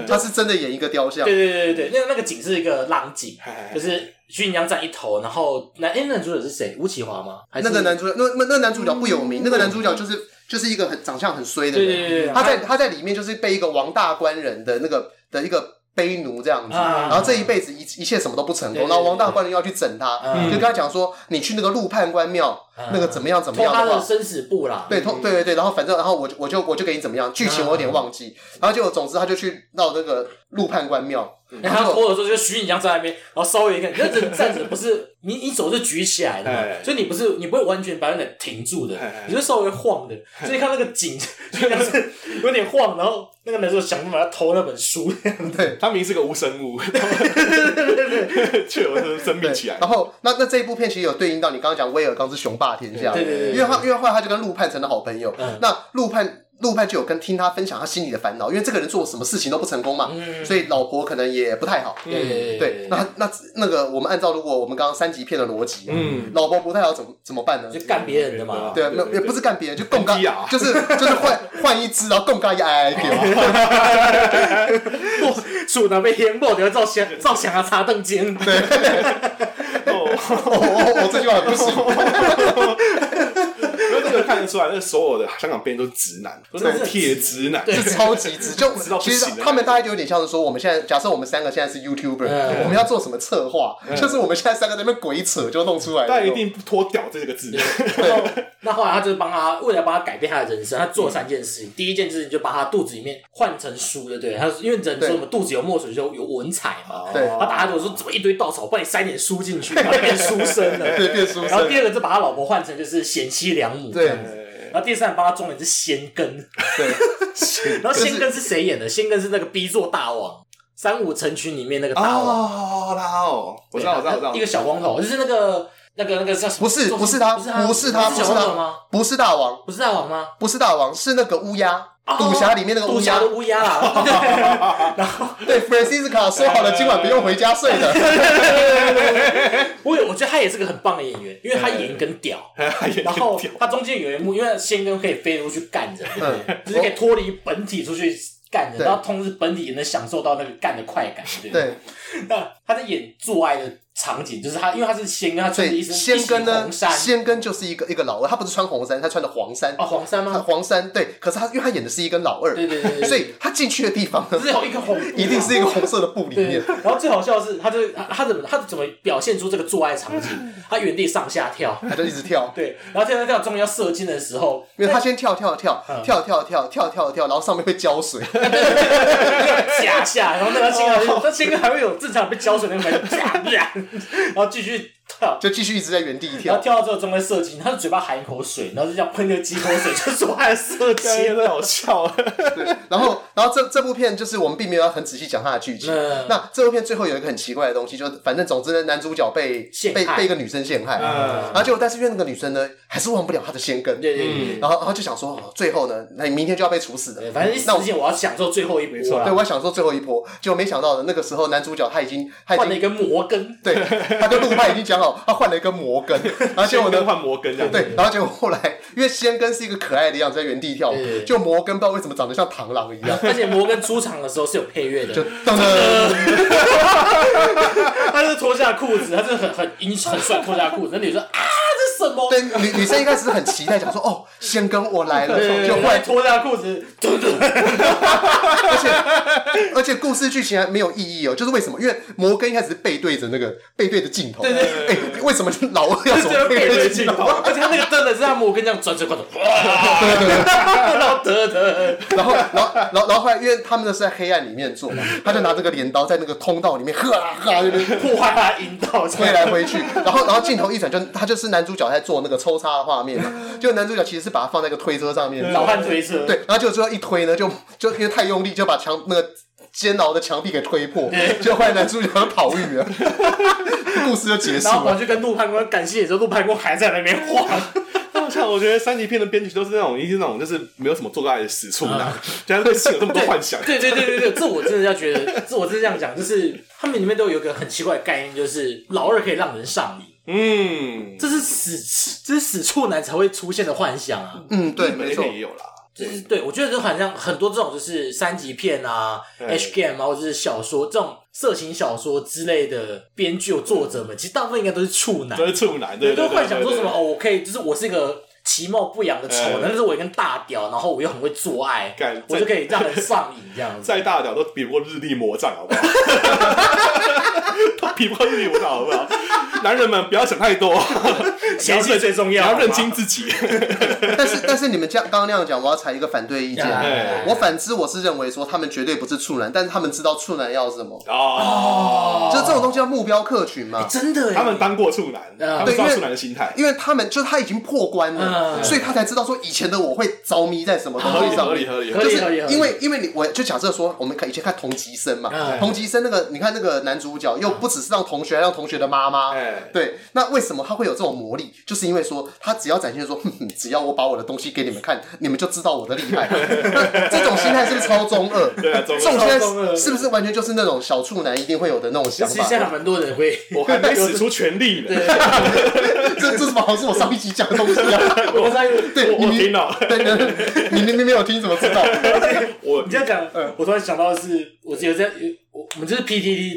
他是真的演一个雕像对，对对对对，那那个景是一个浪景，哎就是徐锦江站一头，然后那哎、那男主角是谁？吴启华吗？还是那个男主角，那那那男主角不有名，那个男主角就是就是一个很长相很衰的嗯对人，对对对，他在他在里面就是被一个王大官人的那个的一个卑奴这样子，啊然后这一辈子一一切什么都不成对对功，对然后王大官人要去整他，嗯就跟他讲说你去那个陆判官庙嗯那个怎么样怎么偷样他的的话。生死簿啦。对，通对对对，然后反正，然后我就我就我就给你怎么样，剧情我有点忘记，然后结果总之他就去到那个陆判官庙，然后他脱的时候，就是徐锦江在那边，然后稍微一看，你那人站着不是你你手是举起来的哎嘛，所以你不是你不会完全把那个停住的哎，你就稍微晃的，所以看那个景，徐锦江是有点晃，然后那个男生想办法偷那本书，他明明是个无生物，却有生命起来。然后那那这一部片其实有对应到你刚刚讲威尔刚是雄霸天下，对对对对因为他因为后来他就跟陆判成了好朋友，嗯那陆判陆判就有跟听他分享他心里的烦恼，因为这个人做什么事情都不成功嘛，嗯所以老婆可能也不太好，对对，那那那个我们按照如果我们刚刚三级片的逻辑、啊，嗯老婆不太好怎么怎么办呢？就干别人的嘛，对，啊没有也不是干别人，就供攻击啊嘎，就是就是换换一只，然哎后供嘎一挨挨掉，树呢被淹没，你要照相照相啊，插凳尖，对，哦，我我我这句话很不行，因为这个看得出来，那所有的香港编都是直男，都是那种铁直男。是 [LAUGHS] 超级直，就直到不其行实了他们大概有点像是说，我们现在假设我们三个现在是 YouTuber，嗯我们要做什么策划，就是我们现在三个在那边鬼扯就弄出来的那但种，一定不脱屌这个字，然后那后来他就帮他，为了帮他改变他的人生，他做了三件事情。第一件事情就把他肚子里面换成书的，对，他说因为人说我们肚子有墨水就有文采嘛，对他打他头说怎么一堆稻草，帮你塞点书进去，然后就变书生了。对变 [LAUGHS] 书然后生，第二个就把他老婆换成就是贤妻良母，对。然后第三个帮他种了一只仙根，对， [LAUGHS] 然后仙就根是谁演的？仙根是那个 B 座大王，三五成群里面那个大王，哦，他哦，我知道，我知道，我知道，一个小光头，就是那个那个那个叫什不么是周不是他不是他，不是他小不光是他头吗？不是大王，不是大王吗？不是大王，是那个乌鸦，哦赌侠里面那个杜乌侠鸦的，乌鸦啦。 [LAUGHS] 然后对，Francisca [LAUGHS] 说好了今晚不用回家睡哎的，我有，我觉得他也是个很棒的演员，因为他演跟 [LAUGHS] 屌。然后他中间有一幕，因为仙根可以飞出去干人，嗯就是可以脱离本体出去干人，对然后同时本体也能享受到那个干的快感，对不对？对，那他在演做爱的场景，就是他，因为他是仙根，他所穿着以一身仙根一袭呢，红衫仙根就是一个一个老二，他不是穿红衫，他穿的黄衫啊，，黄衫他吗？黄衫对，可是他因为他演的是一个老二，对对对对对所以他进去的地方呢只，有一个红，一定是一个红色的布里对面，，然后最好笑的是，他就他他怎么他怎么表现出这个做爱场景？他原地上下跳，他就一直跳，对，然后跳跳跳，终于要射精的时候，因为他先跳跳跳嗯跳跳跳跳跳跳，然后上面会浇 [LAUGHS] 水，夹下，然后那个青还哦有，那青还会有正常被浇水那个门夹然后继续跳，就继续一直在原地然后跳。跳到最后终于射精，他的嘴巴含一口水，然后就这样喷个几口水，就说他的射精真的好笑，对，然后然后这这部片就是我们并没有要很仔细讲它的剧情。嗯那这部片最后有一个很奇怪的东西，就是反正总之呢，男主角被陷害被被一个女生陷害，嗯然后结果但是因为那个女生呢还是忘不了他的仙根，对对对然后然后就想说，哦最后呢，那你明天就要被处死对，的。反正一时间我要享受最后一波对，了，我还想说最后一波，结果没想到的那个时候，男主角他已经他已 [LAUGHS] 换了一经根摩根，对，他跟陆派已经讲好，他换了一根摩 [LAUGHS] 根，然后结结果果呢呢，换摩根这样，对，然后结果后来，因为仙根是一个可爱的样子，在原地跳舞对对对，就摩根不知道为什么长得像螳螂一 [LAUGHS] 样，而且摩根出场的时候是有配乐就的，噔噔，他就脱下裤子，他就很很英很帅脱下裤子，那女生啊这是什么？对，女女生一开始很期待，想说哦，仙根我来了，对，就就后会来，脱下裤子，对对而且而且故事剧情还没有意义哦，就是为什么？因为摩根一开始是背对着那个背对着镜头，哎，为什么老二要 [LAUGHS] 就走是背背对对着镜镜头头？，而且他那个真的是他摩根这样转转 [LAUGHS] 过头，对对对。然后得得，然后，然后，然后，然后后来，因为他们那是在黑暗里面做嘛，他就拿这个镰刀在那个通道里面，呵啊呵啊，那边破坏他的阴道，挥来挥去。然后，然后镜头一转，就他就是男主角在做那个抽插的画面嘛。就男主角其实是把它放在一个推车上面，老汉推车，嗯对，然后就最后一推呢，就就因为太用力，就把墙那个煎熬的墙壁给推破，就换男主角就跑远 [LAUGHS] 了，故事就结束然后了我。去跟陆判官感谢的时候，陆判官还在那边晃，讲，我觉得三级片的编剧都是那种，一定是那种就是没有什么做爱的死处男，但是内心有这么多幻想。 [LAUGHS] 对对对对对，这我真的要觉得，这我真的这样讲，就是他们里面都有一个很奇怪的概念，就是老二可以让人上瘾，嗯，这是死这是死处男才会出现的幻想啊。嗯，对，日本没那错边，也有啦。就是对我觉得就好像很多这种就是三级片啊、对 H game 啊，或者是小说这种色情小说之类的编剧或作者们，其实大部分应该都是处男都，是处男，嗯对对，对对都对，幻想说对什么哦，？我可以，就是我是一个其貌不扬的丑男，哎但是我有一根大屌，然后我又很会做爱干，我就可以让人上瘾这样子。再大屌都比不过日历魔杖，好不好？ [LAUGHS] 都比不过日历魔杖，好不好？男人们不要想太多，前戏最重你要，要认好清吗。自己。但是但是你们这样刚刚那样讲，我要采一个反对意来见。来来我反之，我是认为说他们绝对不是处男，但是他们知道处男要什么，哦，就这种东西叫目标客群嘛。真的耶，他们当过处男，嗯他们知道处男的心态，因为他们就他已经破关了，嗯所以他才知道说以前的我会着迷在什么合东理西上合面理。合理。合合就理理合理合是理因为因为你我就假设说，我们看以前看同级生嘛，嗯同级生那个你看那个男主角又不只是让同学，还让同学的妈妈，哎，对，那为什么他会有这种魔力？就是因为说 [LAUGHS] 他只要展现说，哼哼，只要我把我的东西给你们看，你们就知道我的厉 [LAUGHS] 害。那这种心态是不是超中二？对啊中二这种心态超中二是是不是完全就是那种小处男一定会有的那种欸其想实法现？在蛮多人会，我还没使出全力呢。这这怎么好像是我上一集讲的东西啊？我在对， [LAUGHS] [LAUGHS] 我你我明听了， [LAUGHS] 对，你你明明没有听，怎么知道？我 [LAUGHS] 你这样讲，嗯我突然想到的是，我有在有我我们就是 PTT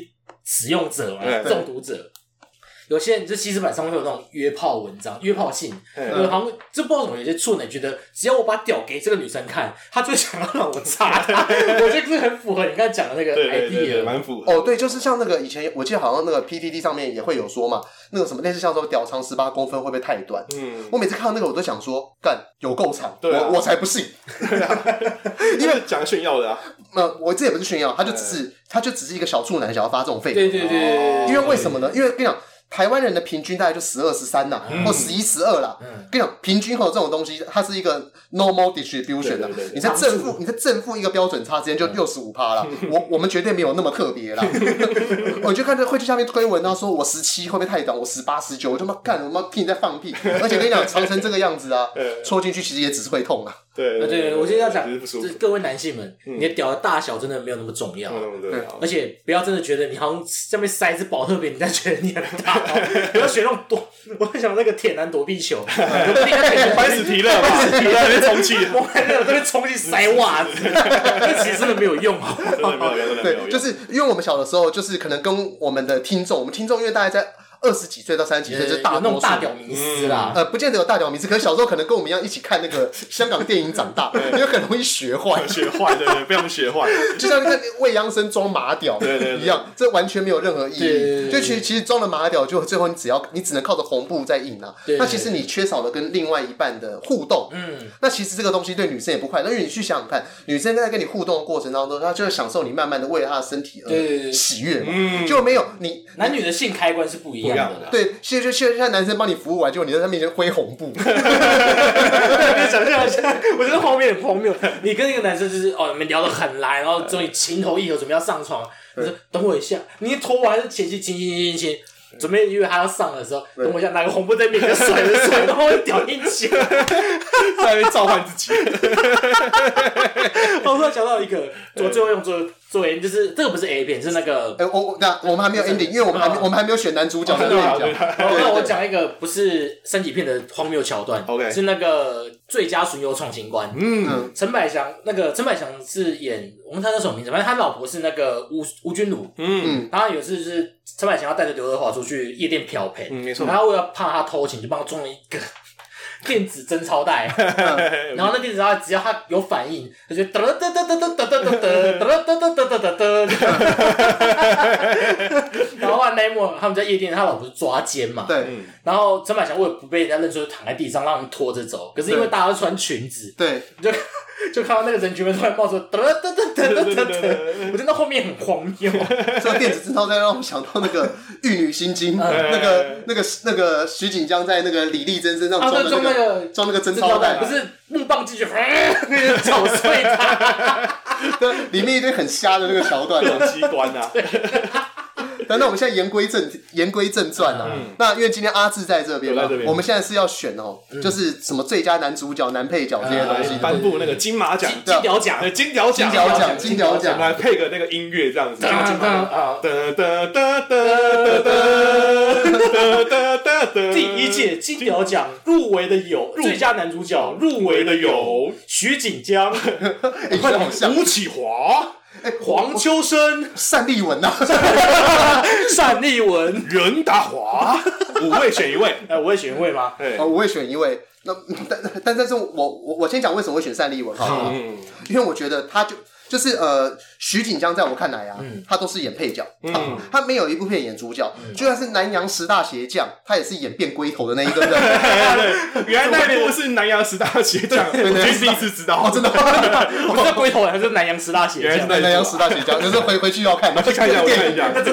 使用者嘛嗯，对中毒者。有些人就其实板上会有那种约炮文章、约炮信，嗯有好像就不知道怎么有些处男觉得，只要我把屌给这个女生看，她就想要让我插她。 [LAUGHS] 我觉得这很符合你刚才讲的那个对对对对， idea。蛮符合。 [LAUGHS] 哦，对，就是像那个以前我记得好像那个 PTT 上面也会有说嘛，那个什么类似像说屌长十八公分会不会太短？嗯，我每次看到那个我都想说，干有够长，对啊我我才不信。因为讲炫耀的啊，那我这也不是炫耀，他就只是他就只是一个小处男想要发这种废对话。对对对对，哦因为为什么呢？嗯因为跟你讲，台湾人的平均大概就十二十三呐，或十一十二啦。嗯跟你讲，平均和这种东西，它是一个 normal distribution 的对对嗯对对。你在正负，你在正负一个标准差之间就六十五趴 [LAUGHS] 啦。我我们绝对没有那么特别啦。我就看这会去下面推文啊，说我十七会不会太短？我十八十九，我他妈干，我他妈听你在放 [LAUGHS] 屁！而且跟你讲，长成这个样子啊对，戳进去其实也只是会痛啊。对呃，对，我今天要讲只是，不舒就是服。各位男性们，你的屌的大小真的没有那么重要，嗯，对啊，而且不要真的觉得你好像下面塞一只保特瓶，你才觉得你很大、哦，不要学那种躲，我很想那个铁男躲避球，我不应该铁白死题了吧？你在那边重启，我还没有在那边冲进塞袜子， [LAUGHS] 那其实真的没有用啊。真的没有用，真的没对，有用。就是因为我们小的时候，就是可能跟我们的听众，我们听众因为大概在二十几岁到三十几岁，就是大有那种多数大屌迷思啦。呃，不见得有大屌名字，可是小时候可能跟我们一样一起看那个香港电影长 [LAUGHS] 大，因为很容易学坏，学坏，对对，被他们学坏。就像那个未央生装马屌对对对一样，这完全没有任何意对对义。对就其实其实装了马屌，就最后你只要你只能靠着红布在硬啊对对，那其实你缺少了跟另外一半的互动，嗯，那其实这个东西对女生也不快乐，因为你去想想看，女生在跟你互动的过程当中，她就会享受你慢慢的为她的身体对对而对喜悦嘛，嗯就没有你男女的性开关是不一样的啦。对，现在就现在像男生帮你服务完，结果你在他面前挥红布， [LAUGHS] 对，想象一下，我觉得画面很荒谬。你跟一个男生就是哦，你们聊得很来，然后终于情投意合，准备要上床。你说等我一下，你一拖完是前期亲亲亲亲亲，准备约他要上的时候，等我一下，拿个红布在面前甩了甩，然后我屌进 [LAUGHS] 去。 [LAUGHS] 在那边召唤自己。我突然想到一个，我最后用作作为就是这个不是 A 片，是那个。哎、我我那我们还没有 ending，因为我们还没、我们还没有选男主角，哦我跟你对啊对啊讲，然后对那我讲一个不是三级片的荒谬桥段 OK 是那个最佳损友创新官。嗯，陈百祥那个陈百祥是演我们他叫什么名字？反正他老婆是那个吴吴君如，嗯嗯，然后有一次就是陈百祥要带着刘德华出去夜店漂陪，嗯没错然后为了怕他偷情，就帮他装了一个电子贞操带，然后那电子他只要他有反应，他就得得得得得得得得得得得得得得得，然后后来那一幕他们在夜店，他老婆是抓奸嘛，对然后陈百祥为了不被人家认出，就躺在地上让人拖着走，可是因为对大家都穿裙子，对， [LAUGHS] 就就看到那个人群里面突然冒出得得得得得得得，我觉得那后面很荒谬。这个电子贞操在让我想到那个《玉女心 [LAUGHS] 经》那个那个那个徐锦江在那个李丽珍身上啊，装的对，装那个个装那个贞这操条带带不，是木棒进去，那个搅碎它。 [LAUGHS] 对，里面一堆很瞎的那个桥段啊。机关啊，但那我们现在言归正言归正传啊。那因为今天阿志在这边我嘛嗯在这，边嗯我们现在是要选哦，就是什么最佳男主角、男配角这些东西来。啊颁布那个金马奖，对金表奖呃，金屌金奖，屌奖金屌奖我们来配个那个音乐这样子，当哒然当然啊，哒哒哒哒哒哒哒哒，第一届金屌奖入围的有最佳男主角，入围的有徐锦江、哎，快好像吴启华、黄秋生、单立文啊呐，单立文。任达华，五位选一位，哎，我会选一位吗？对哦，，我会选一位。那 [LAUGHS] 但但但是我我我先讲为什么会选单立文哈，嗯，因为我觉得他就就是呃，徐锦江在我看来啊，他都是演配角，他嗯他没有一部片演主角，就算是南洋十大鞋匠，他也是演变龟头的那一个人。 [LAUGHS] 对，原来那部是南洋十大鞋匠，我对今天第一次知道，哦，真的吗， [LAUGHS] 我们在龟头还是南洋十大鞋原来是匠，南洋十大鞋 [LAUGHS] 匠，就是回回去要看，去看一下，我看一下，很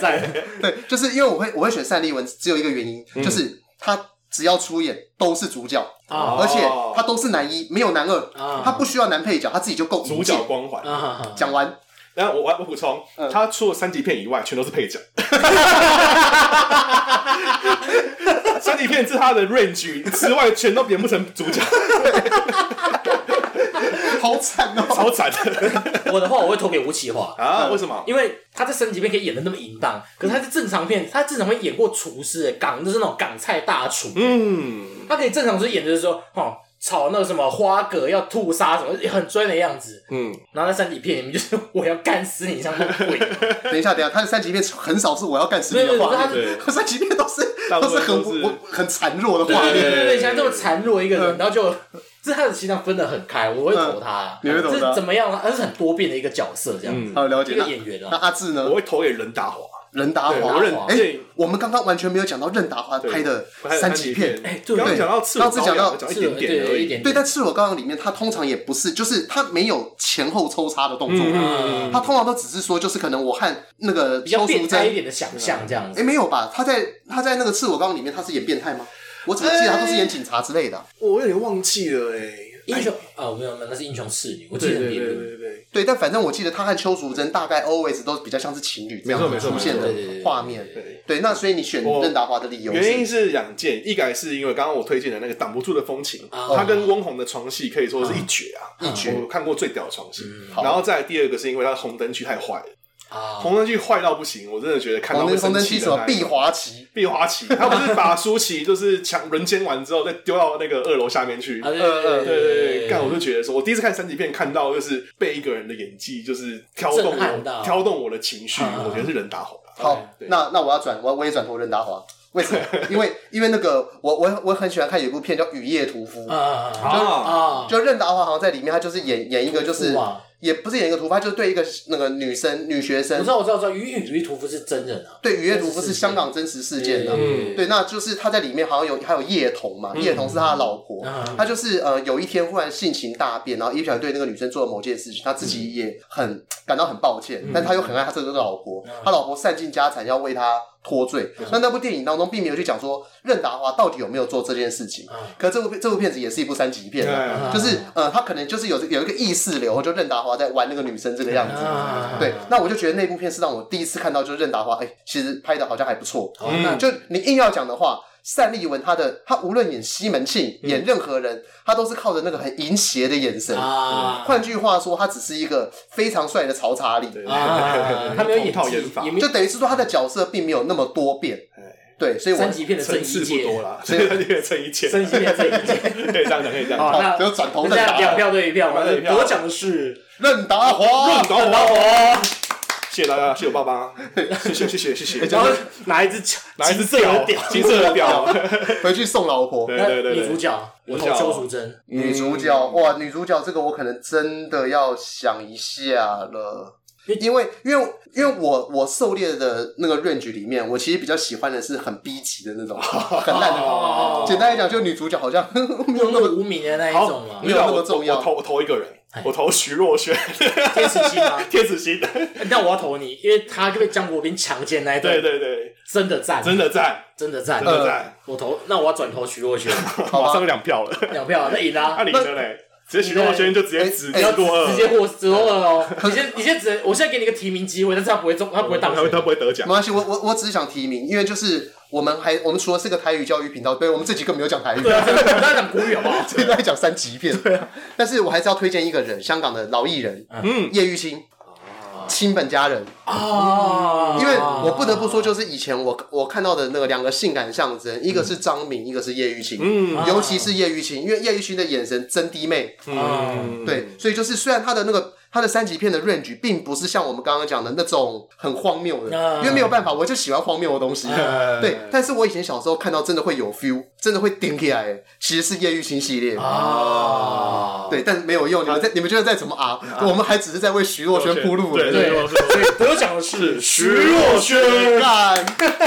赞。对，就是因为我会我会选单立文，只有一个原因，嗯就是他只要出演都是主角，哦而且他都是男一，没有男二，啊他不需要男配角，他自己就够主主角。光环。嗯啊，讲完，然后我我补充，嗯他除了三级片以外，全都是 [LAUGHS] 配角。三级片是他的 range 之外，全都演不成主角， [LAUGHS] 好惨哦！超惨的我的话我会投给吴启华，啊！嗯为什么？因为他在升级片可以演的那么淫荡，可是他在正常片，他正常片演过厨师，港就是那种港菜大厨，嗯，他可以正常是演的是说，哦，炒那个什么花蛤要吐沙什么，很专业的样子。嗯，然后在三级片里面就是我要干死你像个鬼， [LAUGHS] 等一下，等一下，他的三级片很少是我要干死对你对的对，画他面，对对他 [LAUGHS] 三级片都是大部都分是很都是我很孱弱的画对面。对对，像这么孱弱一个人，然后就这他的形象分得很开，我会投他，嗯你会投他这怎么样呢？他是很多变的一个角色，这样子，好了这解，个那演员那啊，阿志呢我？会投给任达华。任达对华我认，哎对，我们刚刚完全没有讲到任达华对拍的还有三级级片，哎对刚刚对讲到赤裸刚刚只讲到讲一是点点而对一已。点对，点，但《赤裸羔羊》里面，他通常也不是，就是他没有前后抽插的动作，嗯他通常都只是说，就是可能我和那个比较邱变淑态一贞，点的想象这样哎，子。没有吧？他在他在那个《赤裸羔羊》里面，他是演变态吗？我怎么记得他都是演警察之类的啊、我有点忘记了哎。英雄啊，没有没有，那是英雄侍女，我记对得很对别对扭。对对，对，但反正我记得他和邱淑贞大概 always 都比较像是情侣这样没子错没出错现没错对对对的画面对。对，那所以你选我任达华的理由原因是？是两件，一改是因为刚刚我推荐的那个挡不住的风情，哦他跟翁虹的床戏可以说是一绝啊，一绝我看过最屌的床戏。好然后再来第二个是因为他红灯区太坏了。啊，红灯区坏到不行，我真的觉得看到红会灯生红灯气区的什么那一碧种华 [LAUGHS] 旗？碧华旗，他不是把舒淇就是强轮奸完之后再丢到那个二楼下面去。呃啊对对对对，对，干我就觉得说，我第一次看三级片看到就是被一个人的演技就是挑动震撼到我挑动我的情绪，啊我觉得是人打红了。好对，那那我要转，我我也转投任达华。为什么？因为因为那个我我我很喜欢看有一部片叫《雨夜屠夫》啊，啊啊，啊，就任达华好像在里面，他就是演演一个就是屠夫啊也不是演一个屠夫，他就是对一个那个女生女学我生知，道我知道我知道，鱼与鱼屠夫是真人啊，对雨夜屠夫这是是香港真实事件的。嗯对，那就是他在里面好像有还有叶童嘛，叶童是他的老婆嗯，他就是呃有一天忽然性情大变，然后一不小心对那个女生做了某件事情，他自嗯己也很感到很抱歉，但他又很爱他这个老婆，嗯他老婆散尽家产要为他脱罪。那那部电影当中并没有去讲说任达华到底有没有做这件事情嗯，可这部这部片子也是一部三级片啊，对就是呃，他可能就是有有一个意识流，就任达华在玩那个女生这个样子。啊对，那我就觉得那部片是让我第一次看到，就是任达华，哎、其实拍的好像还不错。好那就你硬要讲的话，单立文他的他无论演西门庆，演任何人，他都是靠着那个很淫邪的眼神。啊嗯换句话说，他只是一个非常帅的曹查理，对啊，他没有同演套技演法，也没就等于是说他的角色并没有那么多变。对，所以我三级片的正层义次不界，多啦，所以他就 [LAUGHS] 成一千，三级片的正义界。 [LAUGHS] 可以这样讲，可以这样好， [LAUGHS] 讲。那只有转头人再家打两票对一票，两票对一票我讲的是任达任华，达华，嗯谢谢大家，谢谢我爸爸，谢谢谢谢谢谢。 [LAUGHS] 然后拿一只枪，拿一只金色的屌，金色的 [LAUGHS] 屌，回去送老婆。对那对对女主对，角，我投女主角邱淑贞。女主角、哇，女主角这个我可能真的要想一下了，因为因为因为我我狩猎的那个 range 里面，我其实比较喜欢的是很逼急的那种，很烂的。哦简单来讲，就女主角好像 [LAUGHS] 没有默那默嗯么无名的那一种哎嘛好，，没有没有那么重要我我投我投一个人，我投徐若瑄， [LAUGHS] 天使心啊。天使心。那我要投你，因为他被江国斌强奸那一段，对对对，真的赞，真的赞，真的赞真。的赞， [LAUGHS] 我投，那我要转投徐若瑄，吧马上就两票了。两票，那赢啦 [LAUGHS] 那。你呢嘞？直接许多学员就直接指哎标多二，直接获得哦。 [LAUGHS] 你先，你先只，我现在给你一个提名机会，但是他不会中，他不会当 [LAUGHS] 他选会。他不会得奖没。关系，我我我只是想提名，因为就是我们还我们除了是个台语教育频道，对我们这集根本没有讲台语，对啊，真的，我们在讲国语好不好？所以都在讲三级片。啊但是我还是要推荐一个人，香港的老艺人，嗯，叶玉卿，亲本家人。啊，因为我不得不说，就是以前我我看到的那个两个性感象征，一个是张敏，一个是叶玉卿。嗯尤其是叶玉卿，因为叶玉卿的眼神真低妹，啊嗯，对，所以就是虽然她的那个她的三级片的 range 并不是像我们刚刚讲的那种很荒谬的，啊因为没有办法，我就喜欢荒谬的东西。呃对，但是我以前小时候看到真的会有 feel，真的会顶起来，其实是叶玉卿系列。啊，对，但是没有用。你们在你们觉得再怎么啊，我们还只是在为徐若瑄铺路而对已。对，所以得奖的是是徐若瑄、干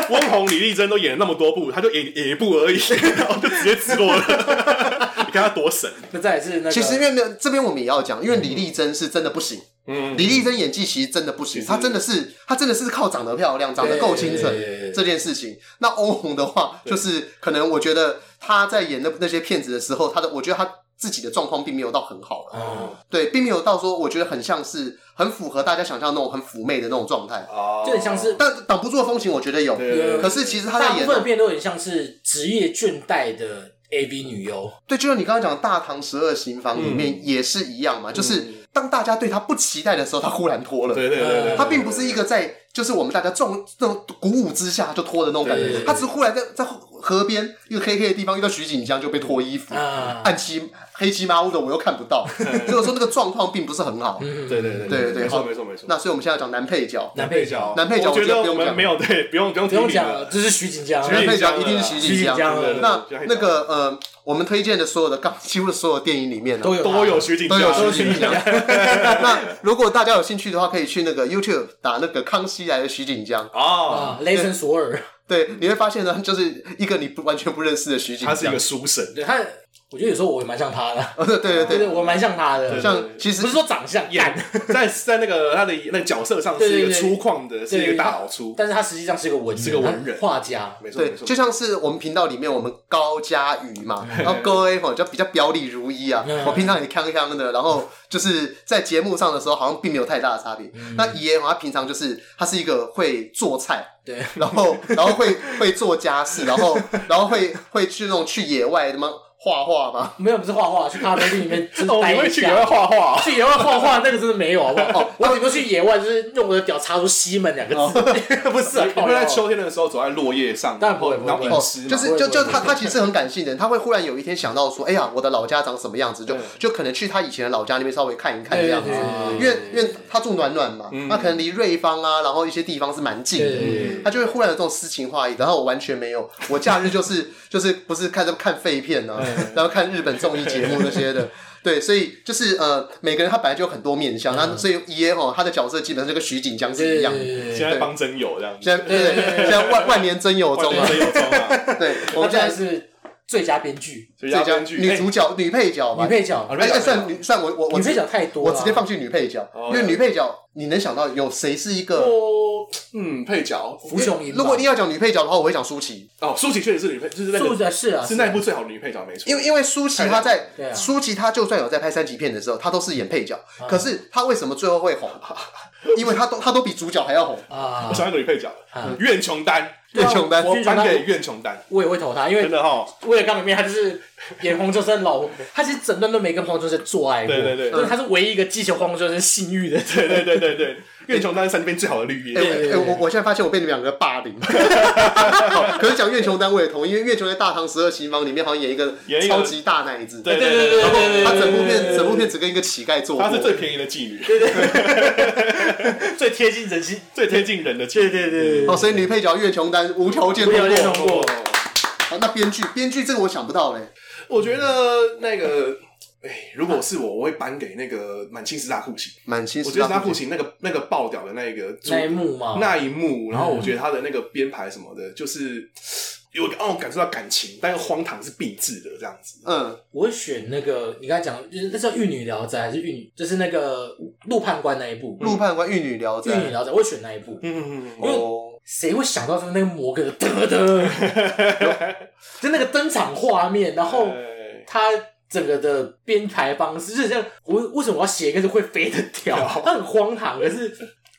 翁虹、李丽珍都演了那么多部， [LAUGHS] 他就演演一部而已， [LAUGHS] 然后就直接直落了。 [LAUGHS] 你看他多神，那再来是那个，其实因为没有这边我们也要讲，因为李丽珍是真的不行，嗯，李丽珍演技其实真的不行，她真的是她真的是靠长得漂亮、长得够清纯对这件事情。那欧红的话，就是可能我觉得她在演那那些片子的时候，她的我觉得她自己的状况并没有到很好了，哦，对，并没有到说我觉得很像是很符合大家想象那种很妩媚的那种状态。就很像是但挡不住的风情，我觉得有。对对可是其实她大在部演分的片都很像是职业倦怠的 AV 女优，对，就像你刚刚讲《大唐十二行房》里嗯面也是一样嘛，就是当大家对她不期待的时候，她忽然脱了。对对对对，他呃并不是一个在就是我们大家众那种鼓舞之下就脱的那种感对对觉，对他只是忽然在在河边一个黑黑的地方遇到徐锦江就被脱衣服，啊暗漆黑漆麻乌的我又看不到，所以说那个状况并不是很好。对对对没错没错没错。那所以我们现在讲男配角，男配角，男配角我觉得不我用们讲没，有对，不用不用不提名用讲了，了，这是徐锦江，啊男徐配锦角江一定是了锦徐锦江江了。那对对对那个呃，我们推荐的所有的刚 [LAUGHS] 几乎所有电影里面呢，都有都有徐锦都有江徐锦江。那如果大家有兴趣的话，可以去那个 YouTube 打那个康熙来的徐锦江，啊，啊，雷神索尔，对，你会发现呢，就是一个你不完全不认识的徐锦他江，是一个书神，对他，我觉得有时候我也蛮像他的，哦对对对对对，对，我蛮像他的，像其实不是说长相，干，在在那个他的那个角色上是一个粗犷的，是一个大老粗，但是他实际上是个文人，是个文人他画家，没错对没，错，就像是我们频道里面我们高佳瑜嘛，然后高 A 吼就比较表里如一啊，嗯我平常也康康的，然后就是在节目上的时候好像并没有太大的差别。嗯那爷吼他平常就是他是一个会做菜。对，然 [LAUGHS] 后，然后会会做家事，然后，然后会会去那种去野外什么画画嘛，没有不是画画，去咖啡厅里面就是哦，待你会一去给他下。画画， [LAUGHS] 去野外画画那个真的没有，好不好？哦，我顶多去野外就是用我的屌插出“西门”两个字，不是啊？你会在秋天的时候走在落叶上，当然不会然后不会饮哦食，嘛，就是会就就会他他其实很感性的人，他会忽然有一天想到说，哎呀，我的老家长什么样子，就对就可能去他以前的老家那边稍微看一看这对对样子嗯对对，因为因为他住暖暖嘛，那可能离瑞芳啊，然后一些地方是蛮近对对对的，他就会忽然有这种诗情画意，然后我完全没 [LAUGHS] 有，我假日就是就是不是看看废片啊，嗯然后看日本综艺节目那些 [LAUGHS] 的。对，所以就是呃，每个人他本来就有很多面相，那所以爷哦，他的角色基本上就跟徐锦江是一样的。嗯对现在帮真友这样子，现在对对对，现在万万年真有万中年啊，真友中 [LAUGHS] 啊，对，我我们现们现在 [LAUGHS] 在是最佳编剧、最最佳佳编剧女主角、女配角吧，女配角啊，哎哎算女算我我我女配角太多我了。直接放去女配角，因为女配角你能想到有谁是一个？哦，嗯，配角福雄赢吧。如果你要讲女配角的话，我会讲舒淇，哦，舒淇确实是女配，就是那作个者是啊，是那部最好的女配角，没错，因为因为舒淇她在对啊啊舒淇她就算有在拍三级片的时候，她都是演配角，可是她为什么最后会红？ [LAUGHS] 因为她都她都比主角还要红。啊我，想要一个女配角啊，苑琼丹，苑琼丹我颁给苑琼丹，我也会投他，因真为的哈，为了刚里面他就是演黄秋生老婆，他其实整段都没跟黄秋生做爱过，对对对就是他是唯一一个记求黄秋生性欲的。对对对对对，苑琼丹是三边最好的绿哎叶，我哎我我现在发现我被你们两个霸凌。 [LAUGHS] 好可是讲苑琼丹我也同意，因为苑琼丹《大唐十二行房》里面好像演一个演一个超级大奶子，对对对对对对他对整部片整部片只跟一个乞丐做过，她是最便宜的妓女，对，最贴近人心。最贴近人的妓对女，对对哦，所以女配角岳琼丹无条件通无条件过。通过好，那编剧编剧这个我想不到嘞，我觉得那个，哎，如果是我，我会颁给那个满清十大酷刑。满清我十觉得大十大酷酷刑刑那个那个爆屌的 [LAUGHS] 那个主那一幕嘛，那一幕，然后我觉得他的那个编排什么的，就是有让我感受到感情，但是荒唐是必至的这样子。嗯，我会选那个你刚才讲，就是那叫《玉女聊斋》还是《玉女》，就是那个陆判官那一部，陆判官玉女聊《玉女斋，聊斋》，我会选那一部。嗯，因为哦，谁会想到他那个摩根的 [LAUGHS] 噔噔，就那个登场画面，然后对他整个的编排方式，就是像我为什么我要写一个是会飞的条？啊它很荒唐，可是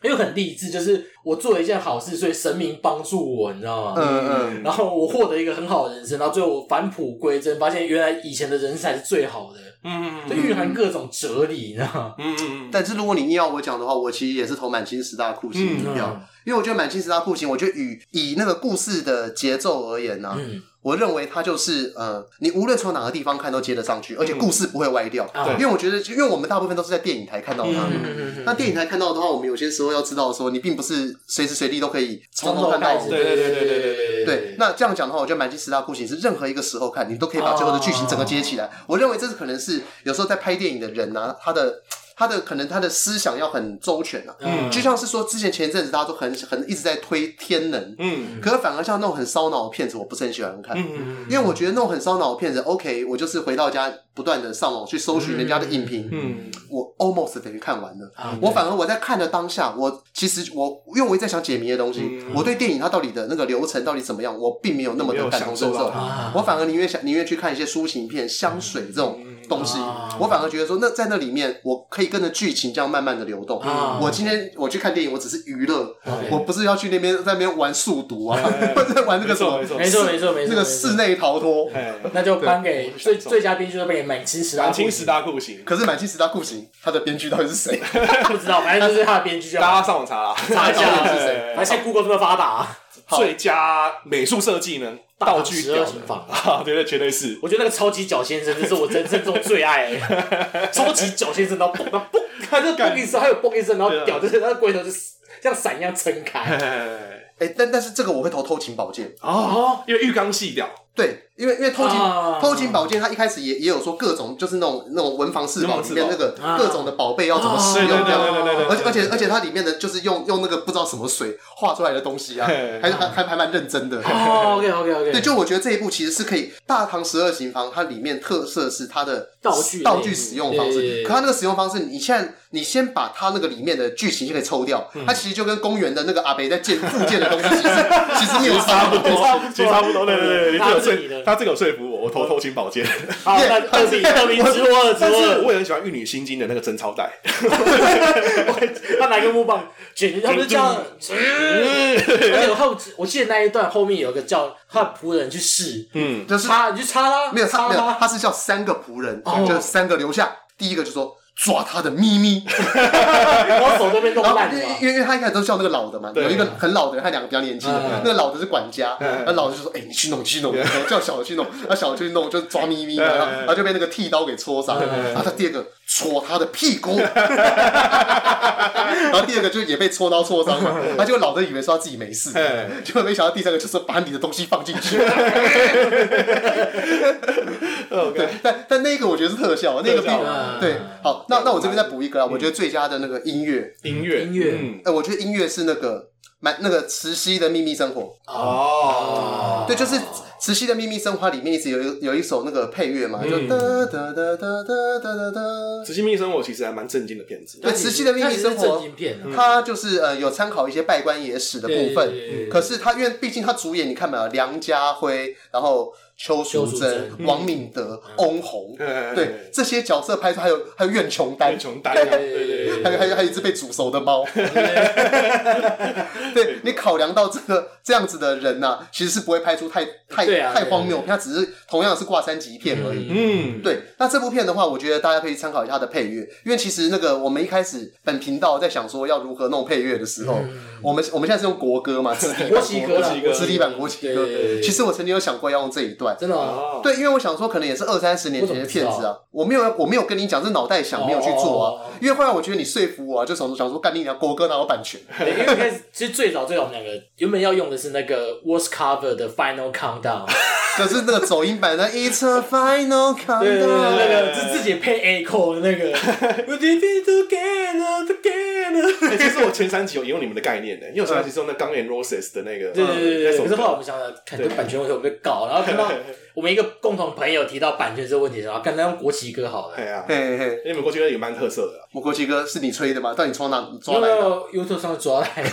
又很励志，就是我做了一件好事，所以神明帮助我，你知道吗？嗯嗯，然后我获得一个很好的人生，然后最后我返璞归真，发现原来以前的人生才是最好的，嗯就蕴含各种哲理，你知道吗？嗯嗯，但是如果你硬要我讲的话，我其实也是投满清十大酷刑嗯一票，因为我觉得满清十大酷刑，我觉得以以那个故事的节奏而言呢、啊嗯，我认为它就是呃，你无论从哪个地方看都接得上去，而且故事不会歪掉。啊因为我觉得，因为我们大部分都是在电影台看到它。嗯那电影台看到的话，我们有些时候要知道说，你并不是随时随地都可以从头看到开尾始，。对对对对对对对，那这样讲的话，我觉得《满清十大酷刑》是任何一个时候看，你都可以把最后的剧情整个接哦起来。我认为这是可能是有时候在拍电影的人啊，他的他的可能他的思想要很周全啊。嗯就像是说之前前一阵子大家都很很一直在推天能，嗯可是反而像那种很烧脑的片子，我不是很喜欢看。嗯因为我觉得那种很烧脑的片子，OK，我就是回到家不断的上网去搜寻人家的影评，嗯我 almost 等于看完了。啊我反而我在看的当下，我其实我因为我一直在想解谜的东西，嗯我对电影它到底的那个流程到底怎么样，我并没有那么的感同身没有享受受到。啊我反而宁愿想宁愿去看一些抒情片、香水这种嗯东西，啊我反而觉得说那在那里面我可以跟着剧情这样慢慢的流动。啊我今天我去看电影，我只是娱乐， OK 我不是要去那边在那边玩数独啊， [LAUGHS] 或者玩那个什么哎没错没错没错没错，那个没错室内逃脱。哎，那就颁给对最最佳编剧，就颁给满清十大南故事。清十大酷刑，可是《满清十大酷刑》它的编剧到底是 [LAUGHS] 谁？ [LAUGHS] 不知道，反正就是他的编剧就大好家上网查啦。查一下到底是反正现在 Google 这么发达、啊最佳美术设计呢，道具十屌二的厨房。啊，对对，绝对是。我觉得那个超级角先生，这是我人生中最爱的。超级角先生，然后嘣，然后嘣，他就嘣一声，还有嘣一声，啊然后屌，就是那个龟头就是像伞一样撑开。哎哎，但但是这个我会投偷情宝剑。哦，因为浴缸系屌，对，因为因为偷情、啊偷情宝剑，它一开始也也有说各种就是那种那种文房四宝里面那个啊各种的宝贝要怎么使对用哦对对这对样。对对对，而且而且而且它里面的就是用用那个不知道什么水画出来的东西啊嘿，还还还还蛮认真的。哦，OK OK OK，对，就我觉得这一部其实是可以，《大唐十二行房》它里面特色是它的道具道具使用方对对式对，可它那个使用方式，你现在你先把它那个里面的剧情就可以抽掉，嗯它其实就跟公园的那个阿北在建附件的东西 [LAUGHS] 其实其实没有差不多。差不多其实差不多，对对对，他有是你说的他这个有说服我，我投偷情宝剑。好，那 [LAUGHS] 二比二比直播了，直但播是了。我也很喜欢《玉女心经》的那个贞操带， [LAUGHS] 他拿一个木棒卷，他不是这样。嗯而且我后，我记得那一段后面有一个叫他的仆人去试，嗯，就是插你去插啦，没有插他没有啦，，他是叫三个仆人，哦就是三个留下。第一个就说抓他的咪 [LAUGHS] 咪，然后手都被弄然后烂因了为嘛。因为因为他一开始都叫那个老的嘛，对有一个很老的，他两个比较年轻的嗯嗯，那个老的是管家，嗯嗯然后老的就说：“哎，你去弄，你去 [LAUGHS] 弄。”然后叫小的去弄，然后小的去弄，就抓咪咪嘛，然后嗯嗯嗯然后就被那个剃刀给戳伤。然后他第二个戳他的屁 [LAUGHS] 股，然后第二个就也被戳刀戳伤嘛，他就老的以为说他自己没事嗯，结果没想到第三个就是把你的东西放进 [LAUGHS] 去。对，但但那个我觉得是特效，那个特比效啊对好，那那我这边再补一个啊，我觉嗯得最佳的那个音乐，音乐音乐嗯哎，我觉得音乐是那个蛮那个慈禧的秘密生活，哦，对，就是慈禧的秘密生活它里面一直有一有一首那个配乐嘛，就嗯哒哒哒哒哒哒哒哒《慈禧密生活》其实还蛮震惊的片子，对慈禧的秘密生活它其实是正经片嗯啊它就是呃有参考一些拜官野史的部对对对分对，可是它因为毕竟它主演你看嘛，梁家辉，然后邱淑邱淑贞贞、王敏德、翁虹，嗯对这些角色拍出，还有还有苑琼丹单，穷单，对对对还对，有还有还有一只被煮熟的猫。 [LAUGHS] 对你考量到这个这样子的人呐、啊其实是不会拍出太太、对啊太对荒谬，他只是同样是挂三级片而已。嗯，对，那这部片的话，我觉得大家可以参考一下它的配乐，因为其实那个我们一开始本频道在想说要如何弄配乐的时候，我们我们现在是用国歌嘛，字体版国旗歌啦国字体版国旗歌对对对对。其实我曾经有想过要用这一段，真的哦， [LAUGHS] 哦，对，因为我想说，可能也是二三十年前的片我怎么知子啊道，我没有，我没有跟你讲，这脑袋想没有去做啊哦哦哦哦。因为后来我觉得你说服我啊，就想说想说干你娘，国歌哪有版权？对因为一开始其实最早最早我们两个原本要用的是那个 w o r s Cover 的 [LAUGHS] Final Countdown，可是那个走音版的 It's a Final 对对对， Countdown， [LAUGHS] 那个是自己配 echo 的那个 We did it together together 了。哎其实我前三集有引用你们的概念的，因为我前三集是用那《钢炼 Roses》的那个，对对对对对，那首可是后歌来我们想想，看这版权问题我被告，然后看到我们一个共同朋友提到版权这个问题，然后干脆用国旗歌好了哎。呀，嘿嘿，因为美国这个也蛮特色的啊啦。我国旗哥是你吹的吗？到底从哪抓因来的？为 YouTube 上抓来的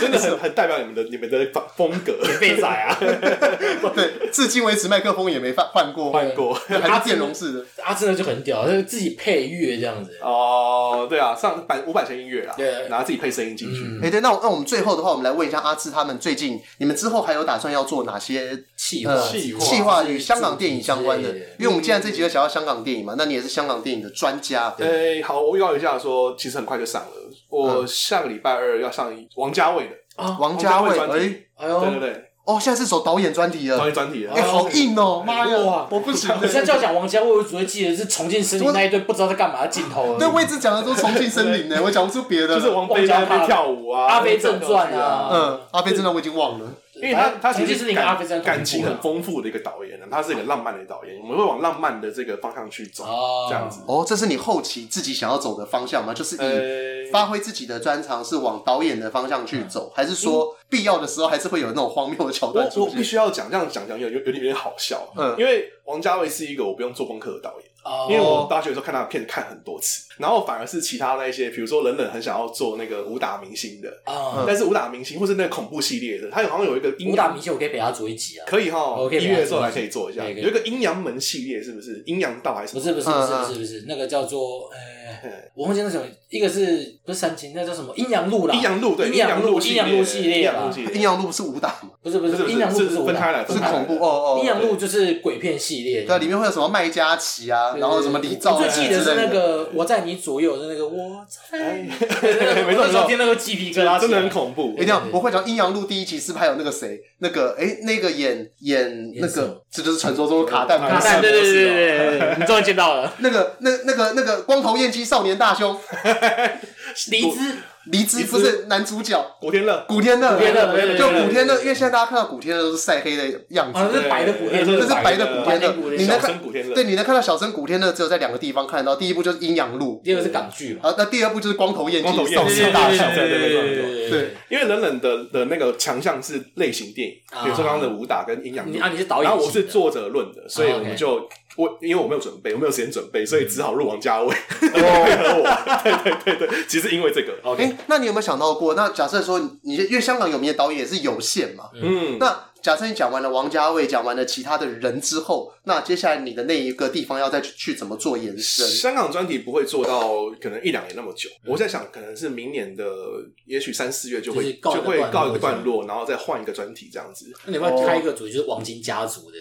真的很很代表你们的你们的风格，被宰啊！对，至今为止麦克风也没换换过，换过还是电容式的。阿真的就很屌，他就自己配乐这样子。 [LAUGHS] 哦，对啊，上版无版权音乐啦，对然后自己配声音进去。哎、对，那我那我们最后的话，我们来问一下阿志他们最近，你们之后还有打算要做哪些气呃话，企划企划与香港电影相关的之类的？因为我们既然这集要讲到香港电影嘛，那你也是香港电影的专家。哎，好，我预告一下说，其实很快就上了。我下个礼拜二要上王家卫的，王家卫，王家哎、卫专题哎呦对，对对，哦，现在是走导演专题导了，演专题的啊哎、。好硬哦，妈呀哇，我不行你现了。 [LAUGHS] 在叫我讲王家卫，我只会记得是重庆森林那一堆不知道在干嘛的镜头而已。对，我一直讲的都是重庆森林呢，我讲不出别的。就是王菲在那边跳舞啊，阿飞正传跳来跳去啊嗯，阿飞真的我已经忘了。因为他他重其庆实森林跟感阿飞真的感情很啊丰富的一个导演，他是一个浪漫的导演，我们会往浪漫的这个方向去走，哦这样子。哦，这是你后期自己想要走的方向吗？就是以呃，发挥自己的专长，是往导演的方向去走，嗯还是说必要的时候还是会有那种荒谬的桥段我出我必现？须要讲，这样讲讲有有有点有点好笑，嗯因为王家卫是一个我不用做功课的导演。哦因为我大学的时候看他的片看很多次，然后反而是其他那一些，比如说冷冷很想要做那个武打明星的，啊，但是武打明星或是那个恐怖系列的，他有好像有一个阴武打阳明星我可以给他做一集啊。可以哈，我可以一给他月的时候还可以做一下，可以可以有一个阴阳门系列是不是？阴阳道还是什不么？是不是不是嗯嗯不是不是，那个叫做呃嗯，我忘记那什么，一个是不是三清，那叫什么阴阳路啦？阴阳路对，阴阳路阴阳路系阴列啊阳啦路。系阴列，阳路不是武打吗？不是不不是是，不是阴阳路是不是武分打开来是分开来恐怖哦哦。阴阳路就是鬼片系列。对啊，里面会有什么麦嘉琪啊，对然后什么李兆我之最类的。记得是那个我 [LAUGHS] 在你左右的那个我在，哎对那个没错我那时候没错听那个鸡皮疙瘩起来，哎真的很恐怖哎一定。要，我会讲阴阳路第一集是不是还有那个谁，那个哎，那个演演那演什么个，这就是传说中的卡弹卡卡蛋，对对对对对对对，你终于见到 [LAUGHS] 了，那个那那个那个光头燕姬少年大兄，黎姿，黎姿不是男主角，古天乐，古天乐，古天乐对对对就对对古天乐，因为现在大家看到古天乐都是晒黑的样啊，这子，是白的古天对这乐，是白的古天白的古乐，天乐你能小看生古天乐，对你能看到小生古天乐只有在两个地方看得到，第一部就是阴阳路，第二个是港剧嘛，啊，那第二部就是光头燕光头姬少燕姬年哦大兄，对对对对对对，因为冷冷的的那个强项是类型电影，比如说刚刚的武打跟阴阳啊你路啊你是导演然后我型是的作者论的，所以啊我，OK 们就我因为我没有准备，我没有时间准备，所以只好入王家卫哦配合我。 [LAUGHS] 对对对对，其实因为这个，哎、 ，OK，那你有没有想到过？那假设说你，你因为香港有名的导演也是有限嘛，嗯，那假设你讲完了王家卫，讲完了其他的人之后，那接下来你的那一个地方要再去去怎么做延伸？香港专题不会做到可能一两年那么久，我在想可能是明年的，也许三四月就嗯就会是告一就个会段落告一个段落，然后再换一个专题这样子。 [LAUGHS] 那你要不要开一个主题就是王晶家族的，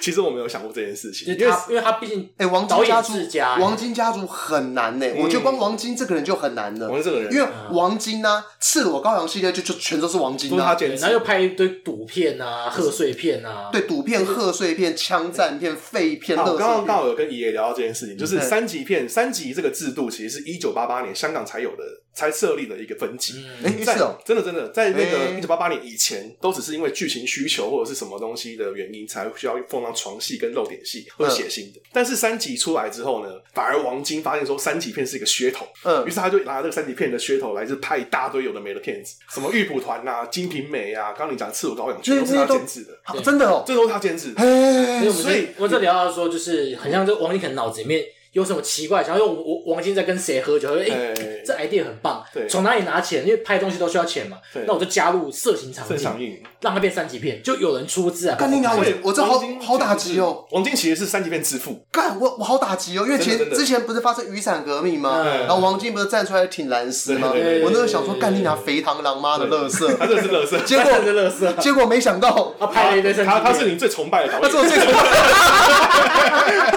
其实我没有想过这件事情，就是因为他，因为他毕竟哎、王导晶家演族世，家，王晶家族很难呢、我觉得光王晶这个人就很难了王，晶这个人，因为王晶呢、赤裸羔羊系列就就全都是王都晶是他啊。坚对持然后又拍一堆赌片啊、贺岁片啊，对，赌片、贺岁片、枪战片、废片、啊乐我刚色刚刚片，好有跟爷爷聊到这件事情，就是嗯三级片、三级这个制度，其实是一九八八年香港才有的，才设立的一个分级。嗯哎、在是哦、真的真的，在那个哎一九八八年以前，都只是因为剧情需求或者是什么东西的原因，才需要放到床戏跟露点戏或者嗯血腥的。但是三级出来之后呢，反而王晶发现说三级片是一个噱头，于嗯，是他就拿这个三级片的噱头来，就拍一大堆有的没的片子，什么玉蒲团啊、金瓶梅啊，刚刚你讲赤裸羔羊，全都是他监制的，啊真的哦、这都是他监制的。哎、所以我们所以这我这聊到说，就是很像这王晶可能脑子里面有什么奇怪，想要用王王晶在跟谁喝酒，他说哎，哎这 idea 很棒对，从哪里拿钱？因为拍东西都需要钱嘛对，那我就加入色情场正景，上映。让它变三级片，就有人出资啊，干你娘帮我拍我这好好打击哦！哎王晶其实是三级片之父，干我我好打击哦，因为前真的真的之前不是发生雨伞革命吗？嗯然后王晶不是站出来挺蓝丝吗？对对对我那时候想说，干你娘肥螳螂妈的乐色，他真的是乐色。 [LAUGHS] 结他 [LAUGHS] 真果的乐色，结果没想到，他拍了一堆三级他片。他是你最崇拜的导他做演，最丑，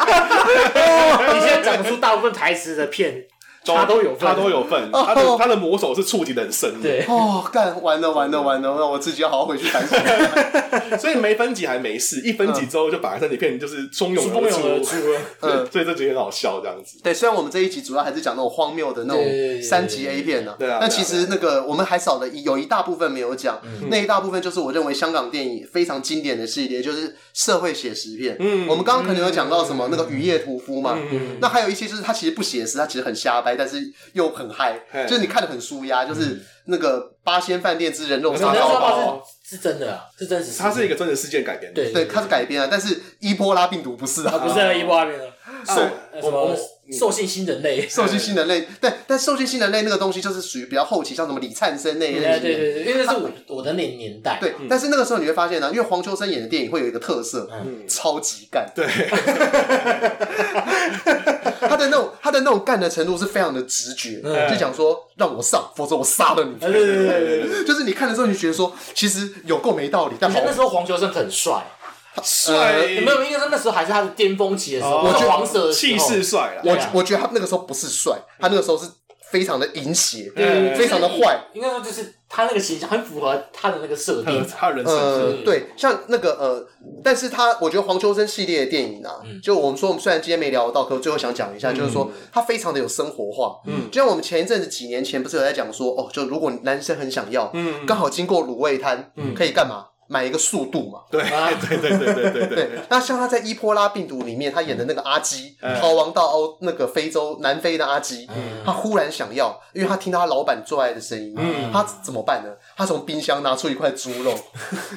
你现在讲出大部分台词的片，他都有份哦他都有份。他的他的魔手是触及人生，，对，哦，干完了完了完了，那我自己要好好回去反省。所以没分级还没事，一分级之后就把三级片就是蜂拥是蜂拥而 [LAUGHS] 而出出，了。嗯，所以这集很好笑这样子。 [LAUGHS] 对，虽然我们这一集主要还是讲那种荒谬的那对对对种对三级 A 片呢、对啊那对啊嗯其实那个我们还少了一有一大部分没有讲，那一大部分就是我认为香港电影非常经典的系列，就是社会写实嗯嗯片。嗯，我们刚刚可能有讲到什么、那个《雨夜屠夫》嘛，那还有一些就是它其实不写实，它其实很瞎嗨，但是又很嗨嘿，就是你看的很舒压，就是那个八仙饭店之人肉人沙家拉说包。话是是真的啊，是真实事件。它是一个真实事件改编的。对对，它是改编啊，但是伊波拉病毒不是啊，啊，不 [LAUGHS] 是伊波拉病毒，受那什啊我么我兽性新人类。受精新人类，但但受精新人类那个东西就是属于比较后期，像什么李灿森那一类型对的对对对，因为那是我我的年年代。对，但是那个时候你会发现呢、因为黄秋生演的电影会有一个特色，嗯超级干。对， [LAUGHS] 他的那种他的那种干的程度是非常的直觉，就讲说让我上，否则我杀了嗯哎对你。对对对对。就是你看的时候，你就觉得说其实有够没道理，但你好看那时候黄秋生很帅，帅，呃有没有？应该是那时候还是他的巅峰期的时候，嗯哦那个黄色的时候气势帅了。我对啊我觉得他那个时候不是帅，他那个时候是非常的淫邪，嗯非常的坏。应该说就是他那个形象很符合他的那个设他的定。 [LAUGHS] 他的人呃生，对，像那个呃，但是他我觉得黄秋生系列的电影啊，就我们说我们虽然今天没聊到，可我最后想讲一下，就是说他非常的有生活化。嗯，就像我们前一阵子几年前不是有在讲说，哦，就如果男生很想要，嗯，刚好经过卤味摊，嗯，可以干嘛？买一个速度嘛。对啊对对对对对对对，那像他在《伊波拉病毒》里面，他演的那个阿基，嗯逃亡到欧那个非洲南非的阿基，他忽然想要，因为他听到他老板做爱的声音，嗯他怎么办呢？他从冰箱拿出一块猪肉，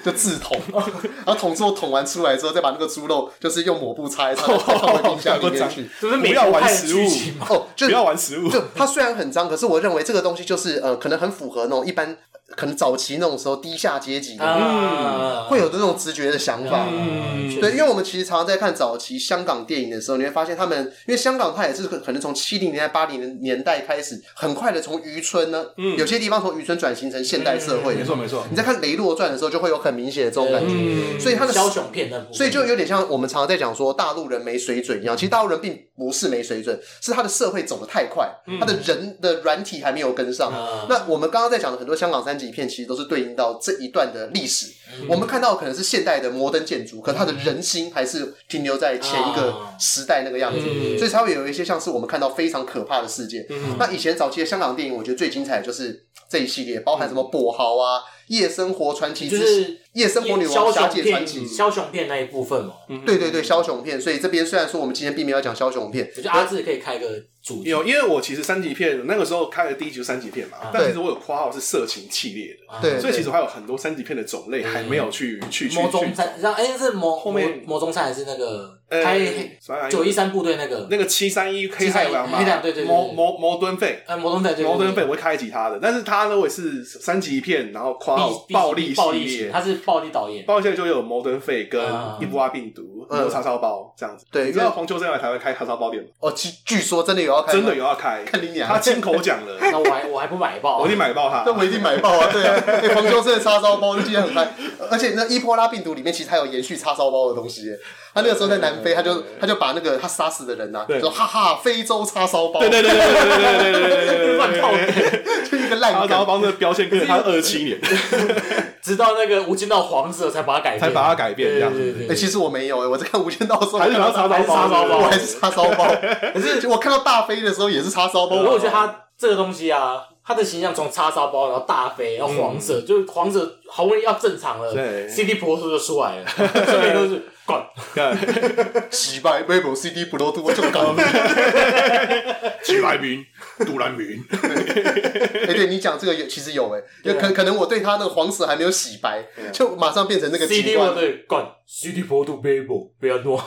就自捅，然后捅之后捅完出来之后，再把那个猪肉就是用抹布擦一擦，再放回冰箱里面 [LAUGHS] 去。就是美不要国玩派的食物剧情嘛哦，就不要玩食物，就它虽然很脏，可是我认为这个东西就是呃，可能很符合那种一般可能早期那种时候低下阶级的啊，嗯会有的那种直觉的想法。嗯，对，因为我们其实常常在看早期香港电影的时候，你会发现他们，因为香港它也是可能从七零年代、八零年代开始，很快的从渔村呢，有些地方从渔村转型成现代社会。嗯没错没错，你在看《雷洛传》的时候，就会有很明显的这种感觉。嗯所以他的枭雄片那部分，所以就有点像我们常常在讲说大陆人没水准一样，其实大陆人并不是没水准，是他的社会走得太快，嗯他的人的软体还没有跟上。啊那我们刚刚在讲的很多香港三级片，其实都是对应到这一段的历史。嗯我们看到的可能是现代的摩登建筑，可他的人心还是停留在前一个啊时代那个样子，嗯所以才会有一些像是我们看到非常可怕的事件。嗯那以前早期的香港电影，我觉得最精彩的就是这一系列，包含什么跛豪啊、夜生活传奇之，嗯就是夜生活女王、枭侠雄界片传奇。枭雄片那一部分哦嘛，嗯我对对对，枭雄片。所以这边虽然说我们今天并没有讲枭雄片，觉得阿志可以开个主题有，因为我其实三级片那个时候开的第一集就是三级片嘛，啊但其实我有括号是色情系列的，对，所以对其实我还有很多三级片的种类还没有去去去魔中去。山，像哎是魔后面魔魔中山还是那个呃开什么来着九一三部队那个那个七三一黑太狼嘛，黑太狼对对对对摩摩摩登费，呃魔中山对对摩登对费我会开一集他的，但是他呢，我也是三级片，然后括号必暴必力系暴力列型，，他是暴力导演，暴力系列就有摩登费跟啊伊布拉病毒、嗯牛叉烧包这样子。对你知道黄秋生来台湾开叉烧包店吗？哦，据据说真的有要看，真的有，要开，看你娘他亲口讲了，那我还我还不买爆，啊我已经买爆他。那我一定买爆啊！对 [LAUGHS] 啊，哎黄秋生的叉烧包那今天很嗨，而且那伊波拉病毒里面其实还有延续叉烧包的东西耶。他那个时候在南非，他就他就把那个他杀死的人呐、啊对说哈哈，非洲叉烧包，对对对对对对对对对对对，乱套对对对对就一个然后烂然后梗。帮这个标签跟着他二七年直到那个《无间道》黄色才把它改变，才把它改变对这样对子，对哎、对，其实我没有哎、我在看《无间道》的时候，还是想要叉烧还是叉烧包，包我还是叉烧 [LAUGHS] 包。可是我看到大飞的时候也是叉烧包，我我觉得哦他这个东西啊，他的形象从叉烧包，然后大飞，然后黄色，就是黄色好不容易要正常了嗯对，CD 婆娑就出来了，这边都 [LAUGHS] 是滚，对，击败 v i v o CD Pro 多就搞。徐来明、杜兰明，哎，对你讲这个有，其实有哎、就可可能我对他那个黄色还没有洗白，就马上变成那个金 CD 我冠。对滚，CD 婆度 baby 不要诺， [LAUGHS]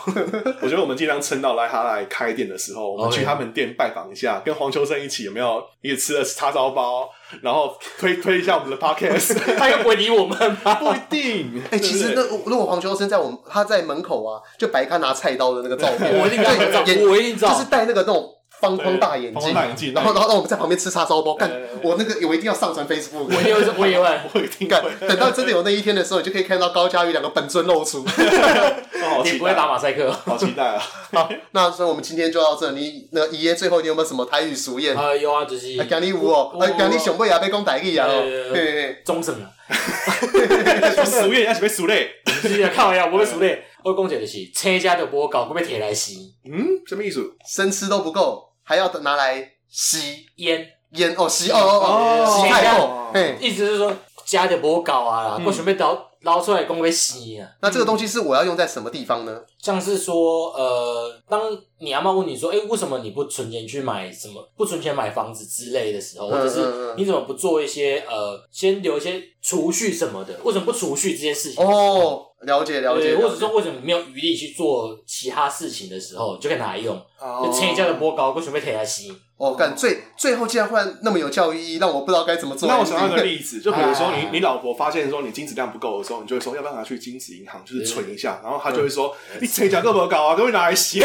我觉得我们尽量撑到来他来开店的时候，我们 OK 去他们店拜访一下，跟黄秋生一起有没有一起吃了叉烧包，然后推推一下我们的 podcast，他 [LAUGHS] 应该不会理我们吧？不一定。哎、其实 [LAUGHS] 对那不对如果黄秋生在我们他在门口啊，就摆他拿菜刀的那个照片， [LAUGHS] 我一定跟他合照对我一定照就是戴那个那种方框大眼镜，对方框大眼镜然后对然后让我们在旁边吃叉烧包，干对对对我那个我一定要上传 Facebook，我 [LAUGHS] 也会，我也会，不一定干会，等到真的有那一天的时候，你就可以看到高佳宇两个本尊露出。哦好你期不会打待，马赛克。好期待啊！好，那所以我们今天就到这，你那爷爷最后你有没有什么台语俗谚？啊，有啊，就是啊，今日有哦，啊，今日上尾也要讲台语啊，哦对对对对对对。中审啊， [LAUGHS] 熟练，要准备熟练。是啊，看我呀，我会熟嘞。我讲者就是，车家就无搞，我被铁来吸嗯，什么意思？生吃都不够，还要拿来吸烟。烟哦，吸哦哦哦，哦吸太吸够，嘿，嗯意思是说家就无够啊啦，我想要到捞出来公会洗啊。那这个东西是我要用在什么地方呢？像是说，呃，当你阿妈问你说，哎、为什么你不存钱去买什么，不存钱买房子之类的时候，或者嗯嗯是嗯你怎么不做一些呃，先留一些储蓄什么的？为什么不储蓄这件事情？嗯哦，了解了解，对，或了者解说为什么没有余力去做其他事情的时候，就可以拿来用。哦就前一家的波高，为什么被贴来吸？哦，干最最后竟然忽然那么有教育意义，让我不知道该怎么做。那我想到一个例子，就比如说哎你你老婆发现说你精子量不够的时候，你就会说要不要拿去精子银行就是存一下，然后她就会说你成交够不高啊，都会拿来洗。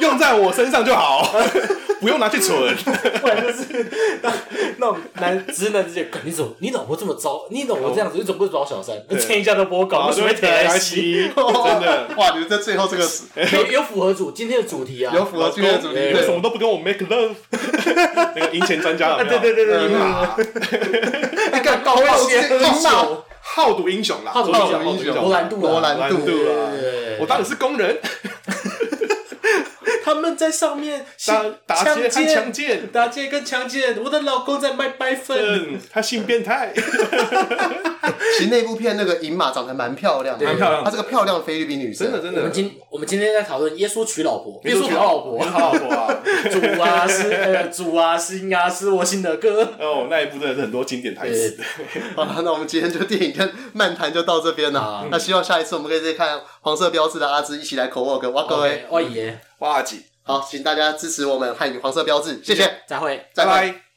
用在我身上就好，不用拿去存。不然就是那那种男直男之间，干你怎么你老婆这么糟？你老婆这样子，你怎么不找小三？那前一家的波啊高，为什么被贴来吸？洗，真的。 [LAUGHS] 哇，你们在最后这个是有有符合主今天的主题啊？有符合今哦天的主题，你为什么都不跟我 make love？那个银钱专家有啊，没有对对对对，嗯对啊哦哎干高好老险师好高险好赌 [LAUGHS] 英雄啦，好赌老高英雄老英雄，罗兰度啊罗好兰赌度，啦。我当你是工人，他们在上面打打劫和强强奸，奸。打劫跟强奸，我的老公在卖白粉，嗯，他性变态，其实那部片那个银马长得蛮漂亮的，蛮漂亮她的是个漂亮菲律宾女生， [LAUGHS] 真的真我的们。今我们今天在讨论耶稣娶老婆，耶耶稣稣娶好老老婆，好老婆啊！ [LAUGHS] [LAUGHS] 主啊是呃主啊是音啊是我心的歌。哦，那一部真的是很多经典台 [LAUGHS] 词。 [LAUGHS] 好了，那我们今天就电影跟漫谈就到这边了啊。那希望下一次我们可以再看黄色标志的阿芝一起来口 work，哇各哦位， OK，万爷，哇姐，好，请大家支持我们汉语黄色标志，谢谢，再会。再拜拜。拜。